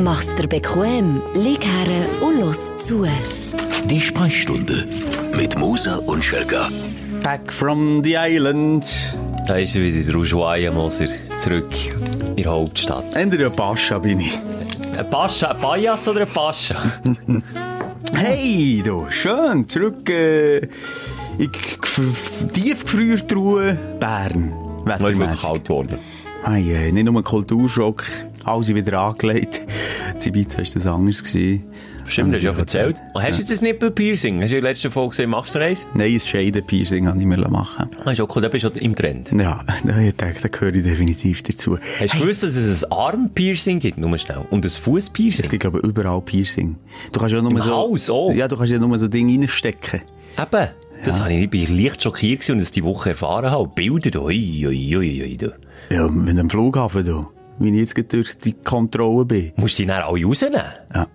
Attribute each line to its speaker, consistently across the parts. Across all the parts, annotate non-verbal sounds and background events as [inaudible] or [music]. Speaker 1: Mach's dir bequem, lieg her und los zu.
Speaker 2: Die Sprechstunde mit Musa und Schelga.
Speaker 3: Back from the island.
Speaker 4: Da ist er wieder, der Ushuaia Moser, zurück in der Hauptstadt.
Speaker 3: Ändere ja Pascha bin ich.
Speaker 4: Ein Pascha, ein Pajas oder ein [laughs] Pascha?
Speaker 3: Hey, du, schön, zurück äh, in Tiefgefriertruhe Bern.
Speaker 4: Noch ist wirklich
Speaker 3: Wettermässig.
Speaker 4: kalt geworden.
Speaker 3: Ai, ai, nicht nur ein Kulturschock, alle sind wieder angelegt. [laughs] In Ibiza war das anders. gewesen.
Speaker 4: Stimmt, hast du ja
Speaker 3: Und-
Speaker 4: erzählt. Und hast du jetzt ein Nippelpiercing? Hast du in der letzten Folge gesehen, machst du noch eins?
Speaker 3: Nein, ein Scheidenpiercing habe ich mir machen lassen.
Speaker 4: Ah, ist auch cool, da bist du im Trend.
Speaker 3: Ja, [laughs] ich denke, da gehöre ich definitiv dazu.
Speaker 4: Hast du gewusst, dass es ein Armpiercing gibt? Nur schnell. Und ein
Speaker 3: Es
Speaker 4: Fußpiercing?
Speaker 3: gibt, glaube ich, überall Piercing. Du kannst ja nur
Speaker 4: Im
Speaker 3: so...
Speaker 4: Hals auch?
Speaker 3: Ja, du kannst ja nur so Dinge reinstecken.
Speaker 4: Eben. Das habe ich, ich bin leicht schockiert gewesen und das die Woche erfahren habe. Bilder, oi, oi, oi, oi, du.
Speaker 3: Ja, wenn du am Flughafen, du. Wenn ich jetzt gerade durch die Kontrolle bin.
Speaker 4: Musst du die dann alle rausnehmen?
Speaker 3: Ja.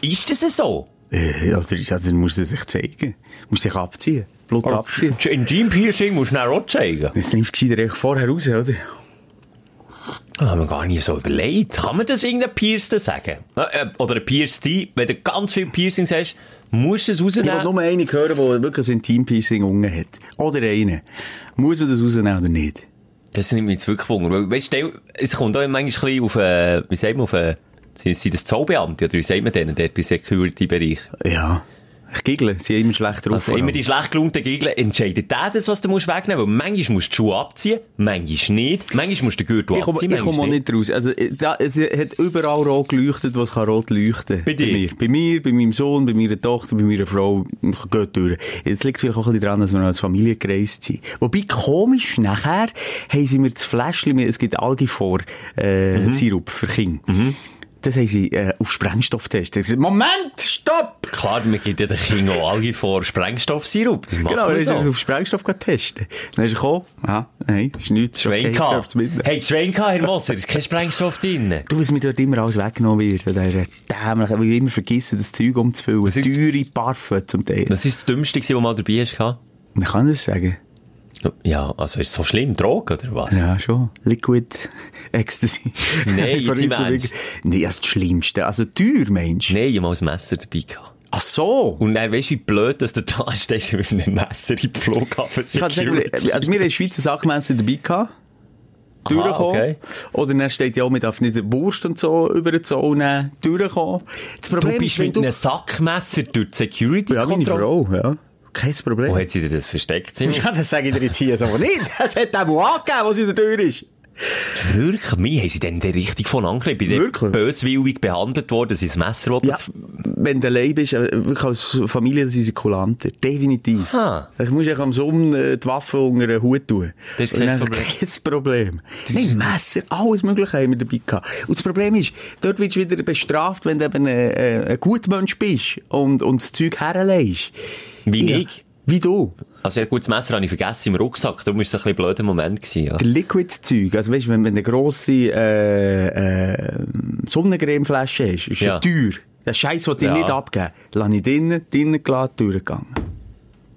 Speaker 4: Ist das so?
Speaker 3: Äh, also, also, dann musst du sich zeigen. Du musst dich abziehen. Blut abziehen.
Speaker 4: Ein Jean-Piercing musst du dann auch zeigen.
Speaker 3: Jetzt nimmst du gescheiter echt vorher raus, oder?
Speaker 4: Das haben wir gar nicht so überlegt. Kann man das irgendeinem Piersten sagen? Äh, äh, Oder ein Pierste, wenn du ganz viele Piercings hast, musst du es
Speaker 3: Ich will
Speaker 4: rausnehmen.
Speaker 3: nur einen hören, der wirklich ein Intim-Piercing unten hat. Oder einen. Muss man das rausnehmen oder nicht?
Speaker 4: Das nimmt mich jetzt wirklich wunder. Weil, Weißt du, es kommt auch manchmal ein bisschen auf, äh, wie sagt man, auf, äh, sind, sind das Zollbeamte oder wie sagt man denen dort bei Security-Bereich?
Speaker 3: Ja. Ich giggle. Sie sind immer schlecht drauf.
Speaker 4: Also
Speaker 3: vor
Speaker 4: immer
Speaker 3: allem.
Speaker 4: die schlecht gelaunten Gegner entscheidet der das, was du musst wegnehmen musst. Weil manchmal musst du die Schuhe abziehen, manchmal nicht, manchmal musst du den Gürtel
Speaker 3: ich komme
Speaker 4: abziehen,
Speaker 3: ich komm auch
Speaker 4: manchmal
Speaker 3: nicht raus. Also, äh, da, es hat überall rot geleuchtet, was kann rot leuchten
Speaker 4: Bei dir?
Speaker 3: Bei mir, bei, mir, bei meinem Sohn, bei meiner Tochter, bei meiner Frau. Ich gehe durch. Jetzt liegt vielleicht auch ein bisschen daran, dass wir noch als Familie gereist sind. Wobei, komisch, nachher haben sie mir das Fläschchen, es gibt Algifor, äh,
Speaker 4: Mhm.
Speaker 3: Sirup für Kinder. Das haben sie äh, auf Sprengstofftest. Ich gesagt, Moment, stopp!
Speaker 4: Klar, man gibt ja den Kindern auch alle vor Sprengstoffsirup. Das machen
Speaker 3: Genau,
Speaker 4: wir
Speaker 3: dann
Speaker 4: so.
Speaker 3: haben sie auf Sprengstoff getestet. Dann ist er gekommen, aha, nein, ist nichts. ist
Speaker 4: Schwein
Speaker 3: okay,
Speaker 4: gehabt.
Speaker 3: dürft's mitnehmen.
Speaker 4: Hey, Schwein gehabt, Herr Moser, ist kein Sprengstoff drin.
Speaker 3: Du, was mir dort immer alles weggenommen wird, oder ist dämlich, weil ich immer vergesse, das Zeug umzufüllen.
Speaker 4: Was ist-
Speaker 3: Teure Parfum zum Teil.
Speaker 4: Was ist das Dümmste, gewesen, was du mal dabei hast? gehabt?
Speaker 3: Man kann das sagen.
Speaker 4: Ja, also ist es so schlimm, Drogen oder was?
Speaker 3: Ja, schon. Liquid [laughs] Ecstasy.
Speaker 4: [laughs] Nein,
Speaker 3: [laughs]
Speaker 4: jetzt
Speaker 3: Vor allem
Speaker 4: im
Speaker 3: so
Speaker 4: Ernst.
Speaker 3: wirklich- Nein, das ist das Schlimmste. Also teuer, Mensch.
Speaker 4: Nein, ich habe mal ein Messer dabei gehabt.
Speaker 3: Ach so.
Speaker 4: Und dann weißt du, wie blöd, dass du da stehst mit einem Messer im Flughafen
Speaker 3: Ich kann sagen, wir-
Speaker 4: Security.
Speaker 3: also wir haben Schweizer Sackmesser dabei gehabt. Durchgekommen.
Speaker 4: okay.
Speaker 3: Oder dann steht ja, man darf nicht eine Wurst und so über den Zoll nehmen. Durchgekommen. Das
Speaker 4: Du
Speaker 3: Problem
Speaker 4: bist
Speaker 3: ist, wenn
Speaker 4: mit
Speaker 3: du...
Speaker 4: einem Sackmesser durch die Security
Speaker 3: Ja, meine Frau, ja. Kein Problem.
Speaker 4: Wo hat sie dir das versteckt? Simon?
Speaker 3: Ja, das sage ich dir jetzt hier so nicht. Das hat auch mal angegeben, was in der Tür ist.
Speaker 4: Wirklich? Mir haben sie denn den richtig von angelegt? Ich bin
Speaker 3: Wirklich?
Speaker 4: dann böswillig behandelt worden, dass ich das Messer wollte.
Speaker 3: Ja, wenn du allein bist, äh, wirklich als Familie, das ist kulanter. Definitiv.
Speaker 4: Aha.
Speaker 3: Ich muss ja am Sohn äh, die Waffe unter den Hut tun.
Speaker 4: Das ist
Speaker 3: Und
Speaker 4: kein
Speaker 3: dann-
Speaker 4: Problem.
Speaker 3: [laughs] Kein Problem. Nein, Messer, alles Mögliche haben wir dabei gehabt. Und das Problem ist, dort wirst du wieder bestraft, wenn du eben äh, äh, ein guter Mensch bist und, und das Zeug herlegst.
Speaker 4: Wie
Speaker 3: Ja.
Speaker 4: ich?
Speaker 3: Wie du.
Speaker 4: Also, ja, gut, das Messer habe ich vergessen im Rucksack. Darum war es ein bisschen ein blöder Moment. Gewesen, ja.
Speaker 3: Der Liquid-Zeug, also weißt du, wenn, wenn eine grosse äh, äh, Sonnencremeflasche hast, ist ja
Speaker 4: Ja.
Speaker 3: teuer. Der Scheiß, den ich
Speaker 4: Ja.
Speaker 3: nicht abgeben. Lass ich drinnen, drinnen gelassen, durchgegangen.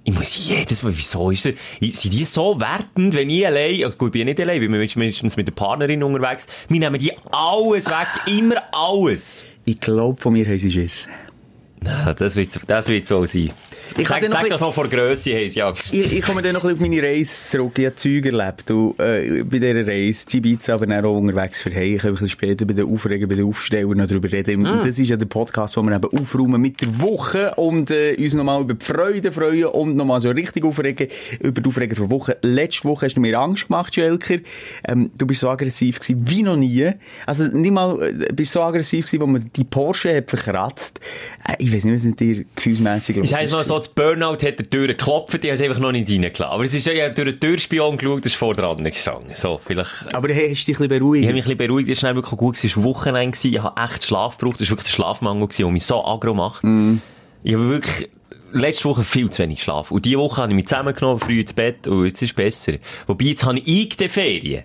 Speaker 4: Ich muss jedes Mal, wieso ist das? Ich- Sind die so wertend, wenn ich allein, oh, gut, ich bin nicht allein, ich bin mindestens mit der Partnerin unterwegs, wir nehmen die alles weg, immer alles.
Speaker 3: Ich glaube, von mir haben sie Schiss.
Speaker 4: Na, das wird, das wird so sein.
Speaker 3: Ich
Speaker 4: Ich
Speaker 3: kann dir noch
Speaker 4: sag, sag
Speaker 3: ein-
Speaker 4: doch noch vor Grösse, hey, ja.
Speaker 3: Ich, ich komme dann noch ein bisschen auf meine Reise zurück. Ich habe Zeug erlebt. Und, äh, bei dieser Reise, zu Ibiza, aber dann auch unterwegs für hey. Ich kann ein bisschen später bei den Aufregern, bei den Aufstellern noch darüber reden.
Speaker 4: Mm.
Speaker 3: Und Das ist ja der Podcast, wo wir eben aufräumen mit der Woche und äh, uns nochmal über die Freude freuen und nochmal so richtig aufregen über die Aufreger der Woche. Letzte Woche hast du mir Angst gemacht, Schelker. Ähm, du bist so aggressiv gewesen, wie noch nie. Also nicht mal, äh, bist so aggressiv gewesen, wo man die Porsche hat verkratzt. Äh, ich weiß nicht, was mit dir gefühlsmässig los
Speaker 4: Ich sage mal so, das Burnout hat der Tür geklopft, ich habe es einfach noch nicht reingelassen. Aber es ist ja, ich habe durch den Türspion geschaut, das ist vor dran gestanden. So, vielleicht,
Speaker 3: Aber hey, hast du dich ein bisschen
Speaker 4: Ich
Speaker 3: beruhigt?
Speaker 4: habe mich ein bisschen beruhigt, es war dann wirklich gut, es war Wochenende, gewesen, ich habe echt Schlaf gebraucht, es war wirklich der Schlafmangel, gewesen, der mich so aggro macht. Ich habe wirklich letzte Woche viel zu wenig Schlaf. Und diese Woche habe ich mich zusammengenommen, früh ins Bett, und jetzt ist es besser. Wobei, jetzt habe ich eingegeben Ferien.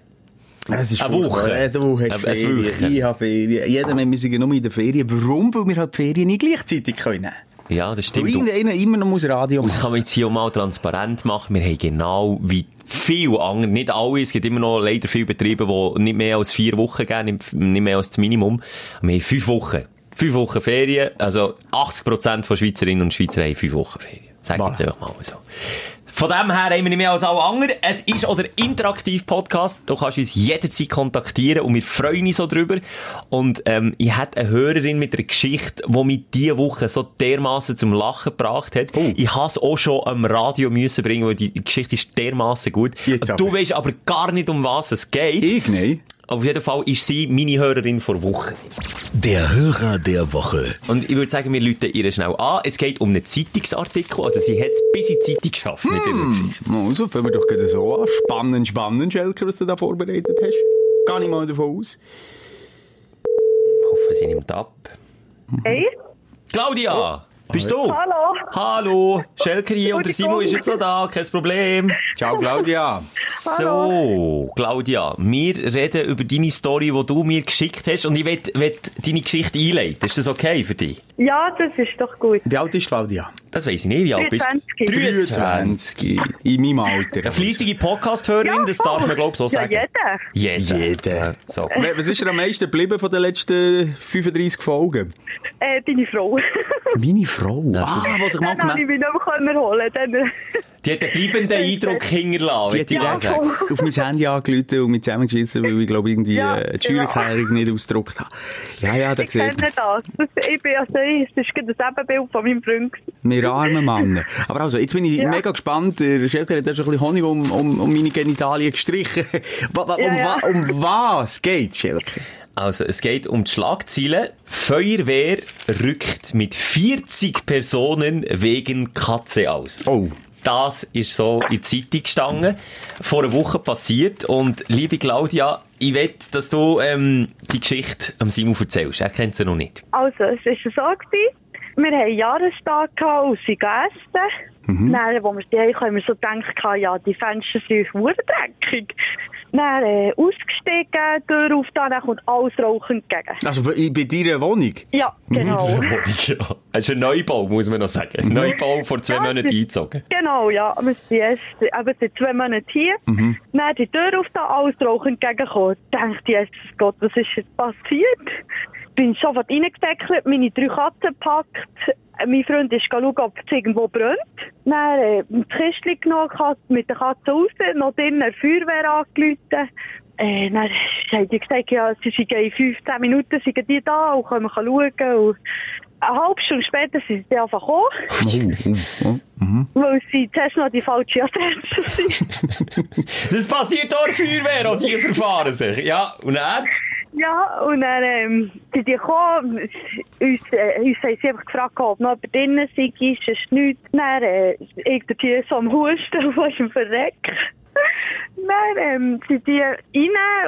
Speaker 3: Es ist
Speaker 4: Eine
Speaker 3: furchtbar.
Speaker 4: Woche.
Speaker 3: Eine Woche Ah.
Speaker 4: Eine-
Speaker 3: hast
Speaker 4: ein
Speaker 3: Ferien.
Speaker 4: Wöchchen.
Speaker 3: Ich habe Ferien. Jeder Mensch ist nur in der Ferien. Warum? Weil wir halt die Ferien nicht gleichzeitig können.
Speaker 4: Ja, das
Speaker 3: Weil
Speaker 4: stimmt. Und
Speaker 3: irgendeiner immer noch muss Radio
Speaker 4: das
Speaker 3: machen.
Speaker 4: kann man jetzt hier auch mal transparent machen. Wir haben genau wie viel andere, nicht alle, es gibt immer noch leider viele Betriebe, die nicht mehr als vier Wochen geben, nicht- nicht mehr als das Minimum. Wir haben fünf Wochen. Fünf Wochen Ferien. Also 80% von Schweizerinnen und Schweizer haben fünf Wochen Ferien. Sag ich jetzt einfach mal so. Von dem her haben wir nicht mehr als alle anderen. Es ist auch der interaktive Podcast. Du kannst uns jederzeit kontaktieren und wir freuen uns so drüber. Und ähm, ich hatte eine Hörerin mit einer Geschichte, die mich diese Woche so dermaßen zum Lachen gebracht hat.
Speaker 3: Oh.
Speaker 4: Ich habe es auch schon am Radio müssen bringen, weil die Geschichte ist dermaßen gut.
Speaker 3: Jetzt
Speaker 4: du
Speaker 3: aber.
Speaker 4: weißt aber gar nicht, um was es geht.
Speaker 3: Ich nicht.
Speaker 4: Auf jeden Fall ist sie meine Hörerin vor Wochen.
Speaker 2: Der Hörer der Woche.
Speaker 4: Und ich würde sagen, wir läuten ihr schnell an. Es geht um einen Zeitungsartikel. Also sie hat es bis in die Zeitung geschafft mit ihrer Geschichte.
Speaker 3: Also, fangen wir doch gerade so an. Spannend, spannend, Schelker, was du da vorbereitet hast. Gar nicht mal davon aus.
Speaker 4: Ich hoffe, sie nimmt ab.
Speaker 5: Hey,
Speaker 4: Claudia!
Speaker 3: Oh.
Speaker 4: Bist du?
Speaker 5: hallo.
Speaker 4: Hallo! Schelker hier und der Simon ist jetzt noch da, kein Problem.
Speaker 3: Ciao, Claudia.
Speaker 4: So, Claudia, wir reden über deine Story, die du mir geschickt hast und ich will, will deine Geschichte einleiten. Ist das okay für dich?
Speaker 5: Ja, das ist doch gut.
Speaker 3: Wie alt ist Claudia?
Speaker 4: Das weiss ich nicht, wie alt bist du?
Speaker 5: 23.
Speaker 3: 23. In meinem Alter.
Speaker 4: Eine fleissige Podcast-Hörerin, das darf man glaube ich so
Speaker 5: Ja,
Speaker 4: sagen.
Speaker 5: jeder.
Speaker 4: Jeder.
Speaker 3: Jeder.
Speaker 4: So.
Speaker 3: We- Was ist dir am meisten geblieben von den letzten 35 Folgen?
Speaker 5: Äh, deine Frau.
Speaker 3: Meine Frau. Ah, was ich mal
Speaker 5: [laughs] Dann habe ich
Speaker 3: gemerkt
Speaker 5: mich nicht mehr können holen können.
Speaker 4: Die hat einen
Speaker 3: [laughs]
Speaker 4: bleibenden Eindruck hinterlassen,
Speaker 3: Die
Speaker 4: würde
Speaker 3: hat
Speaker 4: ich
Speaker 5: Ja,
Speaker 4: sagen.
Speaker 5: voll.
Speaker 3: direkt auf mein Handy angerufen und mich zusammengeschissen, weil ich glaube, irgendwie
Speaker 5: Ja,
Speaker 3: äh, die
Speaker 5: genau.
Speaker 3: Steuererklärung nicht ausgedruckt habe. Ja, ja, da
Speaker 5: Ich kenne
Speaker 3: sieht man.
Speaker 5: das. das ich bin also, es ist gerade das Ebenbild von meinem Freund.
Speaker 3: Wir armen Mann. Aber also, jetzt bin ich
Speaker 5: Ja.
Speaker 3: mega gespannt. Der Schelker hat da schon ein bisschen Honig um, um, um meine Genitalien gestrichen. [laughs] Wa- wa- um,
Speaker 5: Ja, ja.
Speaker 3: wa- um was geht Schelker?
Speaker 4: Also, es geht um die Schlagziele. Feuerwehr rückt mit 40 Personen wegen Katze aus.
Speaker 3: Oh.
Speaker 4: Das ist so in die Zeitung gestanden. Vor einer Woche passiert. Und, liebe Claudia, ich will, dass du ähm, die Geschichte am Simon erzählst. Er kennt sie noch nicht.
Speaker 5: Also, es war so, gewesen, wir hatten Jahrestag gehabt und sind gegessen.
Speaker 4: Mhm.
Speaker 5: Dann, wo wir die haben, haben wir so gedacht, gehabt, ja, die Fenster sind verdreckig. Dann äh, ausgestiegen, Tür auf, dann kommt alles rauchend entgegen.
Speaker 3: Also, bei, bei deiner Wohnung?
Speaker 5: [laughs] Ja, genau.
Speaker 4: Mhm, Ja. Das ist ein Neubau, muss man noch sagen. Neubau vor zwei
Speaker 5: Ja,
Speaker 4: Monaten
Speaker 5: das-
Speaker 4: eingezogen.
Speaker 5: Genau, ja. Wir sind erst eben seit zwei Monaten hier. Dann die Tür auf da alles rauchen entgegengekommen. Ich dachte, Jesus Gott, was ist jetzt passiert? Bin sofort reingedeckelt, meine drei Katzen gepackt. Äh, Mein Freund ist schauen, ob es irgendwo brennt. Dann äh, das Kistchen genommen, Katze- mit der Katze raus, noch drinnen eine Feuerwehr angerufen. Äh, dann haben die gesagt, ja, sie sind in 15 Minuten sind die da und können wir schauen. Und eine halbe Stunde später sind sie einfach gekommen. Weil sie zuerst noch die falsche Adresse sind.
Speaker 4: Das passiert auch in der Feuerwehr, und die verfahren sich. Ja, und er?
Speaker 5: ja, und dann ähm, sind die gekommen. Uns, äh, uns haben sie einfach gefragt, ob noch jemand drinnen sei, ist es nichts. Dann äh, ich dort hier so am Husten, wo ich am Verrecken. Dann ähm, sind die rein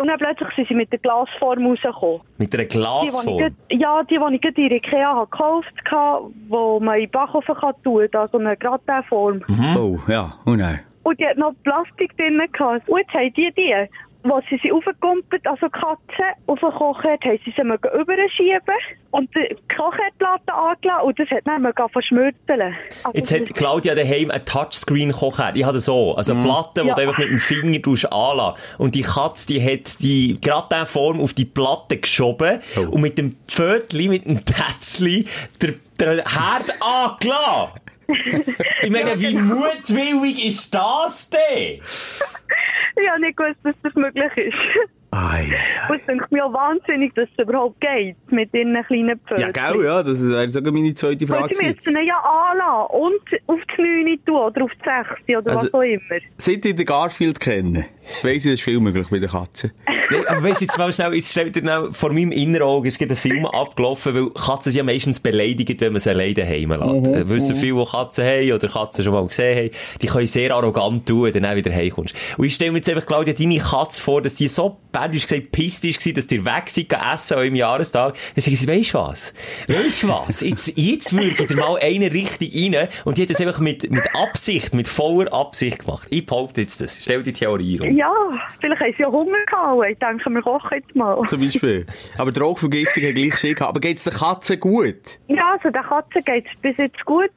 Speaker 5: und dann plötzlich sind sie mit der Glasform rausgekommen.
Speaker 4: Mit einer
Speaker 5: Die, die ich
Speaker 4: Glasform.
Speaker 5: grad- ja, die, die ich gerade in der Ikea habe gekauft habe, die man in den Backofen kann tun kann, also eine Gratin-Form.
Speaker 3: Oh, ja, oh nein.
Speaker 5: Und die hat noch Plastik drin gehabt. Und jetzt haben die die, wo sie sie aufgekumpelt, also Katzen, auf den Kochherd, haben sie sie mögen überschieben und die Kochherdplatte angelassen und das hat dann mögen verschmürteln. Also
Speaker 4: Jetzt hat Claudia daheim einen Touchscreen-Kocher. Ich hatte so. Also eine Platte, die
Speaker 5: Ja.
Speaker 4: du einfach mit dem Finger tust anlassen. Und die Katze, die hat die Gratin-Form auf die Platte geschoben und mit dem Pfötli, mit dem Tätzli, der, der Herd angelassen. ich meine, wie mutwillig ist das denn?
Speaker 5: Ich habe nicht gewusst, dass das möglich ist.
Speaker 3: Ai, ai,
Speaker 5: Und es denkt mir auch wahnsinnig, dass es überhaupt geht mit ihren kleinen
Speaker 3: ai.
Speaker 5: Pfötchen.
Speaker 3: Ja, gell, ja, das wäre sogar meine zweite Frage
Speaker 5: Und sie
Speaker 3: gewesen.
Speaker 5: müssen ihn ja anlassen und auf die 9 tun oder auf die 6 oder
Speaker 3: Also-
Speaker 5: was auch immer.
Speaker 3: Seit ich den Garfield kenne, weiss ich, das ist viel möglich bei den Katzen.
Speaker 4: Nee, aber weißt du, jetzt mal schnell, jetzt stell dir mal, vor meinem inneren Auge ist gerade ein Film abgelaufen, weil Katzen sind ja meistens beleidigt, wenn man sie alleine heimlässt. Mhm, wissen viele, die Katzen haben oder Katzen schon mal gesehen haben, die können sehr arrogant tun, wenn du dann wieder heimkommst. Und ich stelle mir jetzt einfach, Claudia, deine Katze vor, dass die so bärdisch gesagt pisst ist, gewesen, dass die weg sind, gehen essen an eurem Jahrestag. Dann sagen sie, weisst du was? Weisst du was? Jetzt, jetzt würge ich dir mal einen richtig rein und die hat das einfach mit, mit Absicht, mit voller Absicht gemacht. Ich behaupte jetzt das. Stell dir die Theorie um.
Speaker 5: Ja, vielleicht haben sie ja Hunger gehabt. und Ich denke, wir kochen jetzt mal.
Speaker 3: Zum Beispiel. Aber die Rauchvergiftung hat gleich Schick gehabt. Aber geht's den Katzen gut?
Speaker 5: Ja, Also der Katze geht es bis jetzt gut.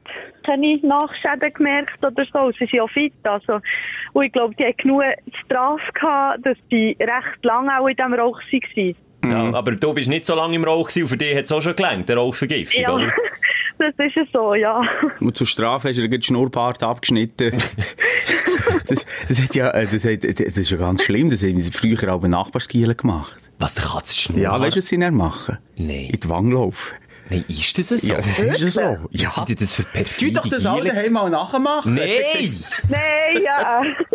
Speaker 5: Keine Nachschäden gemerkt oder so. Sie sind ja fit. Also. Und ich glaube, die hat genug Strafe gehabt, dass die recht lange auch in diesem Rauch waren.
Speaker 4: Ja, aber du bist nicht so lange im Rauch gewesen und für dich hat es auch schon gelangt, der Rauchvergiftung,
Speaker 5: Ja,
Speaker 4: oder?
Speaker 5: [laughs] das ist ja so,
Speaker 4: [laughs]
Speaker 5: ja.
Speaker 3: Und zur Strafe hast du dir gleich die Schnurrbart [laughs] abgeschnitten. das, das, hat ja, äh, das, hat, das ist ja ganz schlimm. Das haben früher auch bei Nachbarskielen gemacht.
Speaker 4: Was, der Katze schnurrt?
Speaker 3: Ja, weißt du, was sie dann machen?
Speaker 4: Nein.
Speaker 3: In die Wange laufen.
Speaker 4: Nein, ist das so?
Speaker 3: Ja, das ist ja so.
Speaker 4: Was
Speaker 3: Ja.
Speaker 4: sind denn das für perfide Giele?
Speaker 3: mal nachmachen. [laughs]
Speaker 4: Nein!
Speaker 5: Nein, ja. [laughs]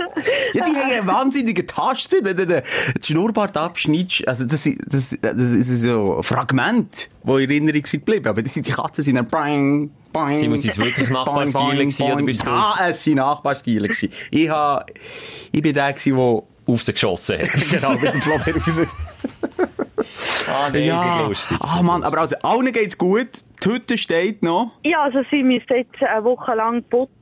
Speaker 3: Ja, die haben eine wahnsinnige Taste, wenn du den den Schnurrbart abschneidest. Also, das, sind- das, das ist so ein Fragment, das in Erinnerung sind geblieben. Aber die, die Katzen sind dann bang, bang.
Speaker 4: Sie muss jetzt wirklich Nachbarskiele gewesen, oder bist du-
Speaker 3: Ah, es sind Nachbarskiele gewesen. Ich ha, ich bin der gewesen, der
Speaker 4: Auf sie geschossen
Speaker 3: [laughs]
Speaker 4: hat.
Speaker 3: genau mit dem Flobber [laughs] raus.
Speaker 4: ah, nein, ist nicht lustig.
Speaker 3: Ah, Mann, aber also, allen geht's gut. Die Hütte steht noch.
Speaker 5: ja, also sie müssen jetzt eine Woche lang putzen.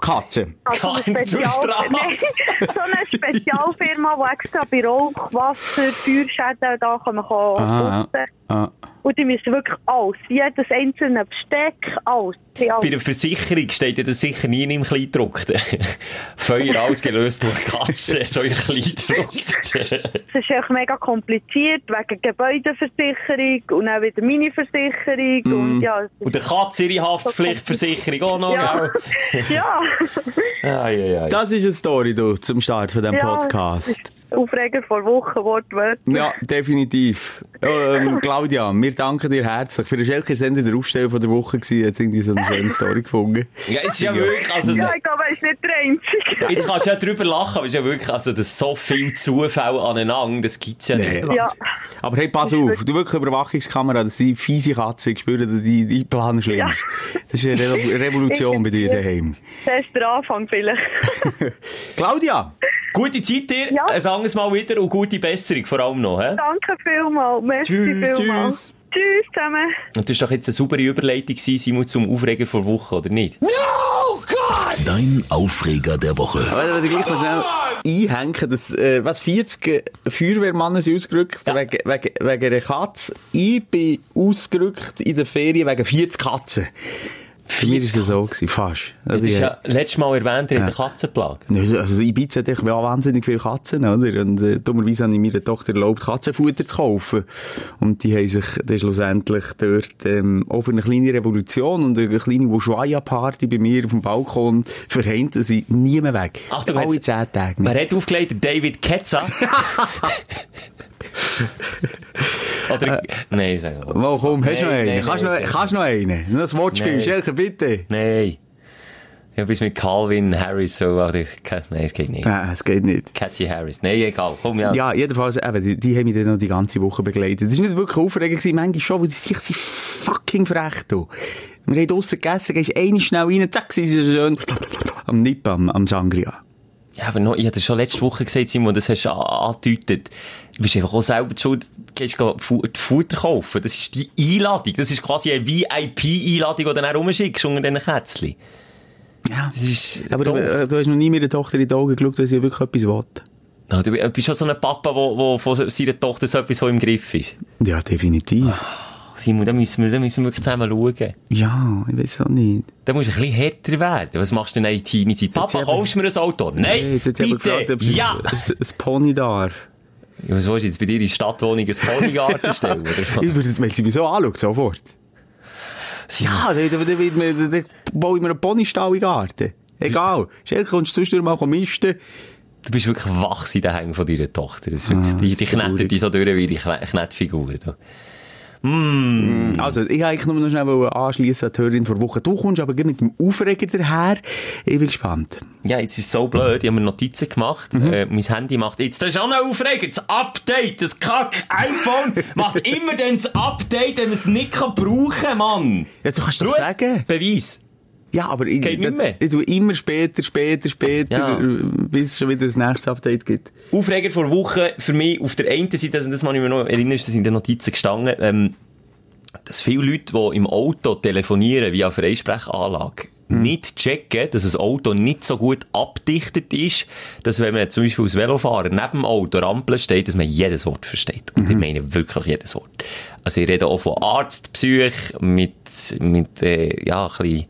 Speaker 3: Katze.
Speaker 5: Also
Speaker 4: Kein Zustrahl.
Speaker 5: [laughs] Nein, so eine Spezialfirma, die extra bei Rauch, Wasser, Feuerschäden da kann man
Speaker 3: Ah,
Speaker 5: putzen.
Speaker 3: ah.
Speaker 5: Und die müssen wirklich alles, jedes einzelne Besteck, alles. Die
Speaker 4: Bei
Speaker 5: alles.
Speaker 4: der Versicherung steht ja das sicher nie in einem Kleindruckten. [laughs] Feuer ausgelöst durch Katze, so in Kleindruckten.
Speaker 5: Es ist echt mega kompliziert, wegen Gebäudeversicherung und auch wieder Mini-Versicherung. Und ja, es
Speaker 4: Und der Katze ihre Haftpflichtversicherung auch noch.
Speaker 5: Ja. ist, ja, [laughs]
Speaker 4: Ja. Ai, ai, ai.
Speaker 3: Das ist eine Story, du, zum Start von diesem
Speaker 5: ja, es
Speaker 3: Podcast.
Speaker 5: ist Aufreger vor Wochen, wortwörtlich.
Speaker 3: Ja, definitiv. Ähm, Claudia, wir danken dir herzlich. Für den Schelker Sender der Aufsteller von der Woche gewesen, hat irgendwie so eine
Speaker 4: [laughs]
Speaker 3: schöne Story gefunden.
Speaker 4: Ja, es ist ja wirklich, also,
Speaker 5: Ja, ich glaube, er ist nicht der Einzige.
Speaker 4: jetzt kannst du ja drüber lachen, aber es ist ja wirklich, also, das so viel Zufälle aneinander, das gibt's ja
Speaker 3: Nee,
Speaker 4: nicht.
Speaker 3: Wahnsinn.
Speaker 5: [laughs] Ja.
Speaker 3: Aber hey, pass auf, du wirklich Überwachungskamera, das sind fiese Katzen, ich spüre, die, die planen Schlimmes. Das ist eine
Speaker 4: [laughs]
Speaker 3: Re Revolution bei dir daheim.
Speaker 5: Das ist der Anfang [laughs] vielleicht.
Speaker 3: Claudia,
Speaker 4: Gute Zeit dir,
Speaker 5: Ja.
Speaker 4: ein anderes Mal wieder und gute Besserung vor allem noch, hä?
Speaker 5: Danke vielmals. Merci
Speaker 3: Tschüss,
Speaker 5: vielmals. Tschüss zusammen.
Speaker 4: Und das war doch jetzt eine saubere Überleitung, gewesen, Simon, zum Aufregen vor Woche, oder nicht?
Speaker 2: Dein Aufreger der Woche.
Speaker 3: wenn wenn du gleich mal schnell einhängen, dass, äh, was, 40 Feuerwehrmannen sind ausgerückt wegen, wegen, wegen einer Katze. Ich bin ausgerückt in der Ferien wegen 40 Katzen. Für mich war das so, gewesen, fast.
Speaker 4: Das
Speaker 3: Also,
Speaker 4: ist
Speaker 3: ich-
Speaker 4: ja letztes Mal erwähnt, er hat eine Katzenplage.
Speaker 3: Ja, Also Ibiza hat echt wel wahnsinnig viele Katzen, oder? Und äh, dummerweise habe ich meiner Tochter erlaubt, Katzenfutter zu kaufen. Und die haben sich dann schlussendlich dort ähm, auch für eine kleine Revolution und eine kleine Ushuaia-Party bei mir auf dem Balkon vereint, dass sie nie mehr weg.
Speaker 4: Achtung,
Speaker 3: Alle
Speaker 4: jetzt-
Speaker 3: zehn Tage.
Speaker 4: Wer hat aufgelegt? Der David Ketzer? Oder, nein, sag mal.
Speaker 3: Mal komm, hast du noch
Speaker 4: Nein,
Speaker 3: einen?
Speaker 4: nein,
Speaker 3: kannst du
Speaker 4: nein,
Speaker 3: noch,
Speaker 4: nein.
Speaker 3: kannst noch einen? Noch ein Wortspiel,
Speaker 4: Nein.
Speaker 3: Schelke, bitte.
Speaker 4: Nein. Ich habe mit Calvin Harris so, aber ich, nein, es geht nicht.
Speaker 3: Nein, es geht nicht.
Speaker 4: Cathy Harris. Nein, egal. Komm, ja.
Speaker 3: Ja, jedenfalls, eben, die, die haben mich dann noch die ganze Woche begleitet. Das war nicht wirklich aufregend, gewesen, manchmal schon, weil sie sich sie fucking frech tun. Wir haben draussen gegessen, gehst eine schnell rein, zack, sie sind schön am Nipp, am, am Sangria.
Speaker 4: Ja, aber noch, ich hatte das schon letzte Woche gesagt, Simon, das hast du a- angedeutet. Du bist einfach auch selber die schuld, du gehst go Fu- die Futter kaufen. Das ist die Einladung. Das ist quasi eine VIP-Einladung, die du dann rumschickst unter diesen Kätzchen.
Speaker 3: Ja.
Speaker 4: Das ist
Speaker 3: Aber du,
Speaker 4: doof.
Speaker 3: äh, du hast noch nie meiner Tochter in die Augen geschaut, weil sie wirklich etwas will.
Speaker 4: Ja, du bist schon so ein Papa, wo, wo von seiner Tochter so etwas so im Griff ist.
Speaker 3: Ja, definitiv.
Speaker 4: Simon, da müssen wir, da müssen wir wirklich zusammen schauen.
Speaker 3: Ja, ich weiß auch nicht.
Speaker 4: Da musst du ein bisschen härter werden. Was machst du denn in deiner Zeit? Papa,
Speaker 3: aber-
Speaker 4: kaufst du mir ein Auto? Nein!
Speaker 3: jetzt hat sie aber gefragt,
Speaker 4: bitte!
Speaker 3: ob sie
Speaker 4: Ja!
Speaker 3: ein, ein, ein Pony darf.
Speaker 4: ja! Was willst du jetzt bei dir in der Stadtwohnung ein Ponygarten stellen? Oder?
Speaker 3: Ich würde, wenn sie mich so anschaut, sofort. Ja, dann, dann, dann, dann, dann baue ich mir einen Ponystall in den Garten. Egal. Schelke, kommst du zwischendurch mal misten?
Speaker 4: Du bist wirklich wach in den Hängen von deiner Tochter. Ah, Das ist wirklich, die, die knetten die so durch wie die Kne- Knettfigur. da.
Speaker 3: Also, ich wollte eigentlich nur noch schnell anschließen an die Hörerin vor Woche. Du kommst aber gleich mit dem Aufreger daher. Ich bin gespannt.
Speaker 4: Ja, jetzt ist es so blöd. Ich habe mir Notizen gemacht. Äh, mein Handy macht jetzt, das ist auch noch aufregend. Das Update, das Kack-iPhone macht immer dann das Update, wenn man es nicht kann brauchen kann, Mann.
Speaker 3: Ja, du kannst
Speaker 4: Schau,
Speaker 3: doch sagen.
Speaker 4: Beweis.
Speaker 3: Ja, aber ich,
Speaker 4: Geht nicht mehr.
Speaker 3: ich tue immer später, später, später,
Speaker 4: Ja.
Speaker 3: äh, bis es schon wieder das nächste Update gibt.
Speaker 4: Aufreger vor Wochen für mich auf der einen Seite, also das muss ich mir noch erinnern, das sind in den Notizen gestanden, ähm, dass viele Leute, die im Auto telefonieren via Freisprechanlage,
Speaker 3: Hm.
Speaker 4: nicht checken, dass ein Auto nicht so gut abdichtet ist, dass wenn man zum Beispiel als Velofahrer neben dem Auto Rampeln steht, dass man jedes Wort versteht. Und ich
Speaker 3: Mhm.
Speaker 4: meine wirklich jedes Wort. Also ich rede auch von Arzt, Psych, mit, mit äh, ja, ein bisschen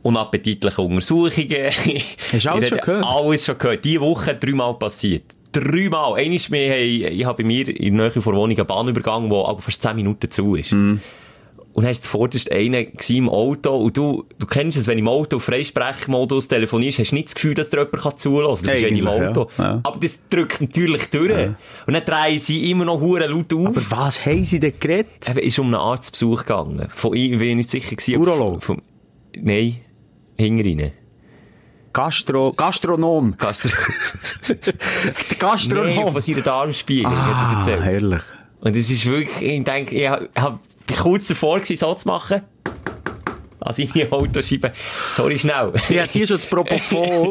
Speaker 4: unappetitlichen Untersuchungen. [laughs]
Speaker 3: Hast du alles
Speaker 4: Ich
Speaker 3: schon
Speaker 4: rede-
Speaker 3: gehört?
Speaker 4: Alles schon gehört. Diese Woche dreimal passiert. Dreimal. Einmal mehr, hey, ich habe bei mir in der Nähe von der Wohnung einen Bahnübergang, der aber fast 10 Minuten zu
Speaker 3: Mhm.
Speaker 4: ist. Und hast zuvorderst einen gewesen im Auto und du, du kennst es, wenn im Auto auf Freisprechmodus telefonierst, hast du nicht das Gefühl, dass dir jemand zuhören kann. Du bist ja in deinem
Speaker 3: Eigentlich, ja.
Speaker 4: Auto.
Speaker 3: Ja.
Speaker 4: Aber das drückt natürlich durch. Und dann drehen sie immer noch hure laut auf.
Speaker 3: Aber was haben sie denn geredet?
Speaker 4: Eben, ist um einen Arztbesuch gegangen. Von ihm bin ich nicht sicher gewesen. ob-
Speaker 3: Urolog?
Speaker 4: Vom, nein, hinterrein.
Speaker 3: Gastro, [laughs] Gastronom.
Speaker 4: Kannst du,
Speaker 3: Der
Speaker 4: nein,
Speaker 3: Gastronom.
Speaker 4: von seiner Darmspiegelung,
Speaker 3: ah,
Speaker 4: hat er erzählt.
Speaker 3: herrlich.
Speaker 4: Und es ist wirklich, ich denke, ich hab- hab kurz davor gewesen, so zu machen. Also in mein Auto schieben. Sorry, schnell.
Speaker 3: Ich hatte hier schon das [laughs] Propofol.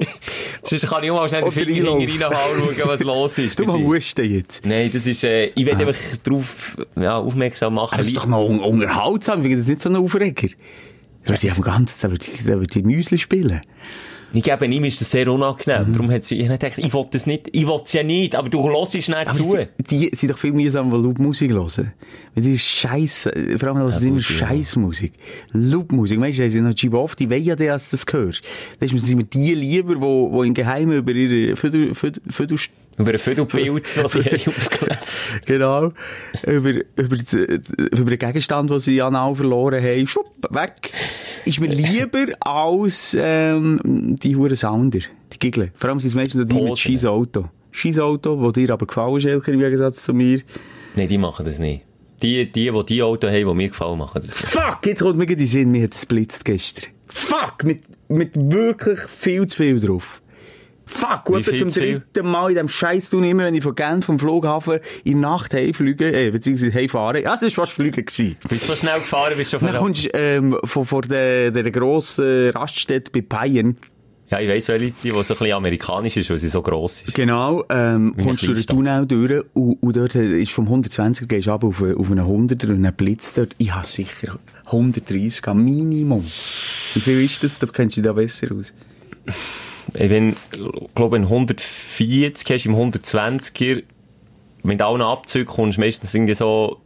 Speaker 4: Sonst kann ich auch mal schnell den
Speaker 3: Oder
Speaker 4: Finger
Speaker 3: Einlauf.
Speaker 4: hinten reinschauen, was los
Speaker 3: [laughs]
Speaker 4: ist.
Speaker 3: du
Speaker 4: bei
Speaker 3: mal
Speaker 4: dir.
Speaker 3: husten jetzt.
Speaker 4: Nein, das ist, äh, ich werde einfach drauf, ja, aufmerksam machen.
Speaker 3: Aber es ist
Speaker 4: wie-
Speaker 3: doch noch un unterhaltsam. Ich finde das nicht so ein Aufreger. Würde ich am ganzen, da würde ich, da würde ich Müsli spielen.
Speaker 4: Ich gebe ihm ist das sehr unangenehm.
Speaker 3: Mhm.
Speaker 4: Darum hat sie, ich hab gedacht, ich will das nicht, ich will es ja nicht, aber du hörst es nicht zu.
Speaker 3: Aber die, die sind doch viel mühsamer, die Loop-Musik hören. Weil die ist scheiße. Vor allem hören sie immer Scheißmusik. Loop-Musik. Weißt du, sie noch Jib off, die wollen ja, dass du das hörst. Das sind immer die lieber, die, die im Geheimen über ihre Viertel, Viertel, Viertel,
Speaker 4: Über ein Viertelpilz, was
Speaker 3: [laughs]
Speaker 4: ich habe aufgelesen
Speaker 3: genau, über, über, die- über den Gegenstand, den sie anal verloren haben, schwupp, weg. Ist mir lieber als, ähm, die Huren Sounder, die Giggle. Vor allem sind es meistens die mit
Speaker 4: Posen.
Speaker 3: scheiß Auto. Scheiß Auto, das dir aber gefallen ist, Elke, im Gegensatz zu mir.
Speaker 4: Nein, die machen das nicht. Die, die, die die Auto haben, die mir gefallen, machen das nicht.
Speaker 3: Fuck, jetzt kommt mir gerade in den Sinn, mir hat es blitzt gestern. Fuck, mit, mit wirklich viel zu viel drauf. Fuck,
Speaker 4: Wie
Speaker 3: gut,
Speaker 4: viel
Speaker 3: zum
Speaker 4: zu viel?
Speaker 3: dritten Mal in diesem Scheiß tun immer, wenn ich von Genf vom Flughafen in der Nacht heimfliege, äh, beziehungsweise heimfahre. Ja, das war fast Fliegen gewesen.
Speaker 4: Du bist so schnell gefahren, bist schon
Speaker 3: Dann
Speaker 4: verraten.
Speaker 3: kommst du ähm, von, von der, der grossen Raststätte bei Bayern.
Speaker 4: Ja, ich weiss, welche, die, die so ein bisschen amerikanisch ist, weil sie so gross ist.
Speaker 3: Genau, ähm,
Speaker 4: Wie
Speaker 3: kommst du
Speaker 4: eine
Speaker 3: durch den Tunnel durch und, und dort ist vom 120er gehst du runter auf, auf einen 100er und dann blitzt dort. Ich habe sicher 130 gehabt, Minimum. Wie viel ist das? Da kennst du dich da besser aus.
Speaker 4: Ich bin, glaube, in 140 hast du im 120er, mit allen Abzügen kommst du meistens irgendwie so,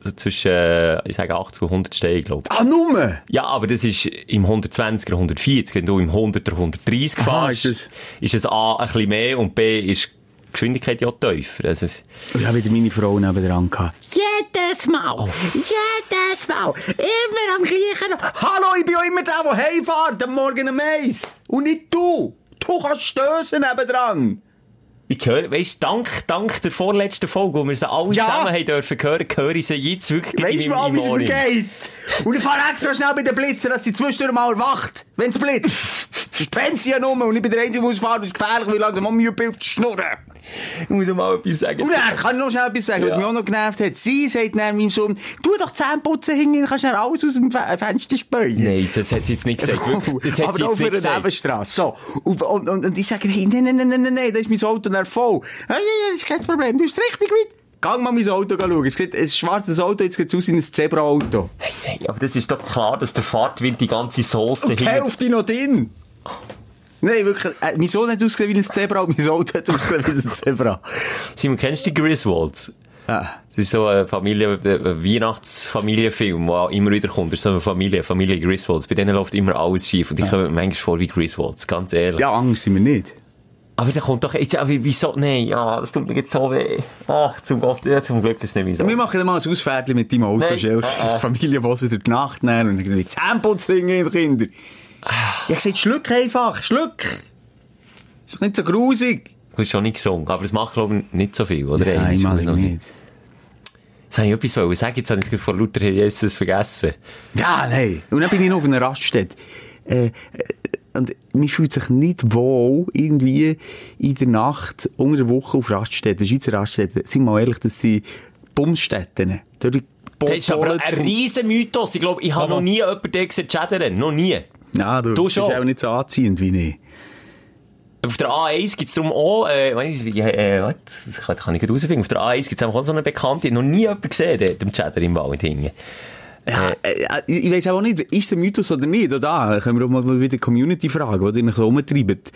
Speaker 4: so zwischen, äh, ich sage 80 und 100 stehen, glaube
Speaker 3: Ah, Nummer!
Speaker 4: Ja, aber das ist im 120er, 140. Wenn du im 100er, 130 fährst,
Speaker 3: Aha,
Speaker 4: ist,
Speaker 3: ist
Speaker 4: es
Speaker 3: das-
Speaker 4: A ein bisschen mehr und B ist die Geschwindigkeit ja tiefer. Also, es-
Speaker 3: Ich habe wieder meine Frau neben dran gehabt. Oh. Jedes Mal! Jedes Mal! Immer am gleichen Hallo, ich bin auch immer der, der heimfährt, am Morgen am Eis! Und nicht du! Du kannst stößen neben dran!
Speaker 4: ich höre, weißt, dank, dank der vorletzten Folge, wo wir sie alle
Speaker 3: Ja.
Speaker 4: zusammen haben dürfen hören, höre ich sie jetzt wirklich
Speaker 3: Weißt du
Speaker 4: in meinem-
Speaker 3: mal,
Speaker 4: im
Speaker 3: wie es mir
Speaker 4: Ohr.
Speaker 3: geht? Und ich fahre extra schnell bei den Blitzen, dass sie zwischendurch mal erwacht, wenn es blitzt. Sonst brennt sie ja nur und ich bin der Einzige, der ausfährt, das ist gefährlich, weil langsam mal müde bin auf die Schnurren.
Speaker 4: Ich muss mal etwas sagen.
Speaker 3: Und er kann ich noch schnell etwas sagen, was
Speaker 4: Ja.
Speaker 3: mich auch noch genervt hat. Sie sagt dann meinem Sohn, tu doch Zähneputzen hinten, dann kannst du dann alles aus dem Fe- äh, Fenster spülen.
Speaker 4: Nein, das hat sie jetzt nicht gesagt. Wirklich, Das hat
Speaker 3: aber
Speaker 4: sie
Speaker 3: auch
Speaker 4: jetzt
Speaker 3: für
Speaker 4: nicht
Speaker 3: eine
Speaker 4: gesagt.
Speaker 3: Nebenstrasse. So. Und, und, und, und ich sage, hey, nein, nein, nein, nein, nein, nein, da ist mein Auto dann voll. Hey, nein, nein, das ist kein Problem, du bist richtig weit. Gang mal mein Auto schauen. Es sieht ein schwarzes Auto, jetzt sieht es aus wie ein Zebra-Auto.
Speaker 4: Nein, aber das ist doch klar, dass der Fahrtwind die ganze Soße
Speaker 3: Und die
Speaker 4: hinter-
Speaker 3: Hälfte noch drin. Nein, wirklich. Äh, mein Sohn hat ausgesehen wie ein Zebra [laughs] und mein Auto hat ausgesehen wie ein Zebra.
Speaker 4: Simon, kennst du die Griswolds?
Speaker 3: Ah.
Speaker 4: Das ist so ein Familie, ein Weihnachtsfamilienfilm, der immer wieder kommt. Das ist so eine Familie, Familie Griswolds. Bei denen läuft immer alles schief. Und ich komme mir manchmal vor wie Griswolds, ganz ehrlich.
Speaker 3: Ja, Angst sind wir nicht.
Speaker 4: Aber da kommt doch jetzt, aber wieso, nein, ja, das tut mir jetzt so weh. Ach, zum Gott, ja, zum Glück ist es nicht wieso.
Speaker 3: Wir machen dann mal ein Ausfährtchen mit deinem Auto,
Speaker 4: Nein.
Speaker 3: Schelke.
Speaker 4: Ah, ah.
Speaker 3: Die Familie was durch die Nacht nehmen und dann die Zähneputzlinge in die Kinder.
Speaker 4: Ah.
Speaker 3: Ich habe gesagt, schluck einfach, schluck. Ist doch nicht so grusig.
Speaker 4: Du hast schon nicht gesungen. Aber das macht, glaube ich, nicht so viel, oder? Einmal muss man noch sagen. Jetzt habe ich etwas wollen sagen, jetzt habe ich es gerade vor lauter Jesus vergessen.
Speaker 3: Ja, nein. Und dann bin ich noch auf einer Raststätte. Äh, äh, und man fühlt sich nicht wohl irgendwie in der Nacht, unter der Woche auf Raststätten, Schweizer Raststätten. Sind wir mal ehrlich, das sind Bumstätten. Dort die
Speaker 4: Das ist aber
Speaker 3: Botolen
Speaker 4: ein
Speaker 3: vom-
Speaker 4: riesen Mythos. Ich glaube, ich habe noch nie jemanden der gesehen, schädern. Noch nie.
Speaker 3: Ja, du,
Speaker 4: Du
Speaker 3: bist
Speaker 4: schon.
Speaker 3: auch nicht so anziehend wie ich.
Speaker 4: Auf der A1 gibt's drum auch, äh, weiss ich, wie- äh, warte, das kann, kann ich gut rausfinden. Auf der A1 gibt's einfach auch so eine Bekannte, ich hab noch nie jemanden gesehen, der, dem Cheddar im Wald hingen.
Speaker 3: Ja, äh, ich weiß auch nicht, ist der Mythos oder nicht? Oder da können wir auch mal wieder die Community fragen, die dich rumtreibt.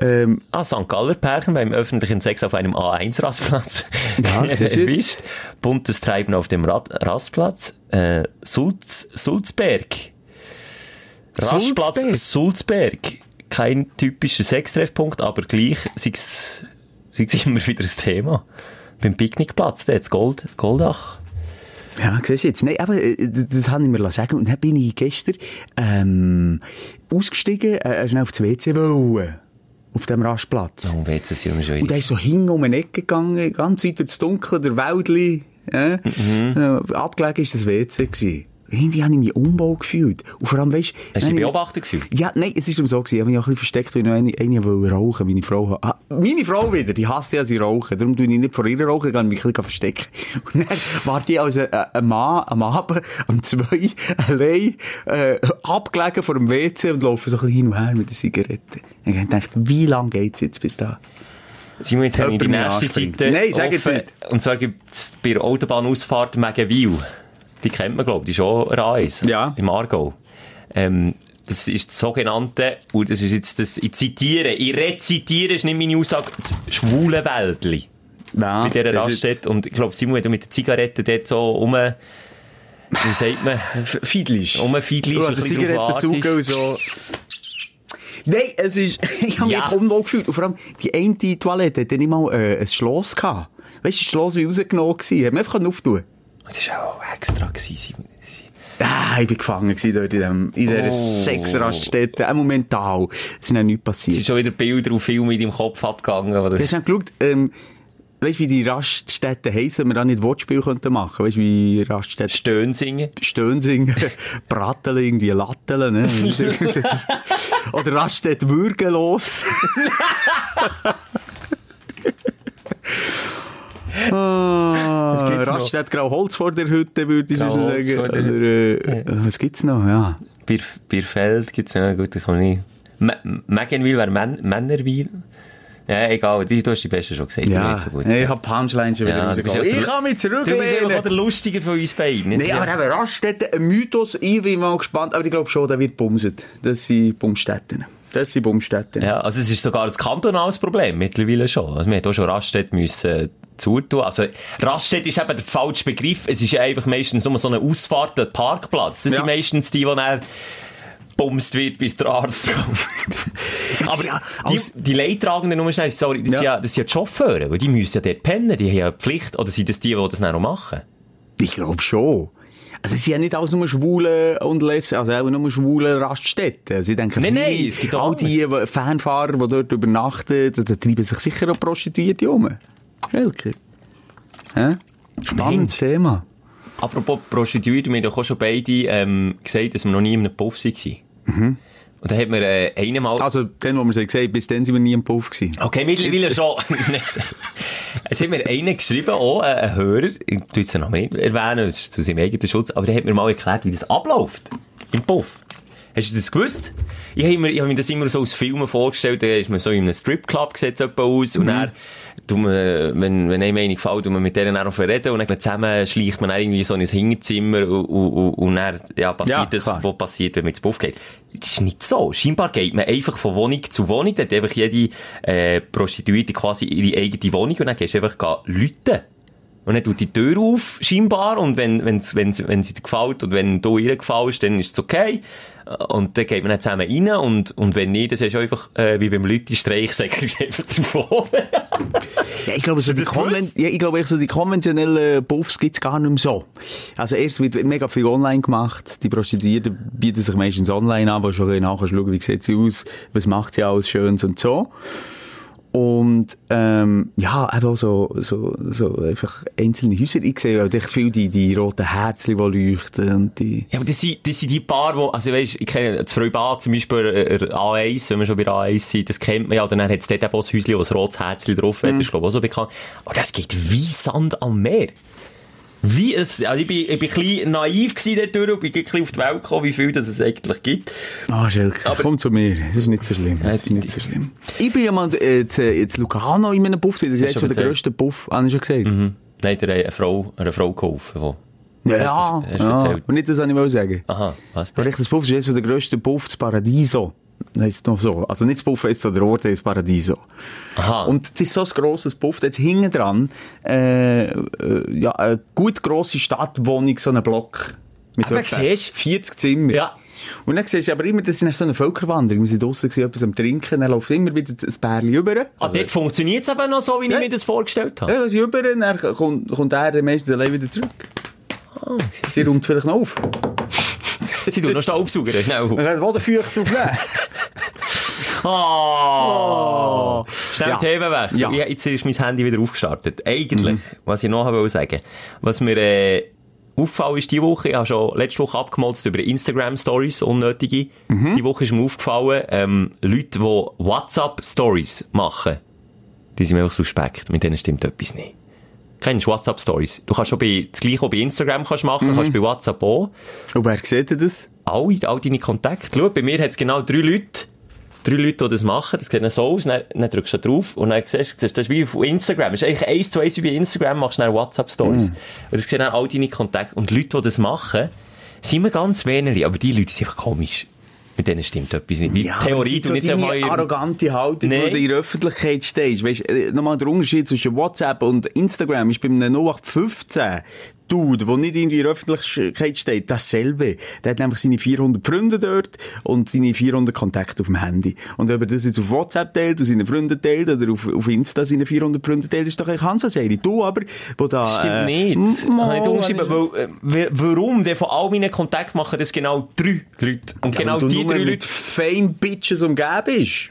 Speaker 3: Ähm,
Speaker 4: Ah, St. Galler Pärchen beim öffentlichen Sex auf einem A1-Rastplatz. [laughs]
Speaker 3: Ja, siehst du jetzt?
Speaker 4: Erwischt. Buntes Treiben auf dem Rad Rastplatz. Äh, Sulz, Sulzberg. Rastplatz
Speaker 3: Sulzberg?
Speaker 4: Sulzberg. Kein typischer Sextreffpunkt, aber gleich sieht's, sieht's immer wieder ein Thema. Beim Picknickplatz, der jetzt Gold, Goldach.
Speaker 3: ja, siehst du jetzt. Nein, aber äh, d- das habe ich mir sagen lassen. Und dann bin ich gestern ähm, ausgestiegen, äh, schnell auf das WC wollen. Auf eh, dem Rastplatz.
Speaker 4: Oh, jetzt sind wir schon
Speaker 3: Und
Speaker 4: wieder.
Speaker 3: er ist so hing um den Ecke gegangen, ganz weit durchs Dunkel, eh, der Wäldli, äh, äh, abgelegen ist das WC gewesen. Irgendwie habe ich mich unwohl gefühlt. Und vor allem, weisst,
Speaker 4: Hast
Speaker 3: dann
Speaker 4: du dich
Speaker 3: habe ich-
Speaker 4: beobachtet gefühlt?
Speaker 3: Ja, nein, es ist um so gewesen. Ich habe mich auch ein bisschen versteckt, weil ich noch eine, eine wollte rauchen. Meine Frau, hat- ah, meine Frau wieder, die hasst ja, sie rauchen. Darum tue ich nicht vor ihr rauchen, kann mich ein bisschen [laughs] verstecken. Und dann warte ich als ein, ein Mann am Abend, am zwei, allein, äh, abgelegen vor dem WC und laufe so ein bisschen hin und her mit der Zigarette. Und ich dachte, wie lange geht's jetzt bis da?
Speaker 4: Simon, jetzt habe ich die
Speaker 3: Jemand mich
Speaker 4: nächste
Speaker 3: anspringt.
Speaker 4: Seite.
Speaker 3: Nein, sag jetzt
Speaker 4: offen.
Speaker 3: nicht.
Speaker 4: Und zwar gibt's bei der Autobahnausfahrt Megenwil. Die kennt man, glaube ich, die ist auch Reis.
Speaker 3: Ja.
Speaker 4: Im Aargau. Ähm, das ist das sogenannte, und das ist jetzt das, ich zitiere, ich rezitiere, ist nicht meine Aussage, das schwule Wäldli.
Speaker 3: Ja, Ah, das
Speaker 4: bei dieser
Speaker 3: ist jetzt-
Speaker 4: Raststätte. Und ich glaube, Simon, wenn du mit der Zigarette dort so um, wie
Speaker 3: [sighs]
Speaker 4: sagt man,
Speaker 3: Fiedlisch.
Speaker 4: um ein Fiedlis,
Speaker 3: Ja, der Zigarettensauger und so. Nein, es ist, [laughs] ich habe mich
Speaker 4: Ja.
Speaker 3: echt unwohl gefühlt. Und vor allem, die eine Toilette hatte nicht mal äh, ein Schloss. Gehabt. Weißt du, das Schloss wie rausgenommen gewesen. Hat man einfach auftun
Speaker 4: Das war auch extra, gewesen, Simon.
Speaker 3: Ah, ich bin gefangen gewesen dort in, dem, in dieser
Speaker 4: Oh.
Speaker 3: Sexraststätte. Auch momentan. Es ist noch nichts
Speaker 4: Es sind
Speaker 3: passiert.
Speaker 4: schon wieder Bilder und Filme in deinem Kopf abgegangen. Oder?
Speaker 3: Du hast dann geschaut, ähm, weißt du, wie die Raststätten heissen, wenn wir da nicht Wortspiel könnten machen? Weißt du, wie Raststätten
Speaker 4: Stöhn singen. [laughs]
Speaker 3: Stönsing, Bratteln, irgendwie Latteln, ne? Oder Raststätte
Speaker 4: [laughs]
Speaker 3: würgelos. ah,
Speaker 4: gibt's noch?
Speaker 3: Raststätte Grauholz vor der Hütte, würde ich schon
Speaker 4: Grauholz
Speaker 3: sagen.
Speaker 4: vor der
Speaker 3: Oder, äh, was gibt's noch? Ja.
Speaker 4: Bier, Bierfeld gibt es ja, gut, ich kann nicht. M- Megenwil wäre Män Männerwil. Ja, egal, die- du hast die Beste schon gesagt.
Speaker 3: ja.
Speaker 4: Nicht so gut.
Speaker 3: ich hab Punchline schon wieder
Speaker 4: Ja, du bist
Speaker 3: rausgekommen.
Speaker 4: echt der-
Speaker 3: Ich kann mich
Speaker 4: Du bist einfach
Speaker 3: zurücklehnen.
Speaker 4: auch der Lustiger von uns beiden. nicht?
Speaker 3: Nee, aber eben, Raststätten, ein Mythos, ich bin mal gespannt, aber ich glaube schon, der wird bumset. Das sind Bumstätten. Das sind Bumstätten.
Speaker 4: Ja, also es ist sogar ein kantonales Problem mittlerweile schon. Also wir hätten auch schon Raststätte müssen äh, zutun. Also Raststätte ist eben der falsche Begriff. Es ist ja einfach meistens nur so eine Ausfahrt, ein Parkplatz. Das
Speaker 3: Ja.
Speaker 4: sind meistens die, die dann bumst wird, bis der Arzt [laughs] kommt. Aber
Speaker 3: ja,
Speaker 4: die,
Speaker 3: als-
Speaker 4: die Leidtragenden, nur schnell, sorry, das,
Speaker 3: Ja.
Speaker 4: sind ja, das sind ja die Chauffeure, weil die müssen ja dort pennen, die haben ja eine Pflicht. Oder sind das die, die das dann auch machen?
Speaker 3: Ich glaube schon. Also sie haben nicht alles nur schwule und Lesben, also auch nur schwule Raststätten. Sie denken,
Speaker 4: Nein, nein,
Speaker 3: hey,
Speaker 4: es gibt auch
Speaker 3: all die äh, Fernfahrer, die dort übernachten, da, da treiben sich sicher auch Prostituierte um. Welke? Hä? Spannendes Thema.
Speaker 4: Apropos Prostituierte, wir haben doch auch schon beide ähm, gesagt, dass wir noch nie in einem Puff waren. Und da hat man äh, einmal...
Speaker 3: Mhm. Also, dann, wo wir es gesagt haben, bis dann sind wir nie im Puff gewesen.
Speaker 4: Okay, mittlerweile schon. es hat mir einer geschrieben, auch äh, ein Hörer, ich tu jetzt den Namen nicht erwähnen, es ist zu seinem eigenen Schutz, aber der hat mir mal erklärt, wie das abläuft. Im Puff. Hast du das gewusst? Ich habe mir, ich hab mir das immer so aus Filmen vorgestellt, da ist man so in einem Stripclub, sieht es aus, und dann, tut man, wenn, wenn einem eine gefällt, tut man mit denen auch reden, und dann zusammen schleicht man dann irgendwie so in ein Hinterzimmer, und, und, und, und dann, ja, passiert
Speaker 3: Ja,
Speaker 4: das,
Speaker 3: klar.
Speaker 4: was passiert, wenn man ins Puff geht. Das ist nicht so. Scheinbar geht man einfach von Wohnung zu Wohnung. Dann hat einfach jede äh, Prostituierte quasi ihre eigene Wohnung und dann gehst du einfach gehen Leute. Und dann tut die Tür auf, scheinbar, und wenn, wenn's, wenn's, wenn sie dir gefällt und wenn du ihr gefällst, dann ist es okay. Und dann geht man dann zusammen rein und, und wenn nicht, dann ist du einfach, äh, wie beim [laughs] Leute-Streich, sagst du einfach davon.
Speaker 3: Ja, ich glaube, so die,
Speaker 4: das
Speaker 3: Konven
Speaker 4: gewusst?
Speaker 3: ja, ich glaube, echt so die konventionellen Puffs gibt's gar nicht mehr so. Also erst wird mega viel online gemacht. Die Prostituierten bieten sich meistens online an, wo du schon nachher schauen, wie sieht sie aus, was macht sie alles Schönes und so. Und ähm, ja, eben auch so, so, so einfach einzelne Häuser. Ich sehe auch echt viel die, die roten Herzchen, die leuchten und die...
Speaker 4: Ja, aber das sind, das sind die paar, wo, also weisst, ich kenne das Freibad zum Beispiel, äh, äh, A1, wenn wir schon bei A1 sind, das kennt man ja, dann hat es dort eben auch ein Häuschen, wo ein rotes Herzchen drauf hat, das
Speaker 3: Mhm.
Speaker 4: ist glaube ich auch so bekannt. Aber das geht wie Sand am Meer. Wie es, also ich bin, ich bin ein bisschen naiv gewesen dadurch und bin ein bisschen auf die Welt gekommen, wie viel das es eigentlich gibt.
Speaker 3: Ah, Schelke,
Speaker 4: Aber-
Speaker 3: komm zu mir. Es ist nicht so schlimm. Es ist
Speaker 4: die-
Speaker 3: nicht so schlimm. Ich bin ja mal äh, zu, äh, zu Lugano in einem Puff. Ah, gewesen. Das ist
Speaker 4: Hast
Speaker 3: jetzt von
Speaker 4: du Mhm.
Speaker 3: der
Speaker 4: erzählt.
Speaker 3: grössten Puff, habe ich schon gesagt.
Speaker 4: Nein, der hat eine Frau, einer Frau geholfen, wo
Speaker 3: Ja, dus
Speaker 4: hast du
Speaker 3: ja.
Speaker 4: erzählt.
Speaker 3: Und nicht das, was ich wollte sagen.
Speaker 4: Aha, was
Speaker 3: Aber
Speaker 4: denn?
Speaker 3: echt, das Puff ist eines der grössten Puff, das Paradiso. Heißt noch so. Also nicht das Puff, jetzt so der Ort, das Paradiso.
Speaker 4: Aha.
Speaker 3: Und das ist so ein grosses Puff, jetzt hinten dran, äh, äh, ja, eine gut grosse Stadtwohnung, so einen Block. Mit
Speaker 4: Aber
Speaker 3: etwa
Speaker 4: siehst du?
Speaker 3: 40 Zimmer.
Speaker 4: Ja.
Speaker 3: Und dann siehst du aber immer, das ist so eine Völkerwanderung. Wir sind draussen, gewesen, etwas am Trinken, dann läuft immer wieder ein Bärli über.
Speaker 4: ah, dort funktioniert es eben noch so, wie ich
Speaker 3: Also- Ja.
Speaker 4: mir das vorgestellt habe.
Speaker 3: Ja, das ist über, dann kommt, kommt er dann meistens allein wieder zurück. Sie räumt vielleicht noch auf. Und
Speaker 4: Sie tun noch Staubsauger, schnell.
Speaker 3: dann sagt, wo der Feucht aufnehmen?
Speaker 4: Oh. Schnell
Speaker 3: Ja.
Speaker 4: Themenwechsel.
Speaker 3: Ja. Mhm.
Speaker 4: Ja. Jetzt ist mein Handy wieder aufgestartet. Eigentlich, was ich noch haben wollte sagen, was mir äh, aufgefallen ist diese Woche, ich habe schon letzte Woche abgemolzt über Instagram-Stories, unnötige.
Speaker 3: Mhm.
Speaker 4: Die Woche ist mir aufgefallen, ähm, Leute, die WhatsApp-Stories machen, die sind mir einfach suspekt. Mit denen stimmt etwas nicht. Kennst du WhatsApp-Stories? Du kannst schon bei, das Gleiche auch bei Instagram kannst
Speaker 3: Mhm.
Speaker 4: machen, kannst bei WhatsApp auch
Speaker 3: Und wer sieht denn das?
Speaker 4: alle, all deine Kontakte. Schau, bei mir hat es genau drei Leute, drei Leute, die das machen. Das sieht dann so aus, dann, dann drückst du da drauf und dann siehst du, siehst du, das ist wie auf Instagram. Das ist eigentlich eins zu eins wie bei Instagram, machst du dann
Speaker 3: Mhm.
Speaker 4: WhatsApp-Stories. Und das sehen dann all deine Kontakte. Und die Leute, die das machen, sind wir ganz wenige, aber die Leute sind einfach komisch. Mit denen stimmt etwas nicht. Wie
Speaker 3: Ja, aber das
Speaker 4: Theorie,
Speaker 3: ist
Speaker 4: du
Speaker 3: so
Speaker 4: nicht
Speaker 3: deine
Speaker 4: einmal...
Speaker 3: arrogante Haltung,
Speaker 4: Nee.
Speaker 3: wo du in der Öffentlichkeit stehst. Weißt, äh, nochmal der Unterschied zwischen WhatsApp und Instagram ist bei einem 0815 Dude, der nicht irgendwie in der Öffentlichkeit steht, dasselbe. Der hat nämlich seine 400 Freunde dort und seine 400 Kontakte auf dem Handy. Und ob er das jetzt auf WhatsApp teilt, und seinen Freunden teilt oder auf, auf Insta seine 400 Freunde teilt, ist doch eigentlich Hans Serie. Du aber, wo da...
Speaker 4: Stimmt
Speaker 3: äh,
Speaker 4: nicht.
Speaker 3: m-
Speaker 4: Habe ich
Speaker 3: mal-
Speaker 4: unterschrieben, weil, äh, wer- warum denn von all meinen Kontakten machen das genau drei Leute? Und
Speaker 3: Ja,
Speaker 4: genau
Speaker 3: weil du
Speaker 4: die
Speaker 3: nur
Speaker 4: drei
Speaker 3: mit
Speaker 4: Leute
Speaker 3: Fame Bitches umgeben bist.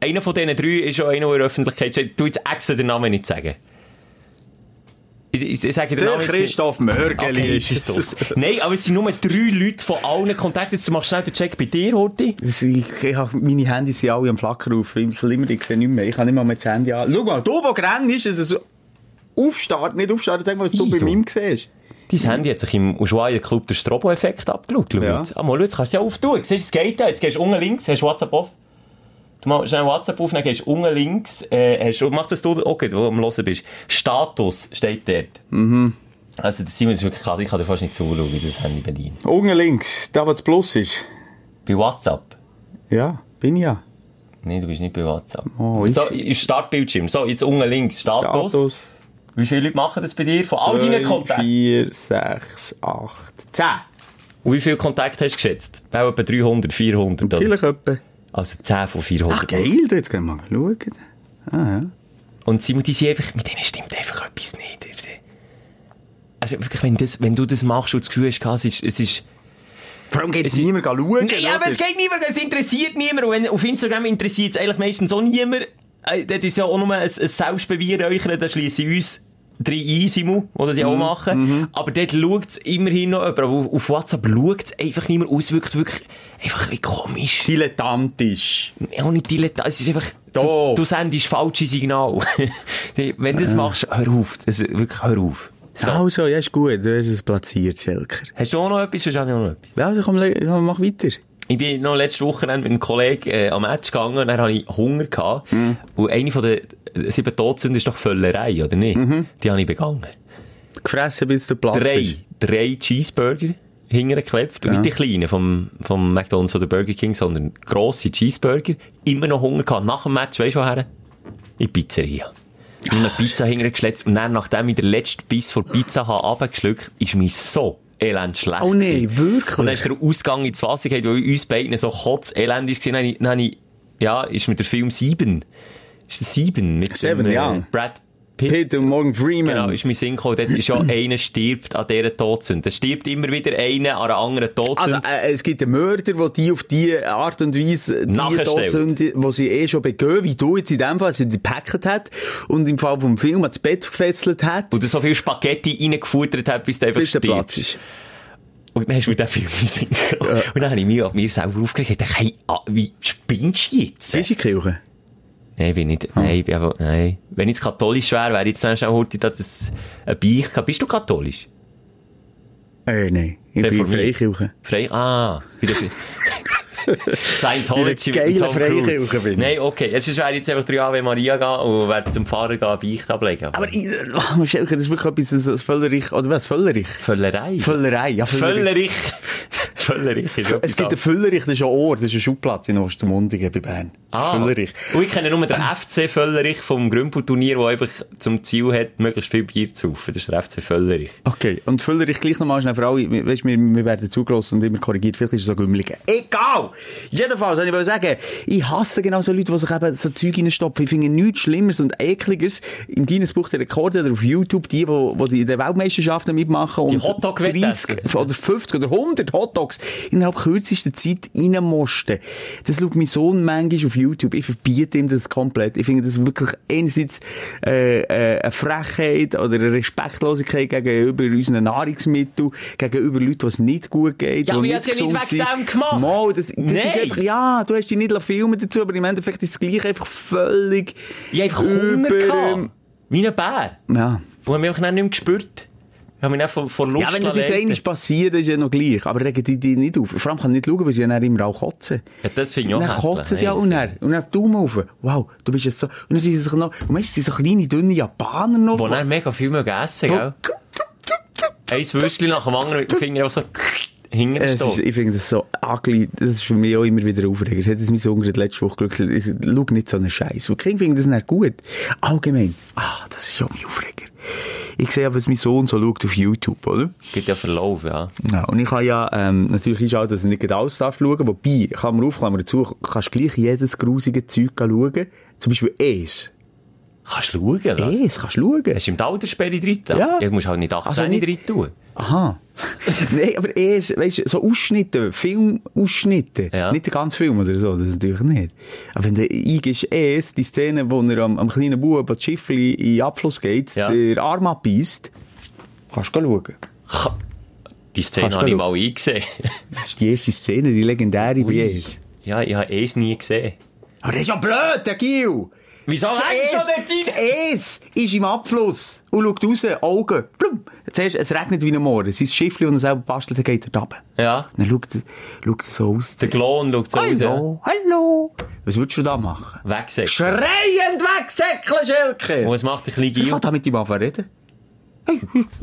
Speaker 4: Einer von diesen drei ist auch einer, der in der Öffentlichkeit steht. Du jetzt extra den Namen nicht sagen. Ich, ich, ich sage den
Speaker 3: Der
Speaker 4: Namen jetzt nicht.
Speaker 3: Christoph Mörgeli
Speaker 4: Okay, ist es das. Nein, aber es sind nur drei Leute von allen Kontakten. Jetzt machst du schnell den Check bei dir, Horti.
Speaker 3: Das- Ich, ich hab, meine Handys sind alle am Flacker auf. Ich sehe immer, ich sehe nicht mehr. Ich kann nicht mal mit dem Handy an. Schau mal, du, wo grennst, ist es so. Aufstarten, nicht aufstarten, sag mal, was du
Speaker 4: Ich,
Speaker 3: bei
Speaker 4: du.
Speaker 3: meinem siehst.
Speaker 4: Dein Handy hat sich im Ushuaia Club der Strobo-Effekt abgeschaut. Schau
Speaker 3: Ja.
Speaker 4: jetzt. Ah, mal, schau, jetzt kannst du es ja auftun. Siehst du, es geht ja. Jetzt gehst du unten links, hast WhatsApp auf. Du machst schnell WhatsApp auf, dann gehst du unten links, äh, hast, mach das du, okay, wo du am Hören bist. Status steht dort. Mhm. Also, der Simon ist wirklich, ich kann dir fast nicht zuschauen, wie das Handy bedient.
Speaker 3: Unten links, da, wo das Plus ist.
Speaker 4: Bei WhatsApp.
Speaker 3: Ja, bin ich ja.
Speaker 4: Nein, du bist nicht bei WhatsApp.
Speaker 3: Oh,
Speaker 4: so,
Speaker 3: jetzt-
Speaker 4: im Startbildschirm. So, jetzt unten links. Status. Wie viele Leute machen das bei dir? Von Ah, all deinen
Speaker 3: Zwei,
Speaker 4: Kontakten.
Speaker 3: vier, sechs, acht, zehn.
Speaker 4: Und wie viele Kontakte hast du geschätzt? Auch etwa 300, 400. Oder?
Speaker 3: Vielleicht etwa.
Speaker 4: Also 10 von 400.
Speaker 3: Ach, geil, jetzt gehen wir mal schauen.
Speaker 4: Und Simon, die sind einfach, mit denen stimmt einfach etwas nicht. Also wirklich, wenn, das, wenn du das machst und das Gefühl hast, es ist, es ist
Speaker 3: Vor allem geht es niemand schauen.
Speaker 4: Nein, aber es geht niemand, es interessiert niemand. Und wenn, auf Instagram interessiert es eigentlich meistens auch niemand. Äh, Das ist ja auch nur ein, ein Selbstbeweihräuchern, da schliessen uns drei ein, Simon, die das ja auch machen. Aber dort schaut es immerhin noch jemand. Aber auf- auf WhatsApp schaut es einfach niemand aus, wirkt wirklich einfach ein bisschen komisch.
Speaker 3: Dilettantisch.
Speaker 4: Auch nicht dilettant, es ist einfach... Du,
Speaker 3: Doof.
Speaker 4: du sendest falsche [laughs] Signale. Die- wenn du das machst, hör auf. Das, wirklich, hör auf. So.
Speaker 3: Also, ja, ist gut. Du hast es platziert, Selker.
Speaker 4: Hast du auch noch etwas? Sonst habe ich auch noch etwas.
Speaker 3: Ja, also komm, le- mach weiter.
Speaker 4: Ich bin noch letzte Woche mit einem Kollegen äh, am Match gegangen und dann hatte ich Hunger. Gehabt.
Speaker 3: Mhm.
Speaker 4: Und eine von den sieben Todsünden ist doch Völlerei, oder nicht?
Speaker 3: Mhm.
Speaker 4: Die habe ich begangen.
Speaker 3: Gefressen, bis der Platz
Speaker 4: Drei,
Speaker 3: bist.
Speaker 4: drei Cheeseburger hingeklebt. Und nicht die kleinen vom, vom McDonalds oder Burger King, sondern grosse Cheeseburger. Immer noch Hunger gehabt. Nach dem Match, weißt du woher? In die Pizzeria. Und eine Pizza hingeschletzt und dann, nachdem ich den letzten Biss von der Pizza habe runtergeschluckt, ist mir so elend schlecht.
Speaker 3: Oh nee,
Speaker 4: gewesen.
Speaker 3: wirklich?
Speaker 4: Und dann ist der Ausgang ins Wasser gegangen, weil uns beiden so kotzelend ist. Dann, hab ich- dann hab ich, ja, ist mir der Film Sieben. Ist das Sieben? Mit
Speaker 3: Seven,
Speaker 4: dem, äh,
Speaker 3: ja.
Speaker 4: Brad Pitt.
Speaker 3: Peter Morgan Freeman.
Speaker 4: Genau, ist mein Sinn gekommen.
Speaker 3: [laughs]
Speaker 4: Dort ist ja einer stirbt an dieser Todsünde. Es stirbt immer wieder einer an einer anderen
Speaker 3: Also,
Speaker 4: Todsünde.
Speaker 3: äh, es gibt einen Mörder, der die auf die Art und Weise, die
Speaker 4: Nachstellt.
Speaker 3: Todsünde, die sie eh schon begehen, wie du jetzt in dem Fall, sie gepackt hat und im Fall vom Film ans Bett gefesselt hat,
Speaker 4: und du so viel Spaghetti reingefuttert hast, bis du einfach
Speaker 3: bis der
Speaker 4: stirbst.
Speaker 3: Platz ist.
Speaker 4: Und dann hast du mir den Film gesehen. Und dann habe ich mich an mir selber aufgeregt. Ich dachte, hey, ah, wie spinnst du jetzt?
Speaker 3: Bist du in die Kirche?
Speaker 4: Nein, ich bin nicht,
Speaker 3: Ah.
Speaker 4: nein, ich bin einfach, nein. Wenn ich jetzt katholisch wäre, wäre ich jetzt dann schnell heute, dass es ein Beich gab. Bist du katholisch?
Speaker 3: Äh, nein. Ich bin in
Speaker 4: Reformiert.
Speaker 3: Freikirche. [laughs]
Speaker 4: Frei, ah, wieder, Scientology
Speaker 3: In einer geilen
Speaker 4: mit Tom Cruise.
Speaker 3: Freikirche bin.
Speaker 4: Nein, okay. Es ist werde jetzt einfach drei Ave Maria gehen und werde zum Pfarrer gehen, Beicht ablegen.
Speaker 3: Aber ich, [laughs] Schelker, das ist wirklich etwas, das- das Völlerich, oder was, Völlerich?
Speaker 4: Völlerei.
Speaker 3: Völlerei, ja, Völlerich.
Speaker 4: Völlerich. Völlerich ist etwas
Speaker 3: Es gibt einen
Speaker 4: anderes.
Speaker 3: Völlerich, das ist ein Ohr, das ist ein Schubplatz in Ostermundigen bei Bern.
Speaker 4: Ah.
Speaker 3: Völlerich.
Speaker 4: Und ich kenne nur den FC Völlerich vom Grümpelturnier, der einfach zum Ziel hat, möglichst viel Bier zu saufen. Das ist der FC Völlerich.
Speaker 3: Okay, und Völlerich gleich nochmal schnell für alle, weißt, wir, wir werden zugelassen und immer korrigiert, vielleicht ist es so gümmelig. Egal! Jedenfalls, was ich wollte sagen, ich hasse genau so Leute, die sich eben so Zeug reinstopfen. Ich finde nichts Schlimmeres und Ekligeres im Guinness Buch der Rekorde oder auf YouTube, die, die, die in den Weltmeisterschaften mitmachen und
Speaker 4: Hotdog-Wettessen.
Speaker 3: 30 oder 50 oder 100 Hotdogs innerhalb kürzester Zeit reinmosten. Das schaut mein Sohn manchmal auf YouTube. Ich verbiete ihm das komplett. Ich finde das wirklich einerseits äh, äh, eine Frechheit oder eine Respektlosigkeit gegenüber unseren Nahrungsmitteln, gegenüber Leuten, die es nicht gut geht,
Speaker 4: Ja,
Speaker 3: die
Speaker 4: aber ich
Speaker 3: nicht
Speaker 4: hab's ja nicht
Speaker 3: gesund
Speaker 4: wegen
Speaker 3: sind.
Speaker 4: dem gemacht.
Speaker 3: Mal, das, das
Speaker 4: Nein.
Speaker 3: ist einfach, ja, du hast dich nicht filmen dazu, aber im Endeffekt ist es gleich einfach völlig
Speaker 4: Ich hab einfach
Speaker 3: über-
Speaker 4: Hunger gehabt. Wie ein Bär.
Speaker 3: Ja.
Speaker 4: Und hab mich einfach nicht mehr gespürt. Ich hab mich dann vor, vor Lust
Speaker 3: Ja, wenn das jetzt
Speaker 4: leiten.
Speaker 3: einmal passiert, ist ja noch gleich. Aber regen die die nicht auf. Vor allem kann ich nicht schauen, weil sie ja dann immer auch kotzen.
Speaker 4: Ja, das finde ich auch
Speaker 3: Dann
Speaker 4: hässlich.
Speaker 3: kotzen sie ja
Speaker 4: Nein,
Speaker 3: und
Speaker 4: das
Speaker 3: dann, und dann die Daumen rauf. Wow, du bist jetzt so, und dann sind sie sich noch, und meistens sind so kleine, dünne Japaner noch.
Speaker 4: Wo dann mega viel mögen essen, gell? Ein Würstchen nach dem anderen mit dem Finger auch so [laughs]
Speaker 3: Es ist,
Speaker 4: hinterstehen.
Speaker 3: ich finde das so ugly. Das ist für mich auch immer wieder aufregend. Das hat jetzt mein Sohn gerade letzte Woche gesagt. Ich sag, Schau nicht so einen Scheiß. Und die Kinder finden das nicht gut. Allgemein. Ah, das ist auch mein Aufreger. Ich sehe aber, was mein Sohn so schaut auf YouTube, oder?
Speaker 4: Gibt ja Verlauf, ja.
Speaker 3: Ja, und ich kann ja ähm, natürlich einschalten, dass ich nicht gerade alles darf schauen Wobei, Klammer auf, Klammer dazu, kannst gleich jedes grusige Zeug schauen. Zum Beispiel Es.
Speaker 4: Kannst du schauen, was?
Speaker 3: Es kannst du schauen.
Speaker 4: Hast du im Alterssperre drin?
Speaker 3: Eh? Ja.
Speaker 4: Du musst halt nicht 18
Speaker 3: Also
Speaker 4: also
Speaker 3: nicht-
Speaker 4: drin tun.
Speaker 3: [laughs] Aha. Nein, aber Es, weißt du, so Ausschnitte, Filmausschnitte.
Speaker 4: Ja.
Speaker 3: Nicht der ganze Film oder so, das natürlich nicht. Aber wenn du eingibst Es, die Szene, wo er am, am kleinen Bub, wo das Schiffli in den Abfluss geht,
Speaker 4: Ja.
Speaker 3: der Arm abbeißt, kannst du schauen.
Speaker 4: Die Szene
Speaker 3: Kannst
Speaker 4: habe
Speaker 3: du
Speaker 4: ich mal eingesehen. [laughs]
Speaker 3: Das ist die erste Szene, die legendäre bei Es.
Speaker 4: Ja, ich habe es nie gesehen.
Speaker 3: Aber das ist Oh, ja blöd, der Gil!
Speaker 4: Wieso
Speaker 3: Das
Speaker 4: hängst du
Speaker 3: Es-
Speaker 4: dort rein?
Speaker 3: Das Es ist im Abfluss und schaut raus, Augen. Blum. Zuerst, es regnet wie ein Moor. Sein Schiffchen, das er selber bastelt, dann geht er runter.
Speaker 4: Ja.
Speaker 3: Dann schaut, er- schaut er so aus.
Speaker 4: Der Klon schaut so aus. ja.
Speaker 3: Hallo, hallo. Was würdest du da machen?
Speaker 4: Wegsäckeln.
Speaker 3: Schreiend wegsäckeln,
Speaker 4: Und
Speaker 3: Schilke!
Speaker 4: es macht ein bisschen
Speaker 3: Ich
Speaker 4: Gil.
Speaker 3: kann da mit ihm anfangen reden.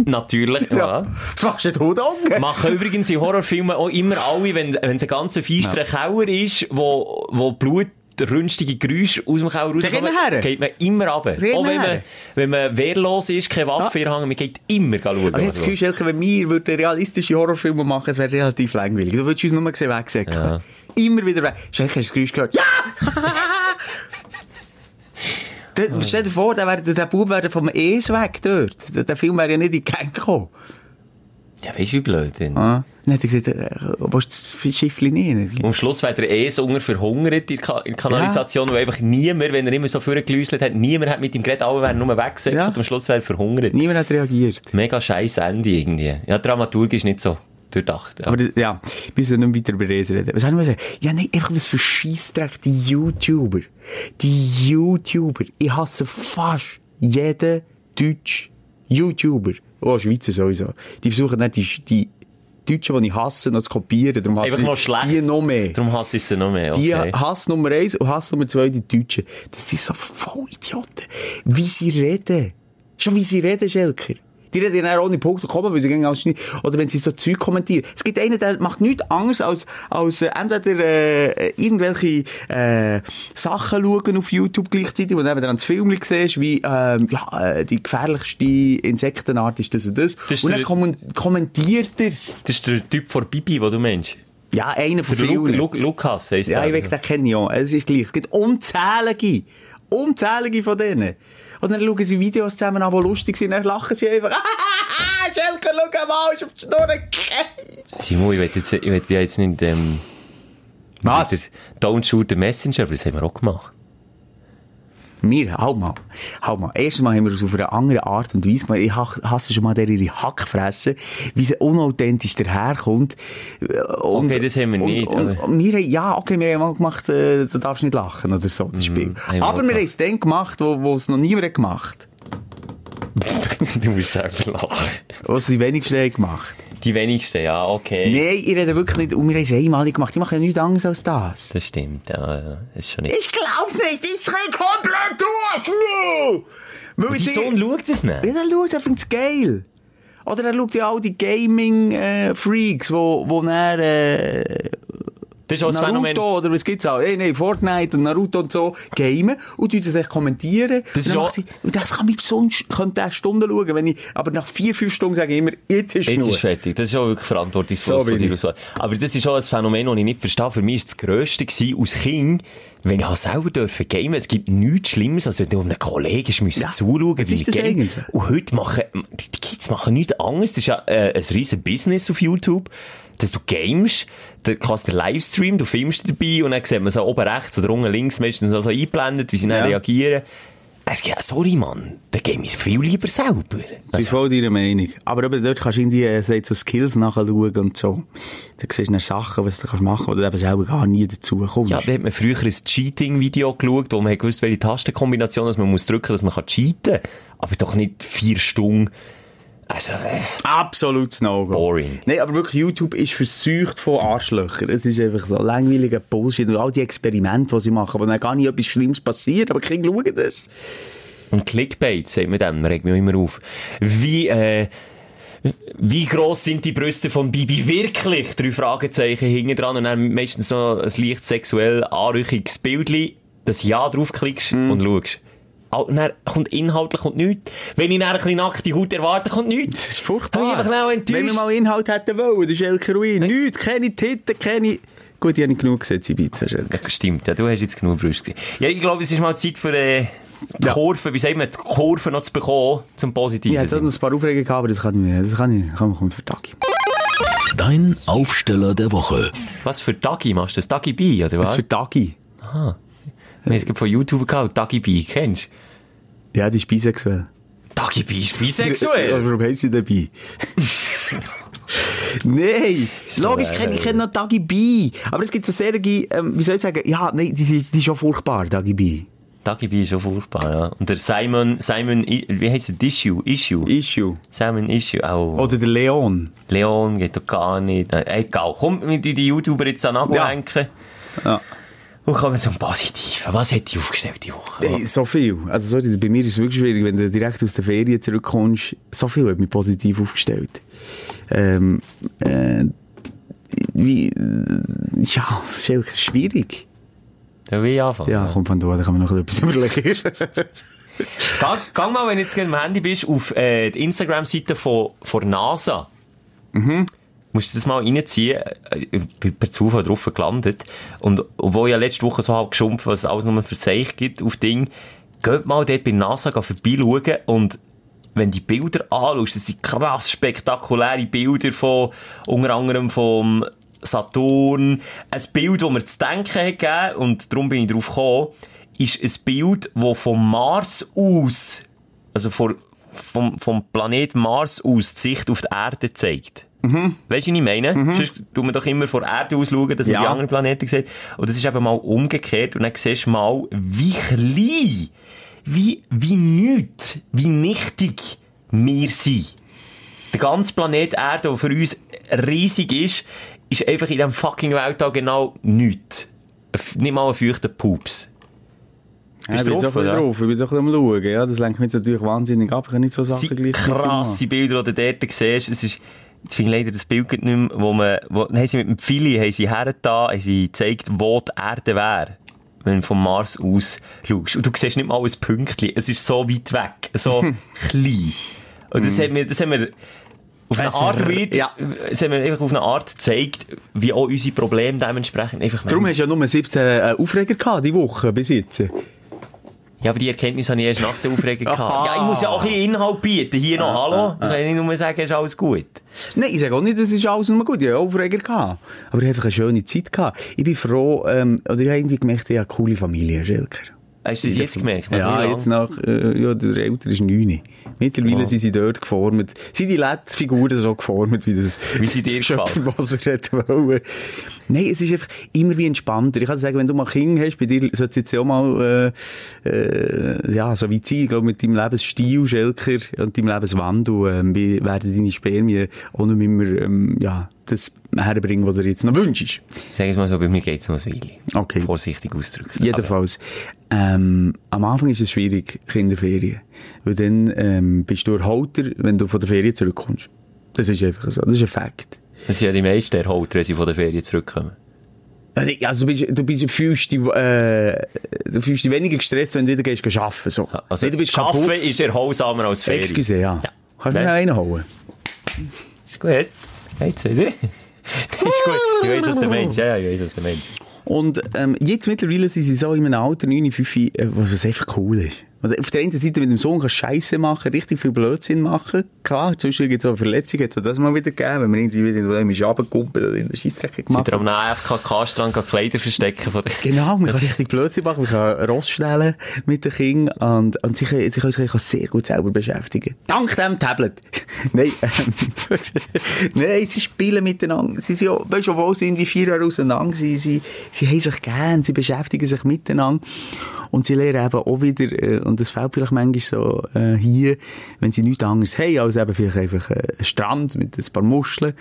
Speaker 4: Natürlich, ja.
Speaker 3: Was machst du denn heute Augen?
Speaker 4: Machen übrigens in Horrorfilmen auch immer alle, wenn, wenn es ein ganz feisterer Keller ist, wo, wo Blut rünstige Geräusche aus dem Keller
Speaker 3: geht man her.
Speaker 4: geht man immer runter.
Speaker 3: geht
Speaker 4: Auch
Speaker 3: man
Speaker 4: wenn man,
Speaker 3: her.
Speaker 4: wenn man wehrlos ist, keine Waffe ja. man geht immer schauen.
Speaker 3: Aber Ah, jetzt das Gefühl, Schilke, wenn wir würden realistische Horrorfilme machen, es wäre relativ langweilig. Du würdest uns nur sehen wegsäckeln.
Speaker 4: Ja.
Speaker 3: Immer wieder weg. Schilke, hast du das Geräusch gehört? Ja! Da- Stell dir vor, der, wär, der Bub wäre vom Es weg dort. Der, der Film wäre ja nicht in die Gang gekommen.
Speaker 4: ja, weißt du, wie blöd denn?
Speaker 3: Ah. Dann hat er gesagt, äh, willst du das Schiffchen nicht?
Speaker 4: Und am Schluss wird er eh so unter verhungert in, der Ka in der Kanalisation, weil einfach niemand, wenn er immer so vorgelüsselt hat, niemand hat mit ihm geredet, alle wären nur weggesäckelt
Speaker 3: Ja.
Speaker 4: und am Schluss wäre er verhungert.
Speaker 3: Niemand hat reagiert.
Speaker 4: Mega scheiß Ende irgendwie. Ja, dramaturgisch nicht so durchdacht. Ja.
Speaker 3: Aber das- ja, wir müssen nicht weiter über Reis reden. Was haben wir gesagt? Ja, nein, einfach was für Scheissdreck, die YouTuber. Die YouTuber. Ich hasse fast jeden deutschen YouTuber. Oh, Schweizer sowieso. Die versuchen nicht die, die Deutschen, die ich hasse, noch zu kopieren. Darum hasse
Speaker 4: Einfach noch
Speaker 3: ich
Speaker 4: schlecht.
Speaker 3: die noch mehr.
Speaker 4: Darum hasse ich sie noch mehr.
Speaker 3: Die
Speaker 4: Okay.
Speaker 3: Hass Nummer eins und Hass Nummer zwei die Deutschen. Das sind so Vollidioten. Wie sie reden. Schon wie sie reden, Schelker. Die reden ja dann ohne Punkt und Komma, weil sie gehen alles nicht. Oder wenn sie so Zeug kommentieren. Es gibt einen, der macht nichts anderes als, als äh, entweder äh, irgendwelche äh, Sachen schauen auf YouTube gleichzeitig, wo du eben dann das Film siehst, wie ähm, ja, äh, die gefährlichste Insektenart ist das und das.
Speaker 4: Das ist
Speaker 3: und dann
Speaker 4: der-
Speaker 3: kommen- kommentiert er
Speaker 4: Das ist der Typ von Bibi, den du meinst.
Speaker 3: Ja, einer von
Speaker 4: Der Lu
Speaker 3: vielen.
Speaker 4: Lu Lukas heisst
Speaker 3: Ja,
Speaker 4: der.
Speaker 3: ich weg, den kenne ich auch. Es ist gleich. Es gibt unzählige. Unzählige von denen. Und dann schauen sie Videos zusammen an, die lustig sind, dann lachen sie einfach. [laughs] Schelke, schau mal, ist auf die Schnur gefallen.
Speaker 4: Simon, ich will jetzt, ich will ja jetzt nicht, ähm,
Speaker 3: Was?
Speaker 4: dieser Don't shoot the messenger, aber das haben wir auch gemacht.
Speaker 3: Wir, halt mal. Halt mal. Erstens mal haben wir es auf eine andere Art und Weise gemacht. Ich ha- hasse schon mal der ihre Hackfresse, wie sie unauthentisch daherkommt. Äh, Und,
Speaker 4: Okay, das haben wir
Speaker 3: und,
Speaker 4: nicht,
Speaker 3: Und,
Speaker 4: aber-
Speaker 3: und wir, haben- ja, okay, wir haben mal gemacht, äh, du darfst nicht lachen oder so, das Spiel.
Speaker 4: haben wir auch
Speaker 3: Aber wir haben
Speaker 4: gemacht.
Speaker 3: es dann gemacht, wo, wo es noch niemand hat gemacht
Speaker 4: du musst selber lachen.
Speaker 3: was sie wenigstens haben gemacht.
Speaker 4: Die wenigsten, ja, okay.
Speaker 3: Nein, ich rede wirklich nicht. Und wir haben es einmalig gemacht. Ich mache ja nichts anderes als das.
Speaker 4: Das stimmt, ja, ist schon nicht.
Speaker 3: Ich glaub nicht, ich drehe komplett durch! Weil
Speaker 4: Mein
Speaker 3: ich-
Speaker 4: Sohn schaut es nicht.
Speaker 3: Wenn er schaut, er findet es geil. Oder er schaut ja all die Gaming-Freaks, wo, wo dann, äh,
Speaker 4: Das ist auch das
Speaker 3: Naruto
Speaker 4: Phänomen.
Speaker 3: oder was gibt's auch? Ey, nee, Fortnite und Naruto und so gamen und tun das echt kommentieren.
Speaker 4: Das
Speaker 3: und,
Speaker 4: ist
Speaker 3: dann
Speaker 4: ja-
Speaker 3: macht sie, und das kann mich sonst, könnte auch Stunden schauen, wenn ich, aber nach vier, fünf Stunden sage ich immer, jetzt ist
Speaker 4: Jetzt
Speaker 3: genug.
Speaker 4: ist fertig. Das ist auch wirklich verantwortungsvoll.
Speaker 3: So bin
Speaker 4: von dir
Speaker 3: ich.
Speaker 4: aus. Aber das ist auch ein Phänomen, das ich nicht verstehe. Für mich ist das Grösste gewesen, als Kind, wenn ich halt selber dürfen gamen. Es gibt nichts Schlimmes, als wenn du einem Kollegen müssen
Speaker 3: Ja,
Speaker 4: zuschauen
Speaker 3: was
Speaker 4: wie
Speaker 3: ist
Speaker 4: ich
Speaker 3: das
Speaker 4: game.
Speaker 3: eigentlich?
Speaker 4: Und heute machen, die die Kids machen nichts anderes. Das ist ja äh, ein riesen Business auf YouTube. Dass du gamest, dann kannst du den Livestream, du filmst dabei und dann sieht man so oben rechts oder unten links meistens noch so eingeblendet, wie sie dann
Speaker 3: Ja.
Speaker 4: reagieren. Es geht, sorry, Mann, dann game ich viel lieber selber.
Speaker 3: Ich bin voll deiner Meinung. Aber eben dort kannst du irgendwie äh, sagt so Skills nachschauen und so. Da siehst du dann Sachen, was du kannst machen kannst, oder eben selber gar nie dazu kommst.
Speaker 4: Ja, da hat man früher ein Cheating-Video geschaut, wo man hat gewusst, welche Tastenkombination dass man muss drücken muss, dass man kann cheaten kann. Aber doch nicht vier Stunden. Also, äh,
Speaker 3: Absolutes No-Go.
Speaker 4: Boring.
Speaker 3: Nein, aber wirklich, YouTube ist verseucht von Arschlöchern. Es ist einfach so langweiliger Bullshit und all die Experimente, die sie machen, wo dann gar nicht etwas Schlimmes passiert, aber kein schauen das.
Speaker 4: und Clickbait, sagt man dem, regt mich auch immer auf. Wie, äh, wie gross sind die Brüste von Bibi wirklich? Drei Fragezeichen hinten dran und dann meistens noch ein leicht sexuell anrüchiges Bildchen, das Ja draufklickst und schaust. Ah, Und dann kommt inhaltlich kommt nichts. Wenn ich dann ein bisschen nackte Haut erwarte, kommt nichts.
Speaker 3: Das ist
Speaker 4: Bin ich
Speaker 3: furchtbar.
Speaker 4: einfach auch enttäuscht.
Speaker 3: Wenn wir mal Inhalt hätten wollen, das ist El Kerouin. Nichts, keine Titten, keine... Gut, die habe ich genug gesehen, die Pizza.
Speaker 4: Ja, Stimmt, ja, du hast jetzt genug Brust gesehen. Ja, ich glaube, es ist mal Zeit für äh, die
Speaker 3: Ja.
Speaker 4: Kurve, wie sagt man, die Kurve noch zu bekommen, oh, zum Positiven.
Speaker 3: Ich hätte auch
Speaker 4: sein.
Speaker 3: noch ein paar Aufregungen gehabt, aber das kann ich nicht. Das kann ich nicht. Komm, komm, für Tag.
Speaker 2: Dein Aufsteller der Woche.
Speaker 4: Was für Dagi machst du das? Dagi B, oder
Speaker 3: Was
Speaker 4: was?
Speaker 3: für Tagi?
Speaker 4: Wir haben es gerade von YouTube gehabt, Dagi B, kennst
Speaker 3: Ja, die ist bisexuell.
Speaker 4: du? Dagi B ist
Speaker 3: Ja,
Speaker 4: bisexuell!
Speaker 3: Warum heisst sie dabei? [laughs] Nein!
Speaker 4: So
Speaker 3: Logisch,
Speaker 4: ein-
Speaker 3: kenne ich kenne noch Dagi B. Aber es gibt so sehr, ähm, wie soll ich sagen, ja, nein, die, sind- die ist schon furchtbar, Dagi B.
Speaker 4: Dagi B ist schon furchtbar, ja. Und der Simon, Simon, I- wie heisst der? Issue? Issue?
Speaker 3: Issue.
Speaker 4: Simon Issue, auch.
Speaker 3: Oder der Oh, Leon.
Speaker 4: Leon geht doch gar nicht. Äh, egal, komm, wir die die YouTuber jetzt an
Speaker 3: Ja.
Speaker 4: ablenken.
Speaker 3: Ja.
Speaker 4: Und kommen zum Positiven. Was hat die aufgestellt die Woche?
Speaker 3: Ey, so viel. Also, sorry, bei mir ist es wirklich schwierig, wenn du direkt aus der Ferien zurückkommst. So viel hat mich positiv aufgestellt. Ähm, äh, wie, ja, ist schwierig.
Speaker 4: Da will ich anfangen.
Speaker 3: Ja, komm von da, da kann man noch ein [laughs] bisschen etwas überlegen.
Speaker 4: Geh, geh mal, wenn du jetzt gerade am Handy bist, auf äh, die Instagram-Seite von, von NASA. Musst du das mal reinziehen. Äh, Ich bin per Zufall drauf gelandet. Und obwohl ich ja letzte Woche so halb geschumpft was es alles nur für sich gibt auf Ding, geht mal dort bei NASA geh vorbeischauen und wenn die Bilder anschaust, das sind krass spektakuläre Bilder von, unter anderem vom Saturn. Ein Bild, das mir zu denken hat gegeben, und darum bin ich drauf gekommen, ist ein Bild, das vom Mars aus, also vor, vom, vom Planet Mars aus, die Sicht auf die Erde zeigt. Weißt du, was ich meine? Sonst tun wir doch immer von der Erde aus schauen, dass man
Speaker 3: Ja.
Speaker 4: die anderen Planeten sieht. Und das ist eben mal umgekehrt und dann siehst du mal, wie klein, wie, wie nichts, wie nichtig wir sind. Der ganze Planet Erde, der für uns riesig ist, ist einfach in diesem fucking Weltall genau nichts. F- Nicht mal ein feuchter Pups.
Speaker 3: Ja,
Speaker 4: Bist
Speaker 3: ich
Speaker 4: du
Speaker 3: bin
Speaker 4: drauf,
Speaker 3: so
Speaker 4: oder?
Speaker 3: drauf, ich bin so ein bisschen am Schauen. Ja, das lenkt mich jetzt natürlich wahnsinnig ab, ich kann nicht so
Speaker 4: Das
Speaker 3: Sachen
Speaker 4: sind
Speaker 3: gleich
Speaker 4: krasse Bilder, die du dort siehst. Es ist, jetzt finde ich leider das Bild gerade nicht mehr, wo man, wo, dann haben sie mit dem Pfeili, haben sie hergetan, haben sie gezeigt, wo die Erde wäre. Wenn du vom Mars aus schaust. Und du siehst nicht mal ein Pünktchen. Es ist so weit weg.
Speaker 3: [laughs]
Speaker 4: So klein. Und
Speaker 3: Hm.
Speaker 4: das haben wir, das haben wir, auf eine
Speaker 3: Es-
Speaker 4: Art, weit,
Speaker 3: ja.
Speaker 4: das haben wir einfach auf eine Art gezeigt, wie auch unsere Probleme dementsprechend einfach
Speaker 3: Darum
Speaker 4: manchmal-
Speaker 3: hast du ja nur 17 äh, Aufreger gehabt, die eh, Woche bis jetzt.
Speaker 4: Ja, aber die Erkenntnis habe ich erst nach
Speaker 3: [laughs]
Speaker 4: der Aufregung gehabt.
Speaker 3: Aha.
Speaker 4: Ja, ich muss ja auch ein bisschen Inhalt bieten. Hier noch,
Speaker 3: Ah,
Speaker 4: hallo. Ich kann nicht nur sagen, ist alles gut.
Speaker 3: Nein, ich sage auch nicht, das ist alles nur gut, ich habe auch Aufreger gehabt. ehm, oh, Aber ich habe einfach eine schöne Zeit gehabt. Ich bin froh, ähm, oder ich habe irgendwie gemerkt, ich habe eine coole Familie, Schilker.
Speaker 4: Hast du das jetzt gemerkt? Nach wie
Speaker 3: Ja,
Speaker 4: lang? Ah.
Speaker 3: jetzt nach, äh, ja, der Älter ist 9. Mittlerweile
Speaker 4: Wow.
Speaker 3: sind sie dort geformt. Sind die letzten Figuren so geformt, wie das
Speaker 4: Wie sie dir gefallen.
Speaker 3: Schöpferwasser hat wollen. Nein, es ist einfach immer wie entspannter. Ich kann dir sagen, wenn du mal Kinder hast, bei dir sollte es jetzt auch mal, äh, äh, ja, so wie sie, ich glaube, mit deinem Lebensstil, Schelker, und deinem Lebenswandel, ähm, wie werden deine Spermien auch nicht mehr, ähm, ja, das herbringen, was du dir jetzt noch wünschst.
Speaker 4: Sag es mal so, bei mir geht's noch ein Weile.
Speaker 3: Okay.
Speaker 4: Vorsichtig ausdrücken.
Speaker 3: Jedenfalls. Ähm, am Anfang ist es schwierig, Kinderferien. Weil dann ähm, bist du erholter, wenn du von der Ferien zurückkommst. Das ist einfach so. Das ist ein Fakt.
Speaker 4: Aber Das sind ja die meisten erholt, wenn sie von der Ferien zurückkommen.
Speaker 3: Also also du, bist, du, bist, fühlst dich, äh, du fühlst dich weniger gestresst, wenn du wieder gehst arbeiten so.
Speaker 4: Ja, Also,
Speaker 3: Nicht, du bist
Speaker 4: Schaffen
Speaker 3: kaputt.
Speaker 4: ist erholsamer als Ferien.
Speaker 3: Excuse, ja.
Speaker 4: Ja.
Speaker 3: Kannst du mir noch
Speaker 4: Nein.
Speaker 3: einen holen?
Speaker 4: Ist gut.
Speaker 3: [laughs]
Speaker 4: Geht's wieder? ist gut. Ich weiss, was der Mensch, ja, ja, ich weiss, was der Mensch.
Speaker 3: Und ähm, jetzt mittlerweile sind sie so in einem Alter, 9, 5, äh, was, was einfach cool ist. Also auf der einen Seite mit dem Sohn kannst du Scheiße machen, richtig viel Blödsinn machen. Klar, zwischen gibt es auch Verletzungen, hat es das mal wieder gegeben, wenn man irgendwie wieder in einem Schabenkumpel oder in der Scheissdrecke
Speaker 4: Sind
Speaker 3: gemacht
Speaker 4: ihr
Speaker 3: hat.
Speaker 4: am AFK-Strand Kleider verstecken? Von der
Speaker 3: Genau, man kann richtig Blödsinn machen, man kann Ross stellen mit den Kindern und, und sie, können- sie können sich eigentlich auch sehr gut selber beschäftigen. Dank dem Tablet! [laughs] Nein, ähm, [laughs] nein, sie spielen miteinander. Sie sind ja, weißt du, obwohl sie irgendwie vier Jahre auseinander sind, sie, sie haben sich gern, sie beschäftigen sich miteinander und sie lernen eben auch wieder, äh, und das fehlt vielleicht manchmal so äh, hier, wenn sie nichts anderes haben, als eben vielleicht einfach äh, einen Strand mit ein paar Muscheln,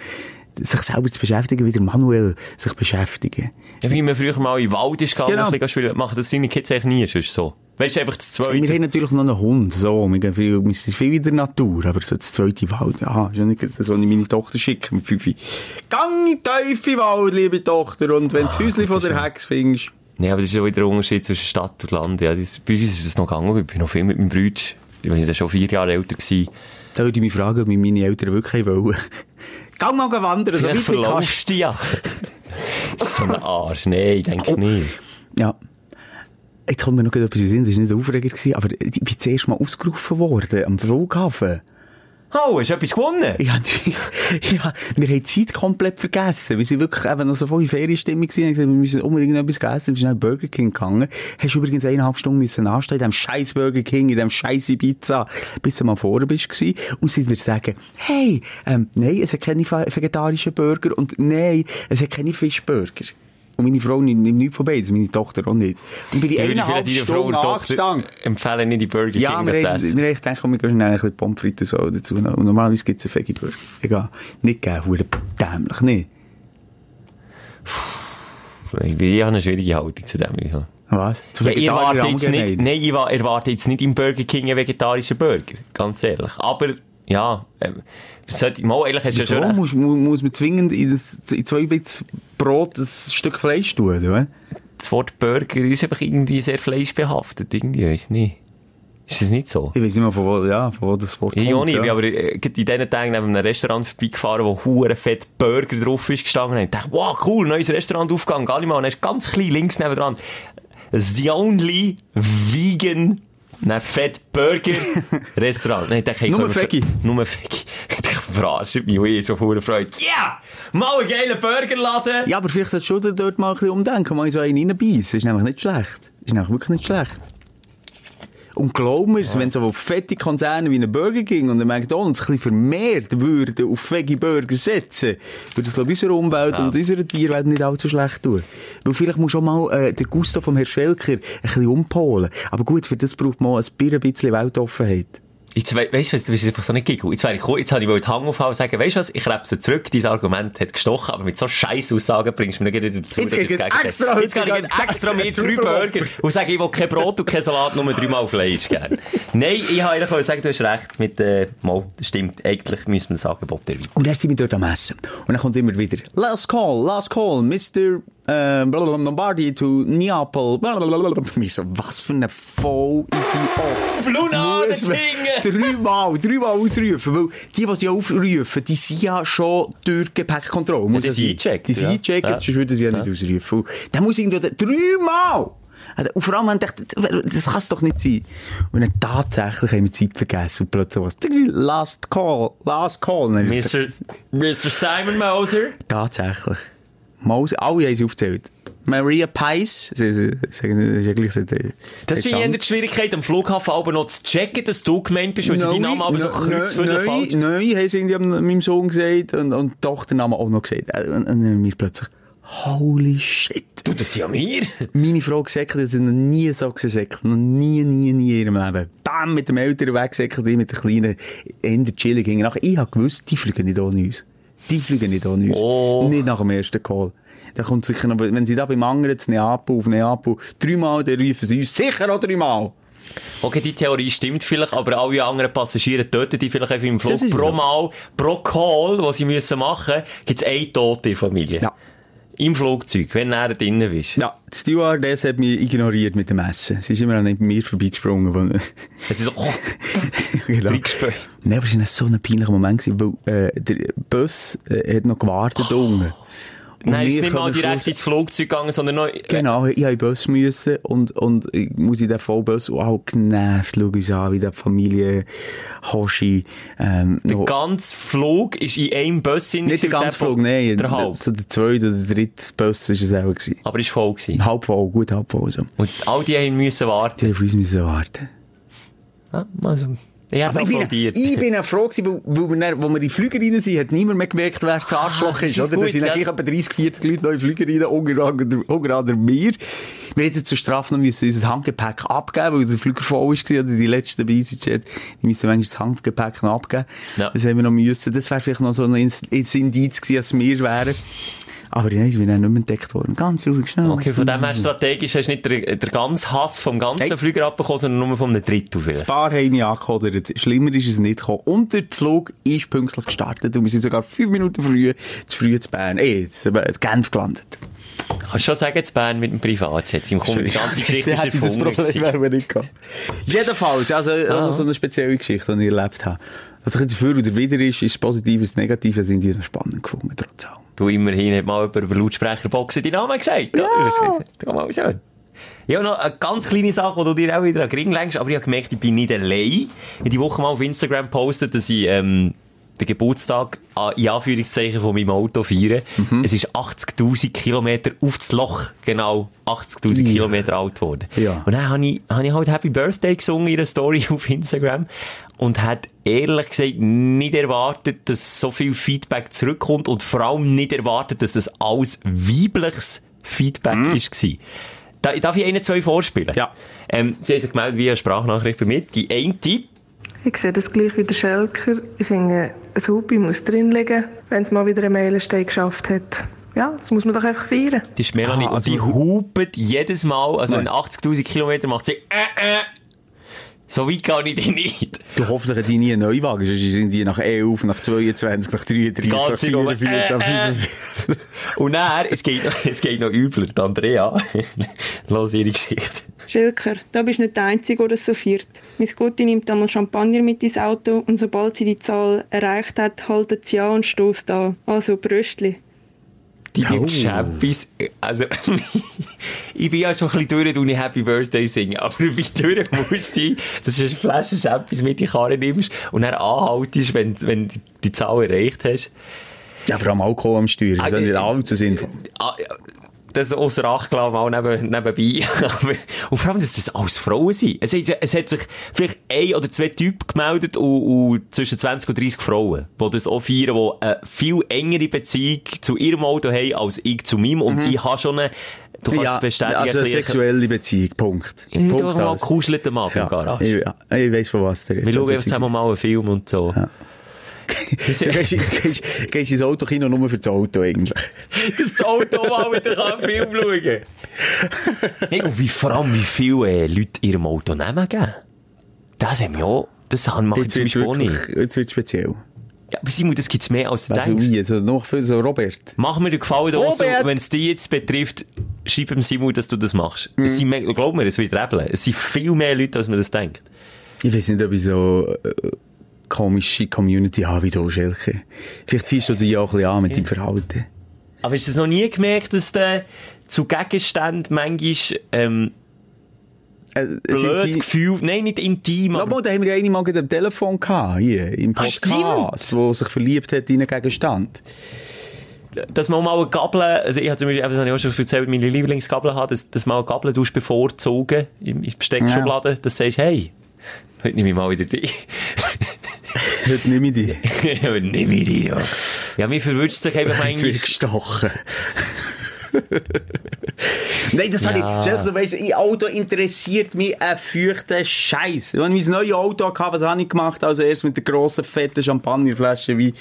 Speaker 3: sich selber zu beschäftigen, wieder manuell sich beschäftigen.
Speaker 4: Ja, wie man früher mal in den Wald ist gegangen,
Speaker 3: Genau.
Speaker 4: ein bisschen spielen, machen das deine Kids eigentlich nie, sonst so. Weißt du, einfach das
Speaker 3: Wir haben
Speaker 4: Zweite.
Speaker 3: natürlich noch einen Hund, so. Wir, gehen viel, wir sind viel in der Natur, aber so das zweite Wald, ja, ist ja nicht so, ich meine Tochter schicke mit Fifi. Gang in den tiefen Wald, liebe Tochter, und wenn du Ah, das Häuschen von der Hex findest,
Speaker 4: Nee, aber das ist ja wieder ein Unterschied zwischen Stadt und Land. Ja, das, bei uns ist das noch gegangen, weil ich bin noch viel mit meinem Bruder, ich weiß nicht, der war schon vier Jahre älter gewesen.
Speaker 3: da würde ich mich fragen, ob mich meine Eltern wirklich haben wollen. Gang mal gehen wandern, so
Speaker 4: Vielleicht
Speaker 3: weit du kannst.
Speaker 4: verlaufst du [laughs] dich ja. Das ist so ein Arsch. Nein, denke ich nicht.
Speaker 3: Ja. Jetzt kommt mir noch gerade etwas in den Sinn, das war nicht aufregend, gewesen, aber ich bin zuerst mal ausgerufen worden, am Flughafen.
Speaker 4: Oh, hast du etwas gewonnen?
Speaker 3: [laughs] Ja, ja, wir haben die Zeit komplett vergessen. Wir sind wirklich eben noch so voll in Ferienstimmung gewesen. Ich gesagt, wir müssen unbedingt noch etwas essen. Wir sind nach Burger King gegangen. Hast übrigens eineinhalb Stunden müssen anstehen in diesem scheiß Burger King, in diesem scheiß Pizza, bis du mal vorne bist gewesen. Und sie dir sagen, hey, ähm, nein, es hat keine fa- vegetarischen Burger und nein, es hat keine Fischburger. Und meine Frau nimmt nimmt nichts von beiden, meine Tochter auch nicht. Und bin ich
Speaker 4: Dann würde
Speaker 3: eineinhalb
Speaker 4: vielleicht deiner
Speaker 3: Stunden
Speaker 4: Frau und Tochter
Speaker 3: angestanden.
Speaker 4: empfehlen, nicht die Burger
Speaker 3: Ja,
Speaker 4: King
Speaker 3: wir
Speaker 4: zu
Speaker 3: haben
Speaker 4: essen.
Speaker 3: wir haben gedacht, komm, wir gehen schnell ein bisschen Pommes frites so dazu. Und normalerweise gibt's einen Veggie-Burger. Egal. Nicht gegeben, hure dämlich, nicht.
Speaker 4: Ich, ich habe eine schwierige Haltung zu dem. Ja.
Speaker 3: Was? Zu
Speaker 4: Ja, ich erwarte jetzt nicht,
Speaker 3: allgemein?
Speaker 4: nein, ich wa- erwarte jetzt nicht im Burger King einen vegetarischen Burger. Ganz ehrlich. Aber, ja, ähm, sollte, mal, ehrlich, hast du ja schon
Speaker 3: Wieso
Speaker 4: recht.
Speaker 3: muss, mu- muss man zwingend in, das, in zwei Bits Brot ein Stück Fleisch tun, oder?
Speaker 4: Das Wort Burger ist einfach irgendwie sehr fleischbehaftet. Irgendwie, ich weiss nicht. Ist das nicht so?
Speaker 3: Ich weiß nicht mal, von wo, ja, von wo das Wort
Speaker 4: Ich auch
Speaker 3: kommt.
Speaker 4: nicht, bin
Speaker 3: ja.
Speaker 4: aber äh, gerade in diesen Tagen neben einem Restaurant vorbeigefahren, wo hure fett Burger drauf ist gestanden und ich dachte, wow, cool, neues Restaurant aufgegangen, geh mal, und dann ist ganz klein links neben dran, the only vegan Nein, fett Burger Restaurant. Nein, ich dachte, hey,
Speaker 3: Nur
Speaker 4: können wir-
Speaker 3: Veggie.
Speaker 4: Nur [laughs] Veggie. Ich dachte, verarscht mich, ich so hure Freude. Ja! Yeah! Mal einen geilen Burgerladen!
Speaker 3: ja, aber vielleicht solltest du dir dort mal ein bisschen umdenken, mal in so einen reinbeissen. Ist nämlich nicht schlecht. Ist nämlich wirklich nicht schlecht. Und glaub mir's, wenn so fette Konzerne wie ein Burger King und ein McDonalds ein bisschen vermehrt würden auf Veggie-Burger setzen, würde das, glaube ich, unserer Umwelt und unserer Tierwelt nicht allzu schlecht tun. Weil vielleicht musst du auch mal äh, den Gusto vom Herrn Schelker ein bisschen umpolen. Aber gut, für das braucht man auch ein bisschen Weltoffenheit.
Speaker 4: Jetzt we weißt du, was, du bist einfach so eine Giggle. Jetzt wäre ich gekommen, jetzt habe ich wollte Hang aufhauen und sagen, weißt du was, ich krebse zurück, dein Argument hat gestochen, aber mit so scheiß Aussagen bringst du mir nicht wieder dazu.
Speaker 3: Jetzt
Speaker 4: dass
Speaker 3: gehst du
Speaker 4: das Gegenteil-
Speaker 3: extra heute
Speaker 4: jetzt gehe ich
Speaker 3: gegen-
Speaker 4: gerade extra
Speaker 3: gegen-
Speaker 4: mit
Speaker 3: gegen
Speaker 4: drei
Speaker 3: Superbowl.
Speaker 4: Burger und sage, ich will kein Brot und kein Salat, nur dreimal Fleisch gerne.
Speaker 3: [laughs]
Speaker 4: Nein, ich habe eigentlich wollen sagen, du hast recht mit, äh, mal, stimmt, eigentlich müssen wir das Angebot erweitern.
Speaker 3: Und dann sind wir dort am Essen. Und dann kommt immer wieder, last call, last call, Mr. Äh, blablabla Lombardi to Neapel. blablabla. Ich so, was für ein Vollidiot.
Speaker 4: Blumenarten
Speaker 3: Muss man
Speaker 4: [laughs] singen!
Speaker 3: Dreimal, dreimal ausrufen. Weil die, die sie aufrufen, die sind ja schon durch Gepäckkontrolle. Muss
Speaker 4: die sind
Speaker 3: sein.
Speaker 4: eingecheckt,
Speaker 3: Die sind
Speaker 4: ja.
Speaker 3: eingecheckt,
Speaker 4: Ja.
Speaker 3: sonst würden sie ja nicht ausrufen. Und Dann muss irgendwo, der- dreimal! Und vor allem haben gedacht, das kann es doch nicht sein. Und dann tatsächlich haben wir die Zeit vergessen und plötzlich was, last call, last call. Und dann ist das-
Speaker 4: Mr. Mr. Simon Moser.
Speaker 3: Tatsächlich. Maus, alle haben sie aufgezählt. Maria Pies. Das ist ja gleich so der- der
Speaker 4: Das finde ich eher
Speaker 3: Stand.
Speaker 4: die Schwierigkeit, am Flughafen aber noch zu checken, dass du gemeint bist, weil sie deinen Namen aber so kreuzfüllen falsch.
Speaker 3: Nein, nein, haben sie irgendwie an meinem Sohn gesagt und, und die Tochter Namen auch noch gesagt. Äh, Und, und dann mir plötzlich, holy shit.
Speaker 4: Du, das sind ja wir.
Speaker 3: Meine Frau gesäckelt, hat sie noch nie so gesäckelt. Noch nie, nie, nie in ihrem Leben. Bam, mit dem Eltern weggesäckelt, ich mit der kleinen Ender chillig hingen. Nachher, ich habe gewusst, die fliegen nicht ohne uns. Die fliegen nicht ohne uns.
Speaker 4: Oh.
Speaker 3: Nicht nach dem ersten Call. Da kommt sicher noch, wenn sie da beim anderen zu Neapel, auf Neapel, dreimal, dann rufen sie uns sicher auch dreimal.
Speaker 4: Okay, die Theorie stimmt vielleicht, aber alle anderen Passagiere töten die vielleicht einfach im Flug.
Speaker 3: Das ist
Speaker 4: Pro
Speaker 3: so.
Speaker 4: Mal, pro Call, den sie müssen machen gibt es eine tote in der Familie.
Speaker 3: Ja.
Speaker 4: Im Flugzeug, wenn du drinnen bist.
Speaker 3: Ja, die Stewardess hat mich ignoriert mit dem Essen. Sie ist immer an mir vorbeigesprungen. [laughs] weil-
Speaker 4: Es ist so, oh,
Speaker 3: genau.
Speaker 4: Reingesprungen.
Speaker 3: Nein, aber es war so ein peinlicher Moment, gewesen, weil äh, der Bus äh, hat noch gewartet oh. unten. Und
Speaker 4: nein, es ist
Speaker 3: wir
Speaker 4: nicht mal
Speaker 3: können
Speaker 4: direkt
Speaker 3: Schluss-
Speaker 4: ins Flugzeug gegangen, sondern noch,
Speaker 3: Genau, ich habe in den Bus müssen und, und ich muss in den Vollbus und auch genervt, schau uns an, wie die Familie Hoshi, ähm,
Speaker 4: der ganze äh, Flug ist in einem Bus in
Speaker 3: nicht der ganze Flug, nein,
Speaker 4: Der halb.
Speaker 3: so der zweite oder dritte Bus dus war es auch gewesen.
Speaker 4: Aber ist voll gewesen.
Speaker 3: Halb voll, gut halb voll, so.
Speaker 4: Und all die haben müssen warten.
Speaker 3: Die haben auf uns müssen warten.
Speaker 4: Ja, also, ich habe
Speaker 3: Ich bin,
Speaker 4: applaudiert.
Speaker 3: ich bin auch froh gewesen, weil, weil wir dann, wo wir in die Flüger rein sind, hat niemand mehr gemerkt, wer das Arschloch
Speaker 4: das
Speaker 3: ist,
Speaker 4: ist
Speaker 3: oder?
Speaker 4: gut,
Speaker 3: da sind
Speaker 4: ja.
Speaker 3: eigentlich etwa 30, 40 Leute noch in die Flüger rein, unter anderem- unter anderem mir. Wir hätten zur Strafe noch müssen unser Handgepäck abgeben, weil der Flüger voll war, oder die letzten bei EasyJet, die müssen manchmal das Handgepäck noch abgeben.
Speaker 4: Ja.
Speaker 3: Das haben wir noch müssen. Das wäre vielleicht noch so ein Ins- Ins- Indiz gewesen, dass wir wären. Aber nein, ich bin dann nicht mehr entdeckt worden. Ganz ruhig, schnell.
Speaker 4: Okay, von dem her strategisch hast du nicht den, den ganzen Hass vom ganzen
Speaker 3: Nein.
Speaker 4: Flüger abbekommen, sondern nur von einem Drittel
Speaker 3: Ein
Speaker 4: vielleicht.
Speaker 3: paar haben mich angekodert. Schlimmer ist es nicht gekommen. Und der Flug ist pünktlich gestartet und wir sind sogar fünf Minuten früh, zu früh zu Bern, eh, zu zu Genf gelandet.
Speaker 4: Kannst du schon sagen, zu Bern mit dem Privatjet. Im Grunde die
Speaker 3: [laughs]
Speaker 4: ganze Geschichte ist
Speaker 3: Dann hätte ich das
Speaker 4: erfunden.
Speaker 3: Problem
Speaker 4: gewesen.
Speaker 3: wäre mir nicht gehabt. Jedenfalls, also, ah. so eine spezielle Geschichte, die ich erlebt habe. Also, ein dafür oder wieder ist, ist positiv, ist negativ, das sind die noch spannend gefunden, trotz allem.
Speaker 4: Du, immerhin hat mal jemand über Lautsprecherboxen deinen Namen gesagt. Ja. Das kann man auch sagen. Ja, noch eine ganz kleine Sache, die du dir auch wieder an den Ring lenkst, aber ich habe gemerkt, ich bin nicht allein. Ich habe die Woche mal auf Instagram gepostet, dass ich ähm, den Geburtstag an- in Anführungszeichen von meinem Auto feiere.
Speaker 3: Mhm.
Speaker 4: Es ist 80'000 Kilometer auf das Loch, genau 80'000
Speaker 3: Ja.
Speaker 4: Kilometer alt geworden.
Speaker 3: Ja.
Speaker 4: Und dann habe ich, habe ich halt Happy Birthday gesungen in einer Story [laughs] auf Instagram und hat ehrlich gesagt nicht erwartet, dass so viel Feedback zurückkommt und vor allem nicht erwartet, dass das alles weibliches Feedback ist war. Da, darf ich einen, zwei vorspielen?
Speaker 3: Mhm. Ja.
Speaker 4: Ähm, sie haben sich gemeldet via Sprachnachricht bei mir. Die eine
Speaker 6: Ich sehe das gleich wie der Schelker. Ich finde, ein Hobby muss drin liegen, wenn es mal wieder einen Meilenstein geschafft hat. Ja, das muss man doch einfach feiern.
Speaker 4: Die ist Melanie
Speaker 3: Ah, also
Speaker 4: und die
Speaker 3: man-
Speaker 4: hupet jedes Mal, also
Speaker 3: Nein.
Speaker 4: in 80.000 Kilometern macht sie äh, äh. So weit kann ich dich nicht.
Speaker 3: Du hoffentlich hat die nie einen Neuwagen, sonst sind die nach 11, nach 22, nach 33, nach
Speaker 4: ganze Nummer,
Speaker 3: 44,
Speaker 4: äh,
Speaker 3: nach
Speaker 4: äh.
Speaker 3: 45.
Speaker 4: Und dann, es geht, es geht noch übler, die Andrea. [laughs] Los ihre Geschichte.
Speaker 7: Schilker, da bist nicht der Einzige, der das so feiert. Miss Gutti nimmt einmal Champagner mit ins Auto und sobald sie die Zahl erreicht hat, haltet sie an und stoßt an. Also Bröstli.
Speaker 4: Die
Speaker 3: Oh.
Speaker 4: gibt Chappis. Also, ich bin ja schon ein bisschen durch, wenn ich Happy Birthday [laughs] singe. Aber wie durch muss sein, dass du eine Flasche Chappis mit in die Karre nimmst und dann anhaltest, wenn, wenn du die Zahl erreicht hast.
Speaker 3: Ja, vor allem Alkohol am Steuer, das ist
Speaker 4: Ah,
Speaker 3: nicht
Speaker 4: äh,
Speaker 3: allzu sinnvoll.
Speaker 4: Ah, ja, das außer Acht gelassen, mal neben, nebenbei. [laughs] Aber- und vor allem, dass das alles Frauen sind. Es, hat- es hat sich vielleicht ein oder zwei Typen gemeldet und, und zwischen 20 und 30 Frauen, die das auch feiern, die eine viel engere Beziehung zu ihrem Auto haben als ich zu meinem. Und ich habe schon eine, du kannst es bestätigen,
Speaker 3: Mhm. also eine
Speaker 4: ein bisschen-
Speaker 3: sexuelle Beziehung, Punkt.
Speaker 4: Ich habe
Speaker 3: Punkt
Speaker 4: mal
Speaker 3: alles.
Speaker 4: gekuschelt am Abend
Speaker 3: ja,
Speaker 4: im Garage.
Speaker 3: Ich, ja, ich weiss, von was der
Speaker 4: Wir
Speaker 3: jetzt
Speaker 4: schauen
Speaker 3: redet.
Speaker 4: jetzt zusammen mal einen Film und so.
Speaker 3: [laughs]
Speaker 4: Das-
Speaker 3: Du gehst, gehst, gehst ins Autokino nur für das Auto eigentlich.
Speaker 4: dass das Auto mal wieder kann Film schauen kann. und wie, vor allem, wie viele äh, Leute ihrem Auto nehmen gell? Das haben wir auch. Das haben- mache
Speaker 3: Jetzt
Speaker 4: ich zum
Speaker 3: wird's
Speaker 4: Beispiel auch nicht.
Speaker 3: wirklich, jetzt wird's speziell.
Speaker 4: Ja, aber Simon, das gibt es mehr als du
Speaker 3: Also
Speaker 4: denkst.
Speaker 3: wie, so noch für so Robert.
Speaker 4: Mach mir den Gefallen, also,
Speaker 3: Robert!
Speaker 4: wenn es dich jetzt betrifft, schreib dem Simon, dass du das machst.
Speaker 3: Mhm.
Speaker 4: Es sind, mehr- glaub mir, es wird rebeln. Es sind viel mehr Leute, als man das denkt.
Speaker 3: Ich weiß nicht, ob ich so äh, komische Community habe wie du, Schelker. Vielleicht ziehst du dich auch ein bisschen an mit deinem Verhalten.
Speaker 4: Aber hast du das noch nie gemerkt, dass du zu Gegenständen manchmal ähm,
Speaker 3: Äh, es sind
Speaker 4: blöd
Speaker 3: die-
Speaker 4: gefühlt, nein, nicht intim,
Speaker 3: Schau mal, da haben wir ja eine Mal gerade am Telefon gehabt, hier, im
Speaker 4: Ah,
Speaker 3: Podcast, wo sich verliebt hat in einen Gegenstand.
Speaker 4: dass man mal eine Gabel, also ich habe zum Beispiel, das habe ich auch schon erzählt, meine Lieblingsgabel hat, dass, dass mal eine Gabel tust bevorzogen in in die Besteckschublade, dass du sagst, hey, heute nehme ich mal wieder die. [laughs]
Speaker 3: Heute nehme ich die.
Speaker 4: ja, aber nehme ich die, ja. Ja, mir verwünscht sich [laughs] einfach
Speaker 3: Jetzt
Speaker 4: manchmal.
Speaker 3: wird gestochen. [laughs] Nein, das habe
Speaker 4: Ja.
Speaker 3: ich. Chef, du weißt, ein Auto interessiert mich ein feuchter Scheiß. Wenn ich mein neues Auto hatte, was habe ich gemacht? Also erst mit der grossen, fetten Champagnerflasche, wie,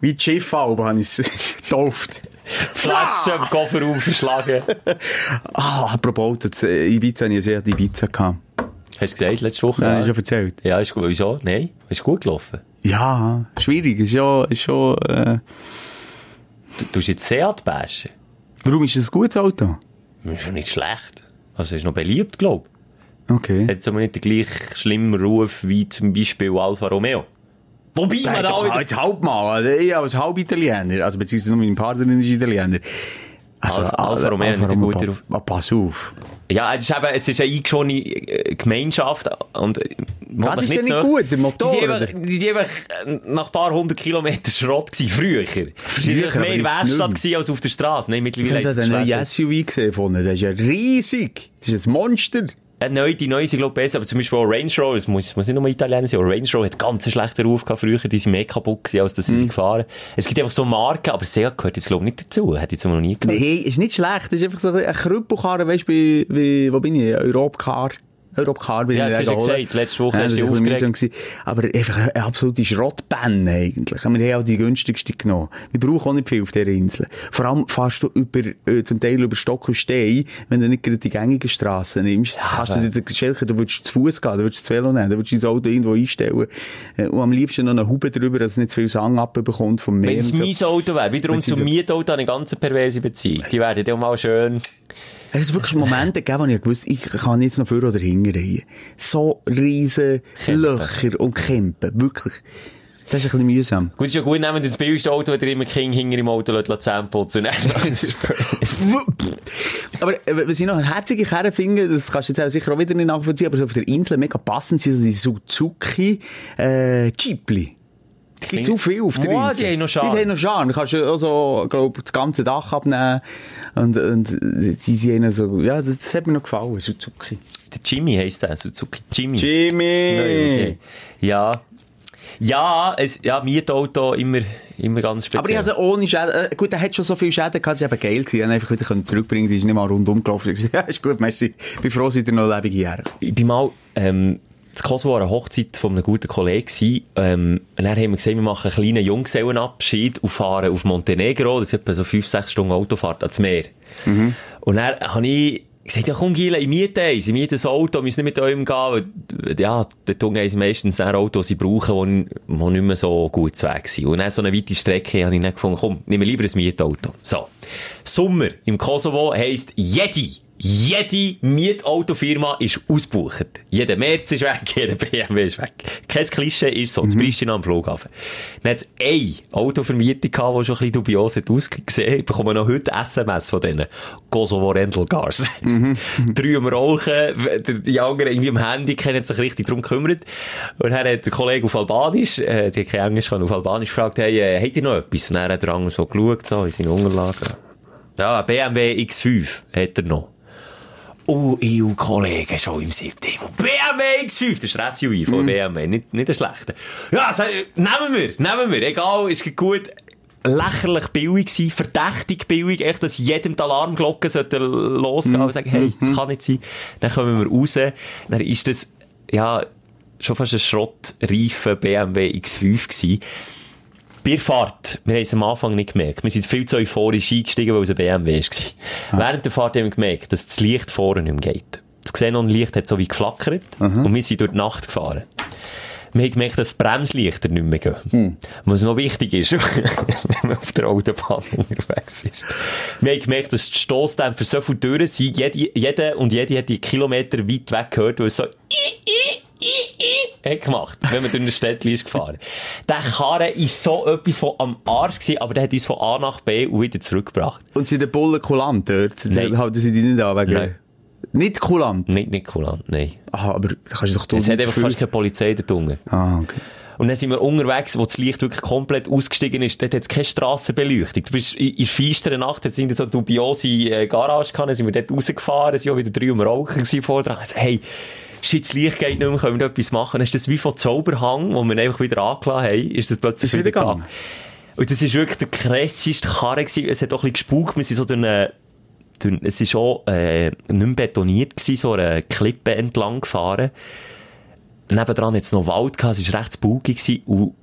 Speaker 3: wie die Schiffhaube, habe ich es [laughs] getauft.
Speaker 4: Flaschen im Kofferraum verschlagen.
Speaker 3: Ah, apropos Auto, das, äh, Ibiza, habe ich sehr die Ibiza gehabt.
Speaker 4: Hast du gesagt, letzte Woche?
Speaker 3: Das habe ich schon erzählt.
Speaker 4: ja, ist gut. Wieso? Nein, ist gut gelaufen.
Speaker 3: Ja, schwierig, ist ja, ist schon, äh,
Speaker 4: Du tust jetzt Seat bashen.
Speaker 3: warum ist das ein gutes Auto?
Speaker 4: Das ist schon nicht schlecht. Also ist noch beliebt, glaube ich.
Speaker 3: Okay.
Speaker 4: Hat aber nicht den gleich schlimmen Ruf wie zum Beispiel Alfa Romeo. Wobei man
Speaker 3: Nein,
Speaker 4: da
Speaker 3: doch,
Speaker 4: wieder...
Speaker 3: jetzt halb mal, also ich als halb Italiener, also beziehungsweise nur mein Partner ist Italiener. Also,
Speaker 4: Alfa- Alfa Romeo hat einen guten Ruf.
Speaker 3: pa- pass auf.
Speaker 4: Ja, es ist eben, es ist eine eingeschworene äh, Gemeinschaft und... äh,
Speaker 3: Was ist denn nicht gut, der Motor,
Speaker 4: Die sind
Speaker 3: oder?
Speaker 4: einfach- die sind einfach äh, nach ein paar hundert Kilometern Schrott gewesen, früher. Früher,
Speaker 3: aber jetzt
Speaker 4: mehr in der
Speaker 3: nicht mehr.
Speaker 4: Werkstatt gewesen als auf der Straße. Nein,
Speaker 3: Jetzt
Speaker 4: mittlerweile
Speaker 3: haben
Speaker 4: ist
Speaker 3: sie einen
Speaker 4: es
Speaker 3: neuen
Speaker 4: schlecht.
Speaker 3: SUV gesehen von ihnen. Das ist ja riesig. Das ist ein Monster.
Speaker 4: Eine neue, die neue sind, glaube ich, besser. Aber zum Beispiel auch Range Rover, es muss, es muss nicht nur Italiener sein, auch Range Rover hat ganz einen schlechten Ruf gehabt früher, die sind mehr kaputt gewesen, als dass
Speaker 3: Mhm.
Speaker 4: sie sie gefahren. Es gibt einfach so Marken, aber Seat gehört jetzt, glaube ich, nicht dazu. Hätte ich jetzt noch nie gehört.
Speaker 3: Nee, ist nicht schlecht. Das ist einfach so ein Krüppelkarren, weißt du, wie, wie, wo bin ich? Europcar. Europcar bin
Speaker 4: Ja,
Speaker 3: ich
Speaker 4: das
Speaker 3: dann
Speaker 4: hast du
Speaker 3: geholt.
Speaker 4: gesagt. Letzte Woche
Speaker 3: ja,
Speaker 4: hast
Speaker 3: das
Speaker 4: du
Speaker 3: war
Speaker 4: dich
Speaker 3: ein bisschen
Speaker 4: aufgeregt.
Speaker 3: mühsam gewesen. Aber einfach eine absolute Schrottbänne eigentlich. Wir haben auch die günstigste genommen. Wir brauchen auch nicht viel auf dieser Insel. Vor allem fährst du über, äh, zum Teil über Stock und Stein, wenn du nicht gerade die gängigen Strassen nimmst. das kannst du dir schelken, du würdest zu Fuß gehen, du würdest das Velo nehmen, du würdest dein Auto irgendwo einstellen. Äh, Und am liebsten noch eine Hube drüber, dass es nicht zu viel Sang abbekommt vom Meer.
Speaker 4: Wenn es
Speaker 3: und so.
Speaker 4: mein Auto wäre, wiederum
Speaker 3: Wenn's
Speaker 4: zum
Speaker 3: mein-
Speaker 4: Mietauto eine ganz perverse Beziehung. Die werden dann mal schön.
Speaker 3: Es hat wirklich Momente gegeben, wo ich gewusst ich kann jetzt noch vor oder hinten rein. So riesen Löcher und Kämpfen. Wirklich. Das ist ein bisschen mühsam.
Speaker 4: Gut, ist ja gut, nehmen das billigste Auto, wenn ihr immer King hinter im Auto lässt, lässt [laughs] zusammenputzen. Und dann-
Speaker 3: aber äh, was ich noch herzige Kerne finde, das kannst du jetzt auch sicher auch wieder nicht nachvollziehen, aber so auf der Insel mega passend sind so die Suzuki äh, Jeepli. Es gibt so viel auf der
Speaker 4: Moa,
Speaker 3: Insel.
Speaker 4: die haben noch Charme.
Speaker 3: Die haben noch Charme. Du kannst ja auch so, glaub, das ganze Dach abnehmen. Und, und äh, die, die haben noch so, ja, das, das hat mir noch gefallen, Suzuki.
Speaker 4: Der Jimmy heisst der, Suzuki Jimmy.
Speaker 3: Jimmy!
Speaker 4: Ja. Ja, es, ja, Mietauto immer, immer ganz speziell.
Speaker 3: Aber ich also ohne Schäden, äh, gut, er hat schon so viele Schäden gehabt, es war eben geil gewesen. Ich konnte einfach wieder können zurückbringen, sie ist nicht mal rundum gelaufen. Ich hab gesagt, [laughs] Ja, ist gut, merci. Ich bin froh, seid ihr noch lebendig hierher gekommen.
Speaker 4: ich bin mal, ähm, zu Kosovo an einer Hochzeit von einem guten Kollegen gewesen. Ähm, und dann haben wir gesagt, wir machen einen kleinen Junggesellenabschied und fahren auf Montenegro. Das ist etwa so fünf, sechs Stunden Autofahrt ans Meer. Und dann habe ich gesagt, ja komm Gila, ich miete eins, ich miete ein Auto, wir müssen nicht mit eurem gehen, weil, ja, der Tunge ist meistens ein Auto, das sie brauchen, die die nicht mehr so gut zu Weg sind. Und dann so eine weite Strecke habe ich dann gefunden, komm, nehmen wir lieber ein Mietauto. So. Sommer im Kosovo heisst jede jede Mietautofirma ist ausgebucht. Jeder März ist weg, [laughs] jeder BMW ist weg. Kein Klischee ist so. Das Pristina am Flughafen. Dann hat es eine Autovermietung gehabt, die schon ein bisschen dubios hat ausgesehen. Ich bekomme noch heute SMS von denen. Kosovo Rental Cars. [laughs] Drei am Rauchen, der- die anderen irgendwie am Handy, keiner hat sich richtig darum gekümmert. Und dann hat der Kollege auf Albanisch, äh, die hat kein Englisch, kann auf Albanisch gefragt, hey, äh, habt ihr noch etwas? Und dann hat der andere so geschaut, so in seine Unterlagen. Ja, ein BMW X5 hat er noch. Oh, EU-Kollegen schon im September. E BMW X5, das ist ein SUV von BMW, nicht, nicht der schlechte. Ja, so, nehmen wir, nehmen wir, egal, ist gut. Lächerlich billig gewesen, verdächtig billig, echt, dass jedem die Alarmglocke sollte losgehen und sagen, hey, das kann nicht sein. Dann kommen wir raus, dann ist das, dus, ja, schon fast ein schrottreifer BMW X5 gewesen. Bei der Fahrt, wir haben es am Anfang nicht gemerkt. Wir sind viel zu euphorisch eingestiegen, weil es ein BMW war. Während der Fahrt haben wir gemerkt, dass das Licht vorne nicht mehr geht. Das Xenonlicht hat so wie geflackert und wir sind durch die Nacht gefahren. Wir haben gemerkt, dass die Bremslichter nicht mehr gehen. Was noch wichtig ist, [laughs] wenn man auf der Autobahn unterwegs ist. Wir haben gemerkt, dass die Stossdämpfer so viel Türen sind. Jede, jede und jede hat die Kilometer weit weg gehört, weil es so hat gemacht, wenn man durch eine Städtli ist gefahren. Der Karren ist so etwas von am Arsch gewesen, aber der hat uns von A nach B und wieder zurückgebracht.
Speaker 3: Und sind die Bullen kulant dort?
Speaker 4: Nein.
Speaker 3: Halten sie die nicht an wegen...
Speaker 4: Nein.
Speaker 3: Nicht kulant?
Speaker 4: Nicht, nicht kulant, nein.
Speaker 3: Aha, aber da kannst du doch
Speaker 4: Es hat einfach
Speaker 3: Gefühl-
Speaker 4: fast keine Polizei da drunten.
Speaker 3: Ah, okay.
Speaker 4: Und dann sind wir unterwegs, wo das Licht wirklich komplett ausgestiegen ist. Dort hat es keine Strassenbeleuchtung. Du bist in, in feisterer Nacht, jetzt sind so dubiose äh, Garage gehabt, dann sind wir dort rausgefahren, sind auch wieder drei am Rauchen gewesen vorher dran. Also, hey, shit, das Licht geht nicht mehr, können wir da etwas machen? Dann ist das wie von Zauberhang, wo wir einfach wieder angelassen haben, ist das plötzlich
Speaker 3: Ist wieder
Speaker 4: gegangen.
Speaker 3: gegangen.
Speaker 4: Und das ist wirklich der krasseste Karre gewesen. Es hat auch ein bisschen gespukt. Wir sind so durch eine, durch, es ist auch, äh, nicht mehr betoniert gewesen, so eine Klippe entlang gefahren. Nebendran hat es noch Wald gehabt, es war recht spooky gewesen. Und,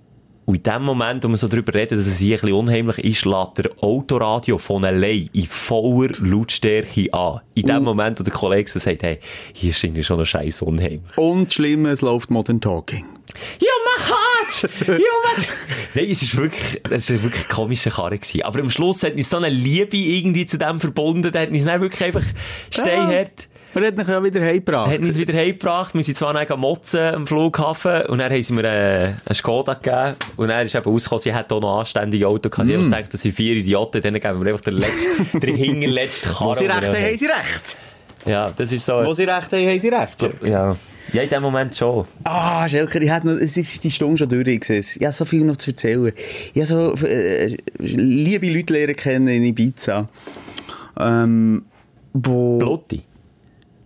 Speaker 4: und in dem Moment, wo wir so drüber reden, dass es hier ein bisschen unheimlich ist, lädt der Autoradio von allein in voller Lautstärke an. In dem Moment, wo der Kollege so sagt, hey, hier scheint ja schon ein scheiß unheimlich.
Speaker 3: Und schlimm, es läuft Modern Talking.
Speaker 4: Ja, mach hart! Ja, was? Nein, es ist wirklich, es ist wirklich ein komischer Karre gewesen. Aber am Schluss hat uns so eine Liebe irgendwie zu dem verbunden, der hat uns dann wirklich einfach steinhart,
Speaker 3: Er hat mich ja wieder heimgebracht.
Speaker 4: hat uns wieder heimgebracht. Wir sind zwar dann am Motzen am Flughafen und dann haben sie mir äh, einen Skoda gegeben und dann ist eben rausgekommen, sie hat auch noch anständige Auto gehabt. Sie mm. denkt, das sind vier Idioten, denen geben wir einfach den
Speaker 3: [laughs]
Speaker 4: letzten, den hinterletzten Karre.
Speaker 3: Wo sie
Speaker 4: den
Speaker 3: recht
Speaker 4: wir
Speaker 3: haben,
Speaker 4: noch
Speaker 3: haben sie recht.
Speaker 4: Ja, das ist so.
Speaker 3: Wo sie recht haben, haben sie recht.
Speaker 4: Ja. ja, in dem Moment schon.
Speaker 3: Ah, Schelker, ich hätte noch, es ist die Stunde schon durch, ich sehe es. Ich habe so viel noch zu erzählen. Ich habe so, äh, liebe Leute lernen kennen in Ibiza. Ähm, wo...
Speaker 4: Blotti.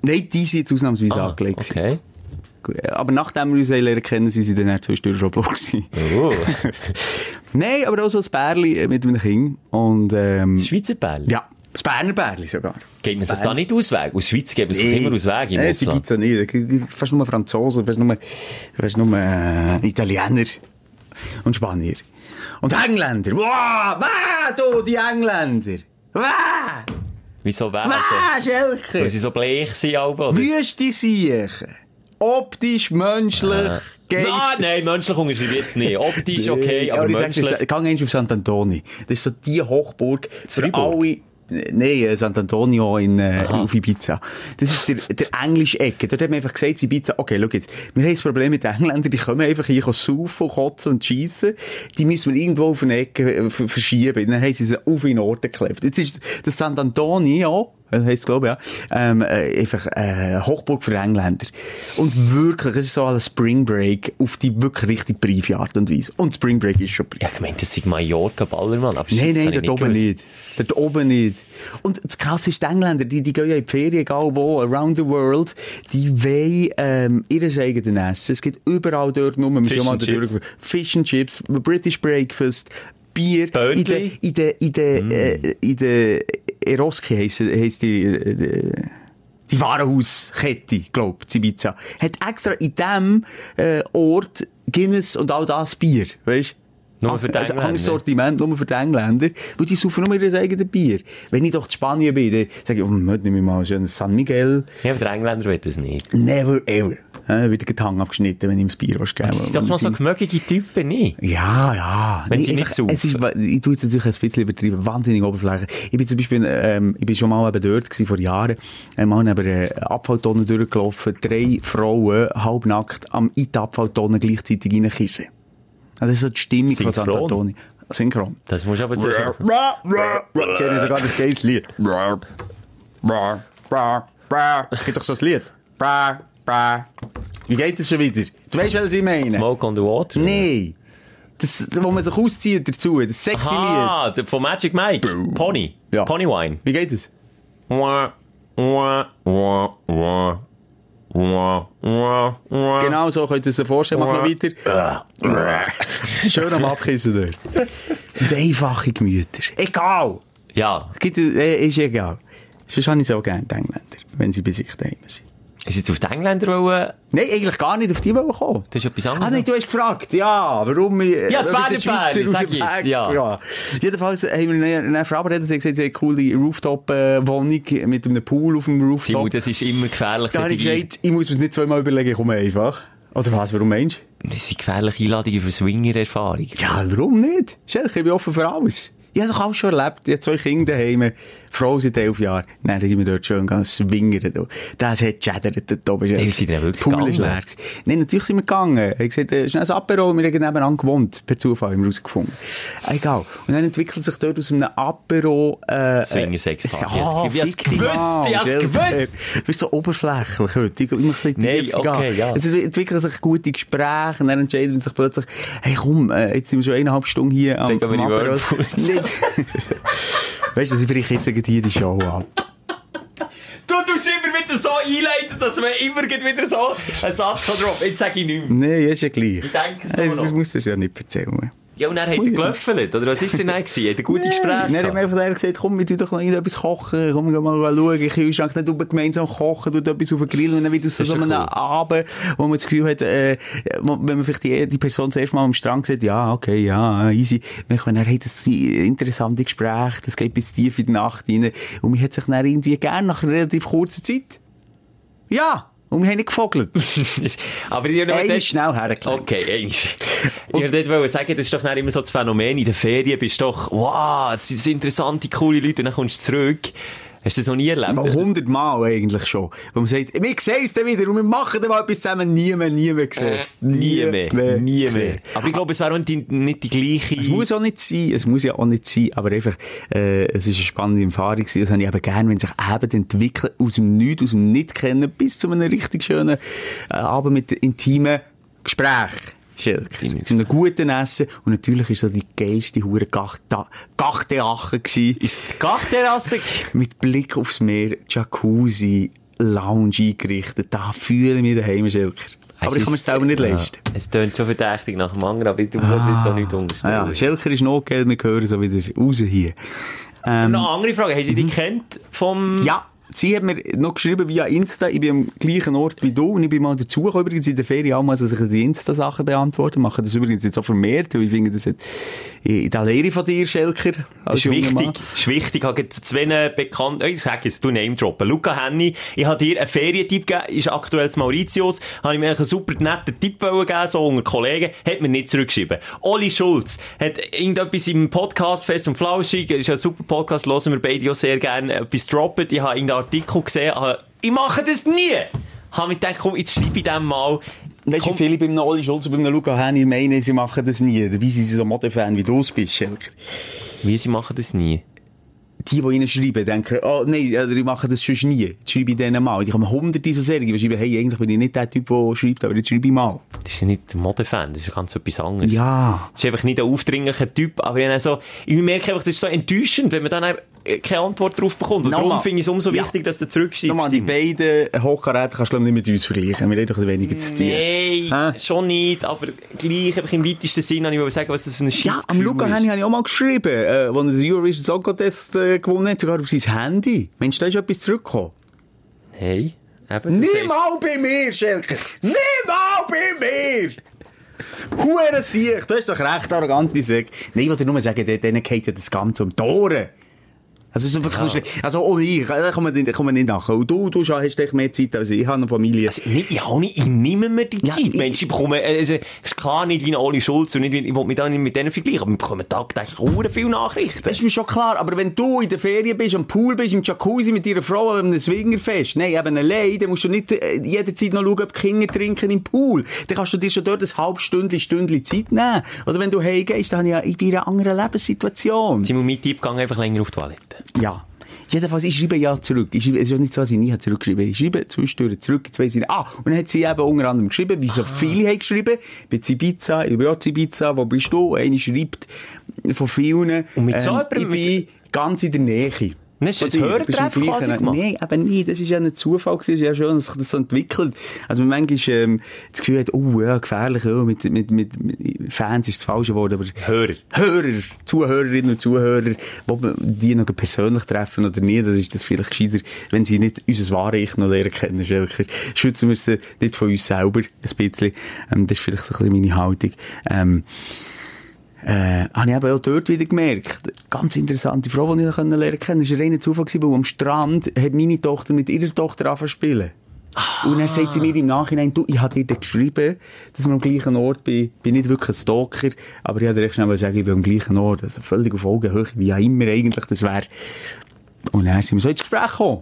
Speaker 3: Nein, die sind jetzt ausnahmsweise angelegt. gewesen.
Speaker 4: Ah, okay.
Speaker 3: Gut, Aber nachdem wir uns haben lernen kennen, sind sie dann auch zwischendurch schon bloß gewesen.
Speaker 4: Oh,
Speaker 3: Nein, aber auch so ein Bärli äh, mit einem Kind. Und, ähm,
Speaker 4: das Schweizer Bälle.
Speaker 3: ja, das Berner Bärli sogar.
Speaker 4: Geht man sich da nicht aus Weg? Aus Schweiz geht man sich immer aus Weg im
Speaker 3: Nein, die
Speaker 4: Ausland.
Speaker 3: gibt's ja nicht. Fast nur Franzosen, fast nur, fast nur äh, Italiener und Spanier. Und Engländer. Wow, wow, du, oh, die Engländer. Wow,
Speaker 4: Wieso Weg?
Speaker 3: wow,
Speaker 4: Also, weil
Speaker 3: Schelker.
Speaker 4: sie so bleich sind, aber, oder?
Speaker 3: Wüste Siechen. Optisch, menschlich,
Speaker 4: Nein,
Speaker 3: geistig.
Speaker 4: nein, menschlich unterschreibe ich jetzt nicht. Optisch okay, aber
Speaker 3: ich sag,
Speaker 4: menschlich.
Speaker 3: das- Gang eins auf Sant'Antoni. Das ist so die Hochburg für
Speaker 4: Fribourg?
Speaker 3: alle... Nein, äh, Sant'Antonio in, äh, auf Ibiza. Das ist der, der englische Ecke. Dort hat man einfach gesagt, in Ibiza, okay, schau jetzt, wir haben das Problem mit den Engländern, die kommen einfach hier saufen, kotzen und schiessen. Die müssen wir irgendwo auf eine Ecke äh, ver- verschieben. Und dann haben sie sie auf in den Norden geklebt. Jetzt ist das Sant'Antonio, das heisst, glaube ich, ja. Ähm, äh, einfach, äh, Hochburg für Engländer. Und wirklich, es ist so ein Spring Break auf die wirklich richtig briefe Art und Weise. Und Spring Break ist schon brief.
Speaker 4: Ja, ich meine, das sind Mallorca Ballermann, aber
Speaker 3: Nein,
Speaker 4: shit, das
Speaker 3: nein,
Speaker 4: habe ich
Speaker 3: dort oben
Speaker 4: gewusst.
Speaker 3: nicht. Dort oben nicht. Und das Krasse ist, die Engländer, die, die gehen ja in die Ferien, egal wo, around the world, die wollen ähm, ihr eigenen Essen. Es gibt überall dort nur, wir
Speaker 4: Fish
Speaker 3: schon mal
Speaker 4: and
Speaker 3: da durch- Fish and Chips, British Breakfast, Bier, in der,
Speaker 4: Böntli.
Speaker 3: in der, in der,
Speaker 4: Mm.
Speaker 3: äh, in der Eroski heisst, heisst die, äh, die- die Warenhauskette, glaub, ich, in Ibiza, hat extra in dem äh, Ort Guinness und all das Bier, weißt
Speaker 4: Nur für die
Speaker 3: also
Speaker 4: Engländer.
Speaker 3: Sortiment nur für die Engländer, weil die saufen nur ihr eigenes Bier. Wenn ich doch in Spanien bin, dann sage ich, oh, heute nehme ich mal schön San Miguel.
Speaker 4: Ja, aber der Engländer will das nicht.
Speaker 3: Never ever. Äh, wird der Tang abgeschnitten, wenn ich ihm das Bier was geben
Speaker 4: Das sind doch noch so gemögige Typen, nicht?
Speaker 3: Ja, ja.
Speaker 4: Wenn sie nicht
Speaker 3: einfach,
Speaker 4: saufen.
Speaker 3: es ist, Ich tue jetzt natürlich ein bisschen übertrieben. Wahnsinnig Oberfläche. Ich bin zum Beispiel, ähm, ich bin schon mal eben dort gewesen, vor Jahren. Einmal neben einer Abfalltonne durchgelaufen. Drei Frauen, halbnackt, am in die Abfalltonne gleichzeitig reinkissen. Also das ist so die Stimmung von
Speaker 4: Synchron.
Speaker 3: Sant'Antoni. Synchron.
Speaker 4: Das musst du aber zuerst schaffen.
Speaker 3: Sie haben sogar das geiles Lied. Gibt doch so ein Lied. Wie geht das schon wieder? Du weißt, was ich meine?
Speaker 4: Smoke on the Water.
Speaker 3: Nein. Das, wo man sich auszieht dazu. Das sexy
Speaker 4: Ah, der von Magic Mike. Pony.
Speaker 3: Lied. Ja.
Speaker 4: Pony Wine.
Speaker 3: Wie geht das?
Speaker 4: Wah, wah, wah, wah. Wah, wah, wah.
Speaker 3: Genau so könnt ihr es euch vorstellen. Mach noch weiter.
Speaker 4: [laughs]
Speaker 3: Schön am Abkissen dort. Und einfache Gemüter. Egal.
Speaker 4: Ja,
Speaker 3: Gibt, äh, ist egal. Sonst habe ich so gerne die Engländer, wenn sie bei sich daheim sind.
Speaker 4: Ist jetzt auf die Engländer wollen?
Speaker 3: Nein, eigentlich gar nicht auf die wollen kommen.
Speaker 4: Das ist etwas
Speaker 3: Ah,
Speaker 4: anderes.
Speaker 3: nein, du hast gefragt, ja, eh, warum wir...
Speaker 4: Ja, das
Speaker 3: warum
Speaker 4: Berner
Speaker 3: der Schweizer
Speaker 4: Berli,
Speaker 3: aus
Speaker 4: sag
Speaker 3: dem
Speaker 4: jetzt,
Speaker 3: Weg-
Speaker 4: ja.
Speaker 3: Jedenfalls haben wir eine verabredet, sie hat gesagt, sie hat eine coole eh, Rooftop-Wohnung mit einem Pool auf dem
Speaker 4: Simon,
Speaker 3: Rooftop.
Speaker 4: das ist immer gefährlich.
Speaker 3: da habe ich
Speaker 4: solche-
Speaker 3: gesagt, ich muss mir nicht zweimal überlegen, ich komme einfach. Oder was, warum meinst du?
Speaker 4: Das sind gefährliche Einladungen für Swinger-Erfahrung.
Speaker 3: Ja, warum nicht? Schelke, ich bin offen für alles. Ich habe doch alles schon erlebt. Ich habe zwei Kinder daheim. Frau seit elf Jahren. Dann sind wir dort schön gegangen, swingern. du. Das hat geschädert, der Tobi.
Speaker 4: Ey, sind ihr wirklich
Speaker 3: Pool ist
Speaker 4: gegangen?
Speaker 3: leer. gewesen. Nein, natürlich sind wir gegangen. Ich gesagt, äh, schnell ein Aperol. Wir haben nebenan gewohnt. Per Zufall haben wir rausgefunden. Egal. Und dann entwickelt sich dort aus einem Aperol, äh,
Speaker 4: Swingersex-Party.
Speaker 3: Ja,
Speaker 4: Ich hab's
Speaker 3: fick
Speaker 4: gewusst,
Speaker 3: mal,
Speaker 4: ich hab's
Speaker 3: stell dir
Speaker 4: gewusst.
Speaker 3: vor. Du bist so oberflächlich heute. Ich will immer ein bisschen
Speaker 4: Nein,
Speaker 3: tiefer
Speaker 4: okay,
Speaker 3: gehen.
Speaker 4: ja.
Speaker 3: Es entwickeln sich gute Gespräche und dann entscheiden sich plötzlich, hey komm, äh, jetzt sind wir schon eineinhalb Stunden hier am,
Speaker 4: Dann gehen wir
Speaker 3: am
Speaker 4: in
Speaker 3: Aperol.
Speaker 4: Whirlpool.
Speaker 3: Nicht- [laughs] Weißt du, dass ich vielleicht jetzt gleich hier die Show ab.
Speaker 4: Du tust immer wieder so einleiten, dass man immer gleich wieder so einen Satz kann droppen. Jetzt sag ich nichts mehr.
Speaker 3: Nein, ist ja gleich. Ich
Speaker 4: denke es nur
Speaker 3: Das
Speaker 4: noch.
Speaker 3: musst du es ja nicht erzählen.
Speaker 4: Ja, und dann hat er gelöffelt. Oder was ist denn dann gewesen? Hat er gute Gespräche
Speaker 3: Dann haben wir
Speaker 4: [laughs] gehabt?
Speaker 3: einfach ehrlich gesagt, komm, wir tun doch noch irgendetwas kochen. Komm, wir gehen mal schauen. Ich kann Kühlschrank nicht oben gemeinsam kochen, tut etwas auf den Grill und dann wieder so,
Speaker 4: ist
Speaker 3: so
Speaker 4: doch
Speaker 3: einen
Speaker 4: cool.
Speaker 3: Abend, wo man das Gefühl hat, äh, wo- wenn man vielleicht eh, die, die Person zuerst mal am Strand sieht, ja, okay, ja, easy. Dann kann man, hey, das sind interessante Gespräche, das geht bis tief in die Nacht eh, rein. Und man hat sich dann irgendwie gern nach einer relativ kurzen Zeit. Ja! Und wir haben nicht gefogelt.
Speaker 4: Aber ich wollte nur
Speaker 3: Einmal
Speaker 4: dort-
Speaker 3: schnell hergelegt.
Speaker 4: Okay,
Speaker 3: [laughs]
Speaker 4: eigentlich. Ich wollte dort sagen, das ist doch dann immer so das Phänomen. In den Ferien bist du doch, wow, das sind interessante, coole Leute. Und dann kommst du zurück. Hast du das noch nie erlebt?
Speaker 3: Mal hundertmal eigentlich schon. Wo man sagt, wir sehen es dann wieder und wir machen dann mal etwas zusammen. Nie mehr, nie mehr gesehen.
Speaker 4: Äh, Nie mehr. Nie mehr.
Speaker 3: gesehen.
Speaker 4: Aber ich glaube, es wäre auch nicht die, nicht die gleiche...
Speaker 3: Es muss auch nicht sein, es muss ja auch nicht sein, aber einfach, äh, es ist eine spannende Erfahrung gewesen. Das habe ich eben gern, wenn sich eben entwickelt, aus dem Nichts, aus dem Nicht-Kennen, bis zu einem richtig schönen äh, Abend mit intimen Gespräch. Schilk.
Speaker 4: Intimen
Speaker 3: Mit einem guten Essen. Und natürlich ist das die geilste Hure Gachta- Gachteache gewesen.
Speaker 4: Ist die Gachterrasse gewesen?
Speaker 3: Mit Blick aufs Meer, Jacuzzi, Lounge eingerichtet. Da fühle ich mich daheim, Schilker. Aber ich kann mir das selber nicht leisten.
Speaker 4: Ja, es tönt schon verdächtig nach dem anderen, aber du musst jetzt auch nicht unterstellen.
Speaker 3: Ah, ja. Schilker ist noch geil, wir hören so wieder raus hier.
Speaker 4: Hm.
Speaker 3: ähm,
Speaker 4: Noch eine andere Frage. Haben
Speaker 3: mhm.
Speaker 4: Sie die kennt vom...
Speaker 3: Ja. Sie hat mir noch geschrieben via Insta, ich bin am gleichen Ort wie du und ich bin mal dazugekommen, übrigens in der Ferien auch mal, dass ich die Insta-Sachen beantworte, mache das übrigens jetzt auch vermehrt, weil ich finde, das hat, in der Lehre von dir, Schelker, als
Speaker 4: Ist
Speaker 3: junger Mann.
Speaker 4: wichtig, ist wichtig. Ich habe gerade zwei bekannte, ich sag jetzt, du Name droppen. Luca Henny, ich habe dir einen Ferientipp gegeben, ist aktuell zu Mauritius, habe ich mir eigentlich einen super netten Tipp wollen geben, so unter Kollegen, hat mir nicht zurückgeschrieben. Oli Schulz hat irgendetwas im Podcast Fest und Flauschig, ist ein super Podcast, hören wir beide auch sehr gerne, etwas droppen. Ich habe irgendeinen Artikel gesehen, habe- ich mache das nie! Habe mir gedacht, komm, jetzt schreibe ich dem mal.
Speaker 3: Weißt du,
Speaker 4: Komm,
Speaker 3: wie viele beim Oli Schulz und beim Luca Henni meinen, sie machen das nie, dabei sind sie so Modefan wie du es bist, Schelker.
Speaker 4: wie, sie machen das nie.
Speaker 3: Die, die ihnen schreiben, denken, oh nein, also ich mache das sonst nie, jetzt schreibe ich denen mal. Ich habe hunderte so Serien, die schreiben, hey, eigentlich bin ich nicht der Typ, der schreibt, aber jetzt schreibe ich mal.
Speaker 4: Das ist ja nicht der Modefan, das ist ja ganz etwas anderes.
Speaker 3: Ja.
Speaker 4: Das ist einfach nicht ein aufdringlicher Typ, aber ich, habe so, ich merke einfach, das ist so enttäuschend, wenn man dann äh, keine Antwort drauf bekommt. Und
Speaker 3: Nochmal.
Speaker 4: darum finde ich es umso
Speaker 3: Ja.
Speaker 4: wichtiger, dass du zurückschreibst.
Speaker 3: Nochmal, die beiden Hochkaräter kannst du glaub ich, nicht mit uns vergleichen. Wir haben doch weniger zu tun.
Speaker 4: Nein,
Speaker 3: Hä?
Speaker 4: schon nicht, aber gleich einfach im weitesten Sinn habe ich wollte sagen, was das für ein Scheiss
Speaker 3: Ja, am Luca Henni habe ich auch mal geschrieben, äh, als er den Eurovision Song Contest äh, gewonnen hat, sogar auf sein Handy. Mensch, da ist etwas zurückgekommen.
Speaker 4: Hey, eben, das ist...
Speaker 3: Niemals bei mir, Schelker! Niemals bei mir! Hure Sieg, du hast doch recht, arrogante Säge. Nein, ich wollte nur sagen, denen- denen geht ja das Ganze um die Ohren. Also, es ist wirklich so schlimm. also ohne ich, da kann man, nicht- kann man nicht nachher. Und du, du hast echt mehr Zeit als ich, ich habe eine Familie.
Speaker 4: Also, nee, ich, habe nicht, ich nehme mir die
Speaker 3: Ja,
Speaker 4: Zeit.
Speaker 3: ich-
Speaker 4: Mensch, ich bekomme, äh, also, ist klar nicht wie ein Oli Schulz und nicht, wie- ich will mich da nicht mit denen vergleichen, aber wir bekommen tagtäglich verdammt viele Nachrichten.
Speaker 3: Das ist mir schon klar, aber wenn du in der Ferien bist, am Pool bist, im Jacuzzi mit deiner Frau an einem Swingerfest, nein, eben allein, dann musst du nicht äh, jederzeit noch schauen, ob die Kinder trinken im Pool. Dann kannst du dir schon dort ein halbes Stündchen, Stündchen Zeit nehmen. Oder wenn du heimgehst, dann habe ich ja- ich bin in einer anderen Lebenssituation.
Speaker 4: Simon, mein Tipp, gang einfach länger auf die Toilette.
Speaker 3: Ja. Jedenfalls, ich schreibe ja zurück. Ich schreibe, es ist ja nicht so, dass ich nie habe zurückgeschrieben Ich schreibe zwischendurch zurück, zwei Seiten. Ah, und dann hat sie eben unter anderem geschrieben, wie
Speaker 4: Ah.
Speaker 3: so viele haben geschrieben. Bei Zibiza, ich bin auch Zibiza, wo bist du? Einer schreibt von vielen. ähm,
Speaker 4: Und mit so jemandem-
Speaker 3: Ich bin ganz in der Nähe.
Speaker 4: Und hast du
Speaker 3: Von
Speaker 4: ein
Speaker 3: dir. Du bist im
Speaker 4: Hörertreff
Speaker 3: gleichen-
Speaker 4: quasi gemacht?
Speaker 3: Nein, eben nie. Das ist ja ein Zufall gewesen. Es ist ja schön, dass sich das so entwickelt. Also man manchmal ähm, das Gefühl hat, oh ja, gefährlich, oh, mit, mit, mit, mit Fans ist das falsche Wort, aber...
Speaker 4: Hörer.
Speaker 3: Hörer, Zuhörerinnen und Zuhörer, ob wir die noch persönlich treffen oder nie, das ist das vielleicht gescheiter, wenn sie nicht unser wahres Ich noch lernen kennen, Schelker. Schützen wir sie nicht von uns selber, ein bisschen. Ähm, das ist vielleicht so ein bisschen meine Haltung. Ähm, äh, habe ich eben auch dort wieder gemerkt. Ganz interessante Frau, die ich noch lernen konnte. Das war ein reiner Zufall, gewesen, weil am Strand hat meine Tochter mit ihrer Tochter angefangen zu spielen. Und dann sagt sie mir im Nachhinein, du, ich habe dir dann geschrieben, dass wir am gleichen Ort bin. Ich bin nicht wirklich ein Stalker, aber ich wollte dir echt schnell mal sagen, ich bin am gleichen Ort. Also völlig auf Augenhöhe, wie ja immer eigentlich das wäre. Und dann sind wir so ins Gespräch gekommen.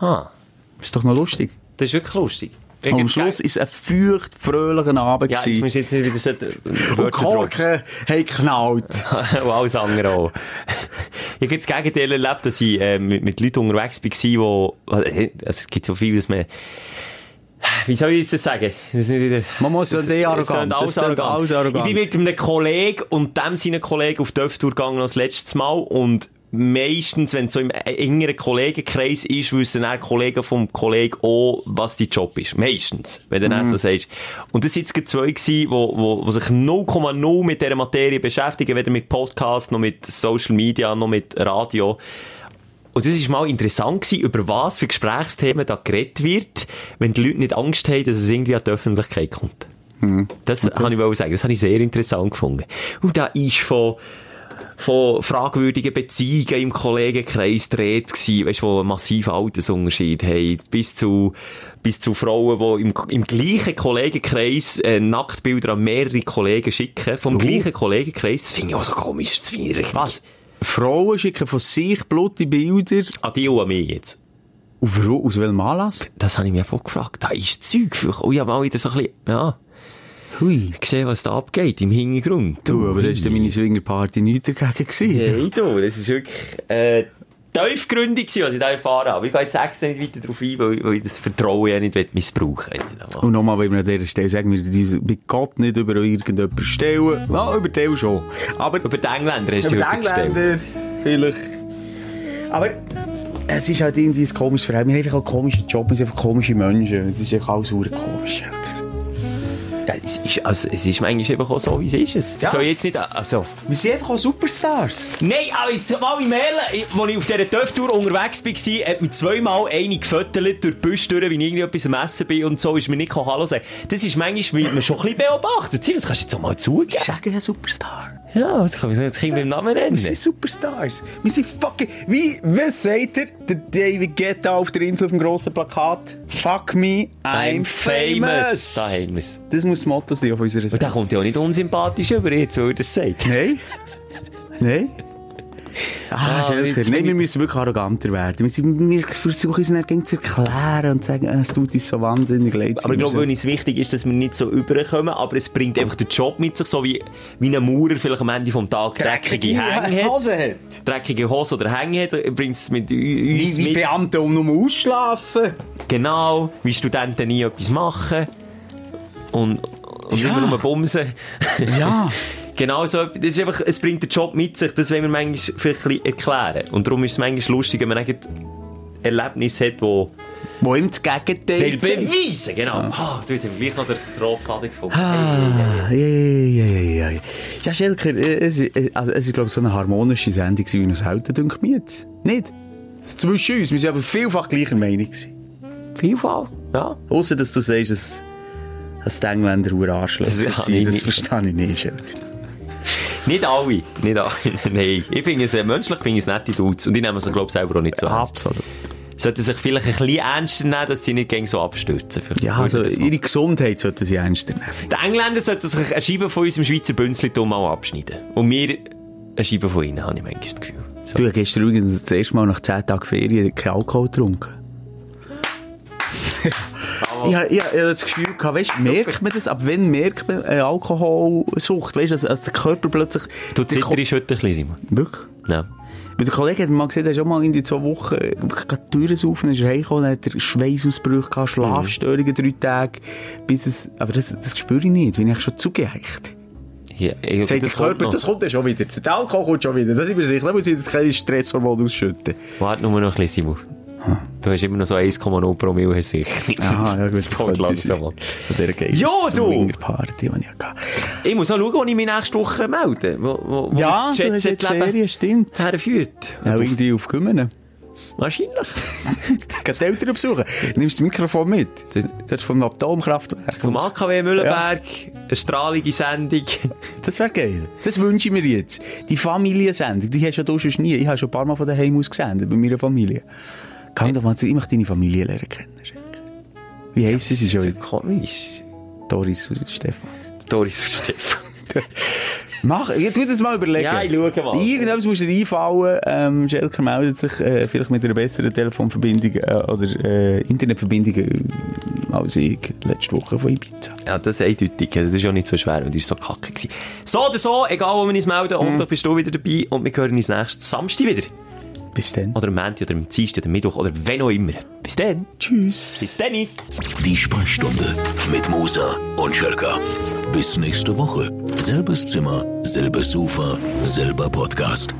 Speaker 4: Ha.
Speaker 3: Ist doch noch lustig.
Speaker 4: Das ist wirklich lustig.
Speaker 3: Und am Schluss ist es ein feucht fröhlicher Abend.
Speaker 4: Ja, jetzt
Speaker 3: gewesen.
Speaker 4: musst du jetzt nicht wieder so...
Speaker 3: und die Korken haben geknallt.
Speaker 4: [laughs] und alles andere auch. Ich habe das Gegenteil erlebt, dass ich äh, mit, mit Leuten unterwegs war, die... äh, also Es gibt so viel, dass man... Wie soll ich jetzt das sagen? Das ist nicht wieder...
Speaker 3: Man muss ja nicht
Speaker 4: Es
Speaker 3: arrogant.
Speaker 4: klingt
Speaker 3: Es
Speaker 4: alles
Speaker 3: klingt
Speaker 4: arrogant.
Speaker 3: alles arrogant.
Speaker 4: Ich bin mit einem Kollegen und dem seinen Kollegen auf die Öftour gegangen als letztes Mal und meistens, wenn es so im engeren Kollegenkreis ist, wissen dann Kollegen vom Kollegen auch, was dein Job ist. Meistens. Wenn du dann
Speaker 3: Mhm.
Speaker 4: so sagst. Und das sind jetzt gerade zwei gewesen, wo, wo, wo sich 0,0 mit dieser Materie beschäftigen, weder mit Podcast, noch mit Social Media, noch mit Radio. Und es ist mal interessant gewesen, über was für Gesprächsthemen da geredet wird, wenn die Leute nicht Angst haben, dass es irgendwie an die Öffentlichkeit kommt. Das kann ich wohl sagen. Das habe ich sehr interessant gefunden. Und da ist von, von fragwürdigen Beziehungen im Kollegenkreis dreht gsi, weißt, wo einen massiven Altersunterschied haben, bis zu, bis zu Frauen, die im, im gleichen Kollegenkreis, äh, Nacktbilder an mehrere Kollegen schicken, vom gleichen Kollegenkreis. Das finde ich auch so komisch. Das finde ich richtig. Was?
Speaker 3: Frauen schicken von sich blutige Bilder.
Speaker 4: An die und an mich jetzt.
Speaker 3: Auf, Ru- aus welchem Anlass?
Speaker 4: Das habe ich mich auch gefragt. Da ist Zeug für. Oh, ich habe mal wieder so ein bisschen, ja,
Speaker 3: Hui.
Speaker 4: gesehen, was da abgeht im Hintergrund.
Speaker 3: Du, aber das war meine Swingerparty nichts dagegen. Gewesen.
Speaker 4: Hey, du, das ist wirklich, äh, tiefgründig gewesen, was ich da erfahren habe. Ich gehe jetzt extra nicht weiter darauf ein, weil, weil ich das Vertrauen ja nicht will missbrauchen will.
Speaker 3: Und nochmal will ich an dieser Stelle sagen, wir dürfen bei Gott nicht über irgendjemanden stellen. Ja, über den schon. Aber
Speaker 4: Über die Engländer hast du
Speaker 3: über
Speaker 4: dich
Speaker 3: die
Speaker 4: gestellt.
Speaker 3: Engländer vielleicht. Aber es ist halt irgendwie ein komisches Verhältnis. Wir haben einfach auch komische Jobs, wir sind einfach komische Menschen. Es ist einfach alles verdammt komisch.
Speaker 4: Ja, es, ist, also, es ist manchmal eben auch so, wie es ist. Es
Speaker 3: Ja.
Speaker 4: soll jetzt nicht, also.
Speaker 3: Wir sind einfach auch Superstars.
Speaker 4: Nein, aber jetzt mal im Ehrlichen, als ich auf dieser Töftour unterwegs war, hat mich zweimal eine gefötelt durch die Büsche durch, wie ich irgendetwas am Essen bin und so, ist mir nicht Hallo sagen. Das ist manchmal, wie man schon ein bisschen beobachtet. Simon, Das kannst du jetzt auch mal zugeben.
Speaker 3: Ich sage ja Superstar.
Speaker 4: Ja, das kann man jetzt Kind beim Namen
Speaker 3: Wir
Speaker 4: nennen.
Speaker 3: sind Superstars. Wir sind fucking... Wie, was sagt er? Der David Guetta auf der Insel auf dem grossen Plakat. Fuck me, I'm, famous.
Speaker 4: Da haben wir es.
Speaker 3: Das muss das Motto sein auf unserer
Speaker 4: Und der
Speaker 3: Seite.
Speaker 4: kommt ja auch nicht unsympathisch über jetzt, weil er das sagt.
Speaker 3: Nein. Nein. Ah,
Speaker 4: Ah,
Speaker 3: Schelker.
Speaker 4: jetzt bin
Speaker 3: Nein, wir
Speaker 4: ich-
Speaker 3: müssen wirklich arroganter werden. Wir, sind, wir versuchen uns dann gegen zu erklären und zu sagen, ah, es tut uns so wahnsinnig leid.
Speaker 4: Aber ich glaube,
Speaker 3: Wir
Speaker 4: wenn es wichtig ist, dass wir nicht so überkommen, aber es bringt einfach den Job mit sich, so wie, wie ein Maurer vielleicht am Ende vom Tag dreckige Hänge hat.
Speaker 3: Hose hat.
Speaker 4: dreckige Hose oder Hänge hat, bringt es mit u-
Speaker 3: Wie,
Speaker 4: uns
Speaker 3: wie
Speaker 4: mit.
Speaker 3: Beamte, um nur ausschlafen.
Speaker 4: Genau, wie Studenten nie etwas machen. Und, und
Speaker 3: Ja.
Speaker 4: immer nur bumsen. [laughs]
Speaker 3: Ja.
Speaker 4: genau so, etwas. das ist einfach, es bringt den Job mit sich, das wollen wir manchmal vielleicht ein bisschen erklären. Und darum ist es manchmal lustig, wenn man ein Erlebnis hat, wo...
Speaker 3: Wo ihm das Gegenteil zeigt.
Speaker 4: Beweisen, genau. Ah, du, jetzt haben wir gleich noch den Rotfaden gefunden.
Speaker 3: Ah, ja, ja, ja, ja, ja. Ja, Schelker, äh, es ist, äh, also, es ist, glaube ich, so eine harmonische Sendung, gewesen, wie noch selten, denke ich jetzt. Nicht? Es ist Zwischen uns, wir sind aber vielfach gleicher Meinung. gewesen.
Speaker 4: Vielfalt, ja.
Speaker 3: Ausser, dass du sagst, dass, dass die Engländer hure Arschlöcher
Speaker 4: Das- ja,
Speaker 3: sind.
Speaker 4: nee, nee.
Speaker 3: das verstehe ich nicht, Schelker.
Speaker 4: Nicht alle, nicht alle, [laughs] nein. Ich finde es äh, menschlich, finde ich es nette Dudes. Und ich nehme es, glaube ich, selber auch nicht so ernst.
Speaker 3: Absolut.
Speaker 4: sollten sich vielleicht ein bisschen ernster nehmen, dass sie nicht gegen so abstürzen. Vielleicht
Speaker 3: Ja,
Speaker 4: würde
Speaker 3: also,
Speaker 4: das machen.
Speaker 3: ihre Gesundheit sollten sie ernster nehmen.
Speaker 4: Die Engländer sollten sich eine Scheibe von unserem Schweizer Bünzlitum mal abschneiden. Und wir eine Scheibe von ihnen, habe ich manchmal das Gefühl.
Speaker 3: Du hast gestern übrigens das erste Mal nach 10 Tagen Ferien keinen Alkohol [laughs] getrunken. ja, ja, ja, das Gefühl gehabt, weißt, merkt man das? Ab wenn merkt man eine Alkoholsucht? Weißt du, als, als der Körper plötzlich.
Speaker 4: Du
Speaker 3: der Ko-
Speaker 4: zitterst heute ein bisschen, Simon.
Speaker 3: Wirklich?
Speaker 4: Ja.
Speaker 3: Weil der Kollege hat mir mal gesagt, er ist auch mal in die zwei Wochen äh, wirklich gerade die Türen saufen, ist er heimgekommen, dann hat er Schweißausbrüche gehabt, Schlafstörungen drei Tage, bis es, aber das, das spüre ich nicht, bin ich schon zugeheicht.
Speaker 4: Hier, ich-
Speaker 3: Sagt der
Speaker 4: kommt
Speaker 3: Körper,
Speaker 4: noch.
Speaker 3: das kommt ja schon wieder, der Alkohol kommt schon wieder, das ist mir sicher, muss ich das keine Stresshormone ausschütten.
Speaker 4: Warte nur noch ein bisschen, Simon. Du hast immer noch so 1,0 Promille hast du sicher.
Speaker 3: Aha, [laughs] ja, gut,
Speaker 4: [laughs] das
Speaker 3: das
Speaker 4: kommt
Speaker 3: könnte
Speaker 4: langsam
Speaker 3: sein.
Speaker 4: an.
Speaker 3: Von dieser geilen
Speaker 4: Ja, du!
Speaker 3: Swingerparty, die ich hatte.
Speaker 4: Ich muss auch schauen, wo ich mich nächste Woche melde. Wo, wo, wo
Speaker 3: Ja,
Speaker 4: das
Speaker 3: du hast jetzt
Speaker 4: Jet-Set-Leben
Speaker 3: Ferien, stimmt. Nou,
Speaker 4: herführt.
Speaker 3: Ja, irgendwie auf [laughs] Kümmern.
Speaker 4: Wahrscheinlich.
Speaker 3: Geht die Eltern besuchen. Nimmst du das Mikrofon mit? Das ist vom Atomkraftwerk.
Speaker 4: Vom AKW Mühlenberg, eine strahlige Sendung.
Speaker 3: Das wäre geil. Das wünsche ich mir jetzt. Die Familiensendung, die hast ja du schon nie. Ich habe schon ein Eh. paar Mal von daheim aus gesendet, bei meiner Familie. Komm doch mal zu, ich möchte deine Familie lernen kennen. Schenk. Wie heisst sie schon?
Speaker 4: ist komisch.
Speaker 3: Doris Stefan.
Speaker 4: Doris und Stefan.
Speaker 3: Mach, ja, tu das mal überlegen.
Speaker 4: Ja, ich schau mal.
Speaker 3: Irgendetwas muss dir einfallen. Ähm, Schelker meldet sich äh, vielleicht mit einer besseren Telefonverbindung äh, oder äh, Internetverbindung äh, als ich letzte Woche von Ibiza.
Speaker 4: Ja, das ist eindeutig. Also, das ist auch nicht so schwer und das war so kacke. Gewesen. So oder so, egal wo wir uns melden, hoffentlich bist du wieder dabei und wir hören uns nächsten Samstag wieder.
Speaker 3: Bis dann.
Speaker 4: Oder am Montag, oder am Dienstag, oder am Mittwoch, oder wenn auch immer. Bis dann.
Speaker 3: Tschüss.
Speaker 4: Bis Dennis.
Speaker 2: Die Sprechstunde mit Musa und Schelka. Bis nächste Woche. Selbes Zimmer, selbes Sofa, selber Podcast.